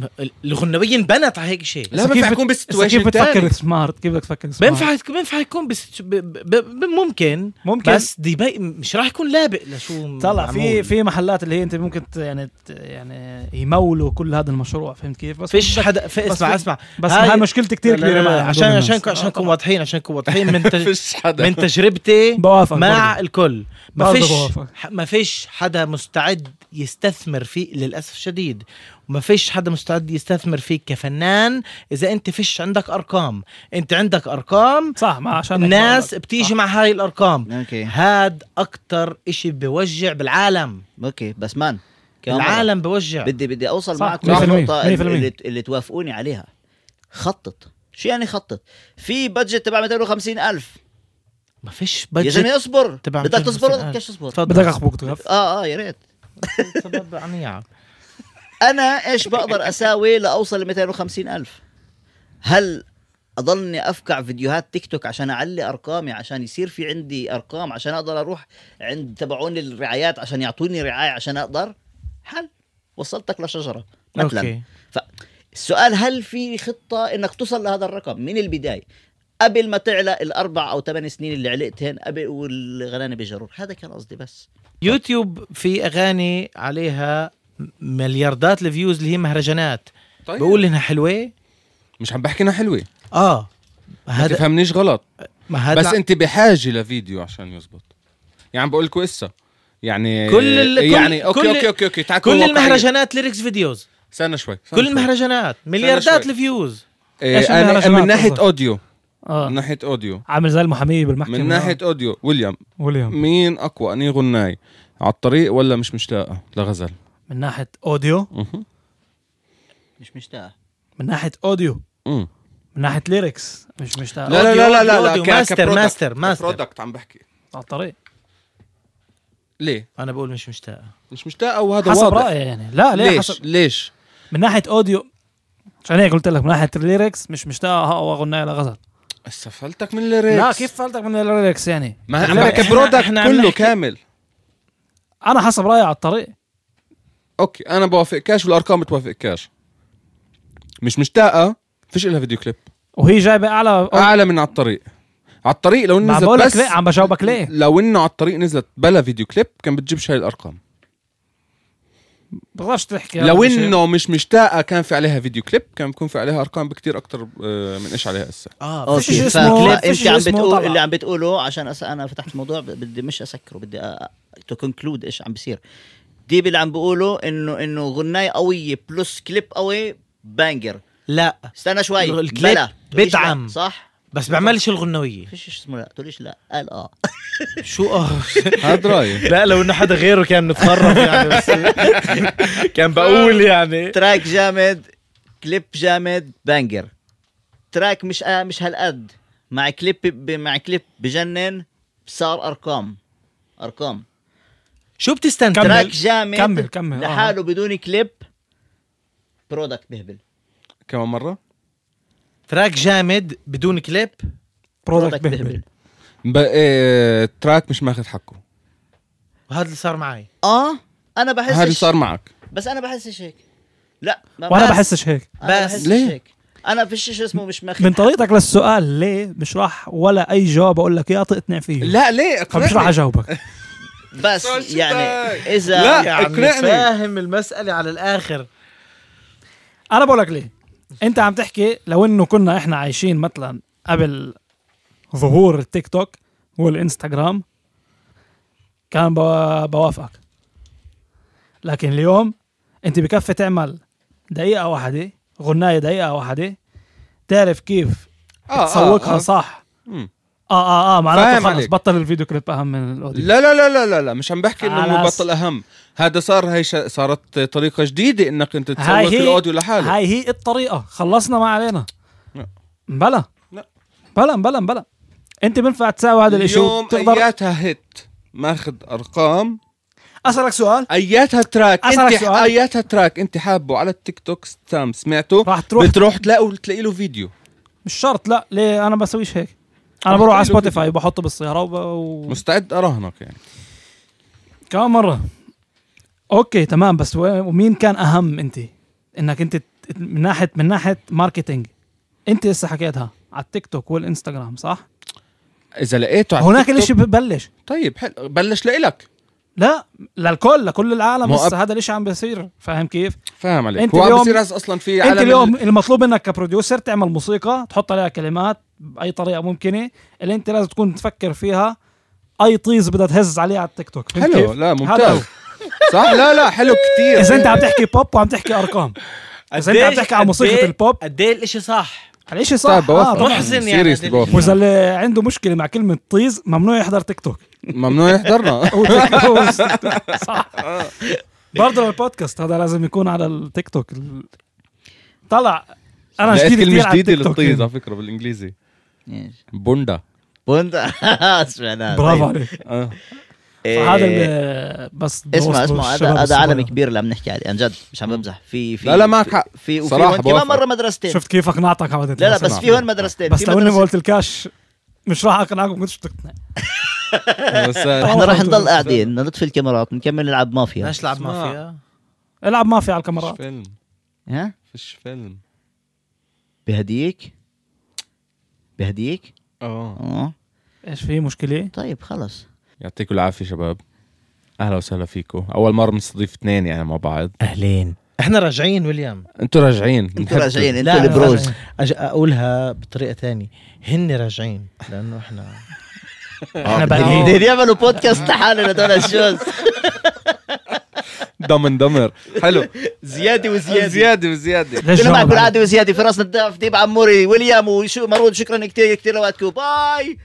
D: اه
B: الغنويه انبنت على هيك شيء
E: لا
D: بس
E: بنفع
D: كيف
E: يكون
D: إسا كيف
E: بسيتويشن
D: بتفكر
E: تاني
D: سمارت كيف بدك تفكر سمارت
B: بينفع بينفع يكون بس ب- ب- ب- ممكن
D: ممكن
B: بس دي بي مش راح يكون لابق لشو
D: طلع في
B: معمول.
D: في محلات اللي هي انت ممكن ت- يعني ت- يعني يمولوا كل هذا المشروع فهمت كيف بس
B: فيش
D: بدك-
B: حدا في
D: بس
B: اسمع
D: بدك-
B: اسمع
D: بس
B: هاي-
D: هاي مشكلتي كثير
B: لا- لا-
D: كبيره
B: لا،
D: مع
B: عشان
D: عندهم
B: عشان
D: الناس.
B: عشان نكون واضحين عشان نكون واضحين من تج-
E: فيش حدا
B: من تجربتي
D: بوافقك
B: مع
D: برضه.
B: الكل ما
D: برضه
B: فيش
D: بوافقك.
B: ح- ما فيش حدا مستعد يستثمر فيه للاسف الشديد وما فيش حدا مستعد يستثمر فيك كفنان اذا انت فيش عندك ارقام انت عندك ارقام
D: صح ما عشان
B: الناس بتيجي مع هاي الارقام
A: اوكي
B: هاد اكتر اشي بوجع بالعالم
A: اوكي بس مان كمان مرة.
B: العالم بوجع
A: بدي بدي اوصل
D: صح،
A: معكم
D: مية بالمية،
A: للنقطة
D: مية بالمية.
A: اللي, اللي توافقوني عليها خطط شو يعني خطط في بادجت تبع 250 الف
B: ما فيش
A: يا
B: بادجت
A: زلمه اصبر
B: تبع
A: بدك تصبر
B: 250,000.
A: ولا بدكش تصبر
B: تفضل.
D: بدك اخبوك تغف
A: اه اه يا ريت
B: سبب عنيعة
A: انا ايش بقدر اساوي لاوصل ل 250 الف هل اضلني افقع فيديوهات تيك توك عشان اعلي ارقامي عشان يصير في عندي ارقام عشان اقدر اروح عند تبعون الرعايات عشان يعطوني رعايه عشان اقدر حل وصلتك لشجره مثلا
B: اوكي
A: السؤال هل في خطة انك توصل لهذا الرقم من البداية قبل ما تعلى الاربع او ثمان سنين اللي علقتهن قبل والغنانة بجرور هذا كان قصدي بس
B: يوتيوب في اغاني عليها ملياردات الفيوز اللي هي مهرجانات
E: طيب.
B: بقول انها حلوه
E: مش عم بحكي انها حلوه
B: اه
E: ما
B: هذا
E: تفهمنيش غلط
B: ما هذا
E: بس انت بحاجه لفيديو عشان يزبط يعني بقول لكم اسا يعني
B: كل ال-
E: يعني
B: كل-
E: اوكي
B: كل-
E: اوكي اوكي اوكي تعال
B: كل
E: كون واقعية.
B: المهرجانات ليركس فيديوز
E: استنى شوي استنى
B: كل
E: شوي.
B: المهرجانات ملياردات
E: شوي.
B: الفيوز
D: إيش
E: إيه انا
D: المهرجانات
E: من ناحيه
D: قصدك؟
E: اوديو
D: اه
B: آه.
E: من ناحيه اوديو
D: عامل زي آه. المحاميه بالمحكمه
E: من ناحيه اوديو ويليام
D: وليام
E: مين اقوى اني غناي على الطريق ولا مش مشتاقه لغزل
D: من ناحيه اوديو
E: مهم.
A: مش مشتاق
D: من ناحيه اوديو
E: مم.
D: من ناحيه ليركس مش مشتاق
E: لا لا
B: أوديو،
E: لا لا
B: أوديو،
E: لا
B: أوديو،
E: ك-
B: ماستر،
E: كبرودكت-
B: ماستر، ماستر.
E: كبرودكت عم بحكي
D: على الطريق
E: ليه
B: انا بقول مش مشتاقه
E: مش مشتاقه وهذا
D: حسب
E: واضح
D: رايي يعني لا ليه
E: ليش
D: حسب
E: ليش
D: من ناحيه اوديو عشان هيك قلت لك من ناحيه الليركس مش مشتاقها واغنيه لغزل
E: سفلتك من الريكس
D: لا كيف فلتك من الليركس يعني
E: ما عم
B: لا،
E: بحكي
B: إحنا-
E: برودكت
B: إحنا عم
E: كله
B: نحكي-
E: كامل
D: انا حسب رايي على الطريق
E: اوكي انا بوافق كاش والارقام بتوافق كاش مش مشتاقه فيش لها فيديو كليب
D: وهي جايبه اعلى
E: اعلى من على الطريق على الطريق لو
D: ما
E: نزلت
D: بقول لك
E: آه، بس
D: ليه عم إيه؟ بجاوبك ليه
E: لو انه على الطريق نزلت بلا فيديو كليب كان بتجيبش هاي الارقام
D: بغضبش تحكي
E: لو
D: أول شيء.
E: انه مش مشتاقه كان في عليها فيديو كليب كان بكون في عليها ارقام بكتير اكتر آه، من ايش عليها هسه
B: اه
D: فيش شيء
A: اوكي
D: اسمه-
A: فلا،
D: فيش
A: انت
D: شيء
A: عم
D: اسمه
A: بتقول
D: طلع.
A: اللي عم بتقوله عشان أس... انا فتحت الموضوع ب- بدي مش اسكره بدي تو كونكلود ايش عم بيصير ديب اللي عم بيقوله انه انه غنايه قويه بلس كليب قوي بانجر
B: لا
A: استنى شوي
B: الكليب
A: بلا. تقوليش
B: بدعم.
A: لا، صح
B: بس بعملش الغنويه
A: فيش شيء اسمه لا تقوليش لا قال اه
B: شو اه
E: هاد رايي
B: لا لو انه حدا غيره كان متخرف يعني بس كان بقول يعني
A: تراك جامد كليب جامد بانجر تراك مش آه مش هالقد مع كليب ب... مع كليب بجنن صار ارقام ارقام
B: شو بتستنتج
D: كمل.
A: تراك جامد
D: كمل- كمل، آه.
A: لحاله بدون كليب برودكت بهبل
E: كمان مره
B: تراك جامد بدون كليب
D: برودكت بهبل
E: ب... إيه... تراك مش ماخذ حقه
B: وهذا اللي صار معي
A: اه انا
E: هذا اللي
A: بحسش
E: صار معك
A: بس انا بحسش هيك لا ما
D: وانا بحسش هيك
A: انا
B: بس.
A: بحسش
E: ليه؟
A: هيك انا فيش شيء اسمه مش ماخذ
D: من طريقتك للسؤال ليه مش راح ولا اي جواب اقول لك اياه تقنع فيه
E: ليه
D: فمش راح اجاوبك
A: بس
E: سؤال شو
A: يعني
E: بدك؟
A: اذا
E: لا،
B: يا عمي
E: اقنعني.
B: يعني فاهم المسألة على الآخر
D: انا بقول لك ليه انت عم تحكي لو انه كنا احنا عايشين مثلا قبل ظهور التيك توك والانستغرام كان بوا- بوافقك لكن اليوم انت بكفي تعمل دقيقة واحدة غناية دقيقة واحدة تعرف كيف
E: آه،
D: تسوقها
E: آه، آه.
D: صح
E: مم.
D: اه اه اه معناته
E: فاهم
D: خلص
E: عليك.
D: بطل الفيديو كليب اهم من الاوديو
E: لا لا لا لا لا, لا. مش عم بحكي انه
D: خلاص.
E: مبطل اهم هذا صار هي ش... صارت طريقه جديده انك انت تسوق
D: هاي هي-
E: الاوديو لحالك نعم.
D: هاي هي الطريقة خلصنا ما علينا
E: لا.
D: بلا
E: لا.
D: بلا بلا بلا انت بينفع تساوي هذا الاشي
E: اليوم
D: وتقدر
E: اياتها هيت ماخذ ارقام
D: اسالك سؤال
E: اياتها تراك
D: أسألك
E: انت
D: سؤال.
E: اياتها تراك انت حابه على التيك توك تام سمعته
D: راح تروح-
E: بتروح تلاقوا تلاقي له فيديو
D: مش شرط لا ليه انا بسويش هيك انا
E: رح
D: بروح على
E: تعمله فيديو.
D: سبوتيفاي بحطه بالسيارة وب... و...
E: مستعد اراهنك يعني
D: كمان مرة اوكي تمام بس و- ومين كان اهم انت انك انت ت- من ناحية من ناحية ماركتينج انت لسه حكيتها على التيك توك والانستغرام صح؟
E: اذا لقيته على
D: هناك
E: التيك توك-
D: الاشي ببلش
E: طيب حلو بلش لإلك
D: لا للكل لكل العالم
E: ما هو
D: هسه هذا الاشي عم بيصير فاهم كيف؟
E: فاهم عليك
D: أنت
E: هو
D: اليوم-
E: عم بصير هسه اصلا في
D: انت
E: عالم
D: اليوم
E: اليوم
D: المطلوب منك كبروديوسر تعمل موسيقى تحط عليها كلمات باي طريقه ممكنه اللي انت لازم تكون تفكر فيها اي طيز بدها تهز عليها على التيك توك فهمت
E: حلو
D: كيف؟
E: لا
D: هذا
E: ممتاز
D: هو.
E: صح لا لا حلو كتير
D: اذا انت عم تحكي بوب وعم تحكي ارقام اذا انت عم
B: قديش-
D: تحكي على موسيقى
B: قد إيه-
D: البوب
B: قد ايه الاشي صح
D: الاشي صح
E: طيب
D: آه
E: بوافق
D: طبعاً.
B: محزن يعني
E: Seriously
B: هذا
E: بوافق.
D: واذا اللي عنده مشكله مع كلمه طيز ممنوع يحضر تيك توك
E: ممنوع يحضرنا
D: أو تيك توك. صح برضه البودكاست هذا لازم يكون على التيك توك ال- طلع انا
E: لقيت
D: جديد كثير
E: كلمه
D: على
E: جديده
D: التيك توك
E: للطيز على فكره بالانجليزي
A: إيش؟
E: بوندا
A: بوندا سمعناها
D: برافو
A: طيب.
D: عليك
E: آه.
A: إيه،
D: هذا ال- بس
A: اسمع
D: بوصلوا
A: اسمع
D: الشباب
A: هذا هذا عالم
D: الصغير.
A: كبير اللي عم نحكي عليه عن جد مش عم بمزح في في
E: لا لا معك حق
A: في وفي
E: صراحة
A: هون كمان
E: بوافقك.
A: مره مدرستين
D: شفت كيف اقنعتك عمد
A: لا لا بس
E: اسمع.
A: في هون مدرستين
D: بس
A: في
D: لو اني ما
A: مدرسة-
D: قلت الكاش مش راح اقنعك ما كنتش تقنع
E: بس
D: آه.
E: آه،
A: احنا راح نضل قاعدين بدنا نطفي الكاميرات نكمل نلعب مافيا
B: بدناش نلعب
E: اسمع.
B: مافيا
D: العب مافيا على
E: فيش
D: الكاميرات
E: فيلم
A: ها
E: فيش فيلم
A: بهديك بهديك
E: اه
A: اه
D: ايش في مشكله؟
A: طيب خلص
E: يعطيكم العافيه شباب اهلا وسهلا فيكم اول مره بنستضيف اثنين يعني مع بعض
B: اهلين احنا راجعين ويليام
E: انتوا راجعين
A: انتوا راجعين
B: لا،
A: انتوا البروز
D: راجعين.
B: أج- اقولها بطريقه تانية هن راجعين لانه احنا احنا
A: بدهم
B: بريئين
A: يعملوا بودكاست لحالنا هدول الشوز
E: دمن دمر حلو
A: زياده وزياده
E: زياده وزياده
D: ليش
A: كنا
D: جاوب
A: معكم
D: علي؟
A: العادي وزياده في راسنا الضيف ديب عموري ويليام وشو مرود شكرا كثير كثير لوقتكم باي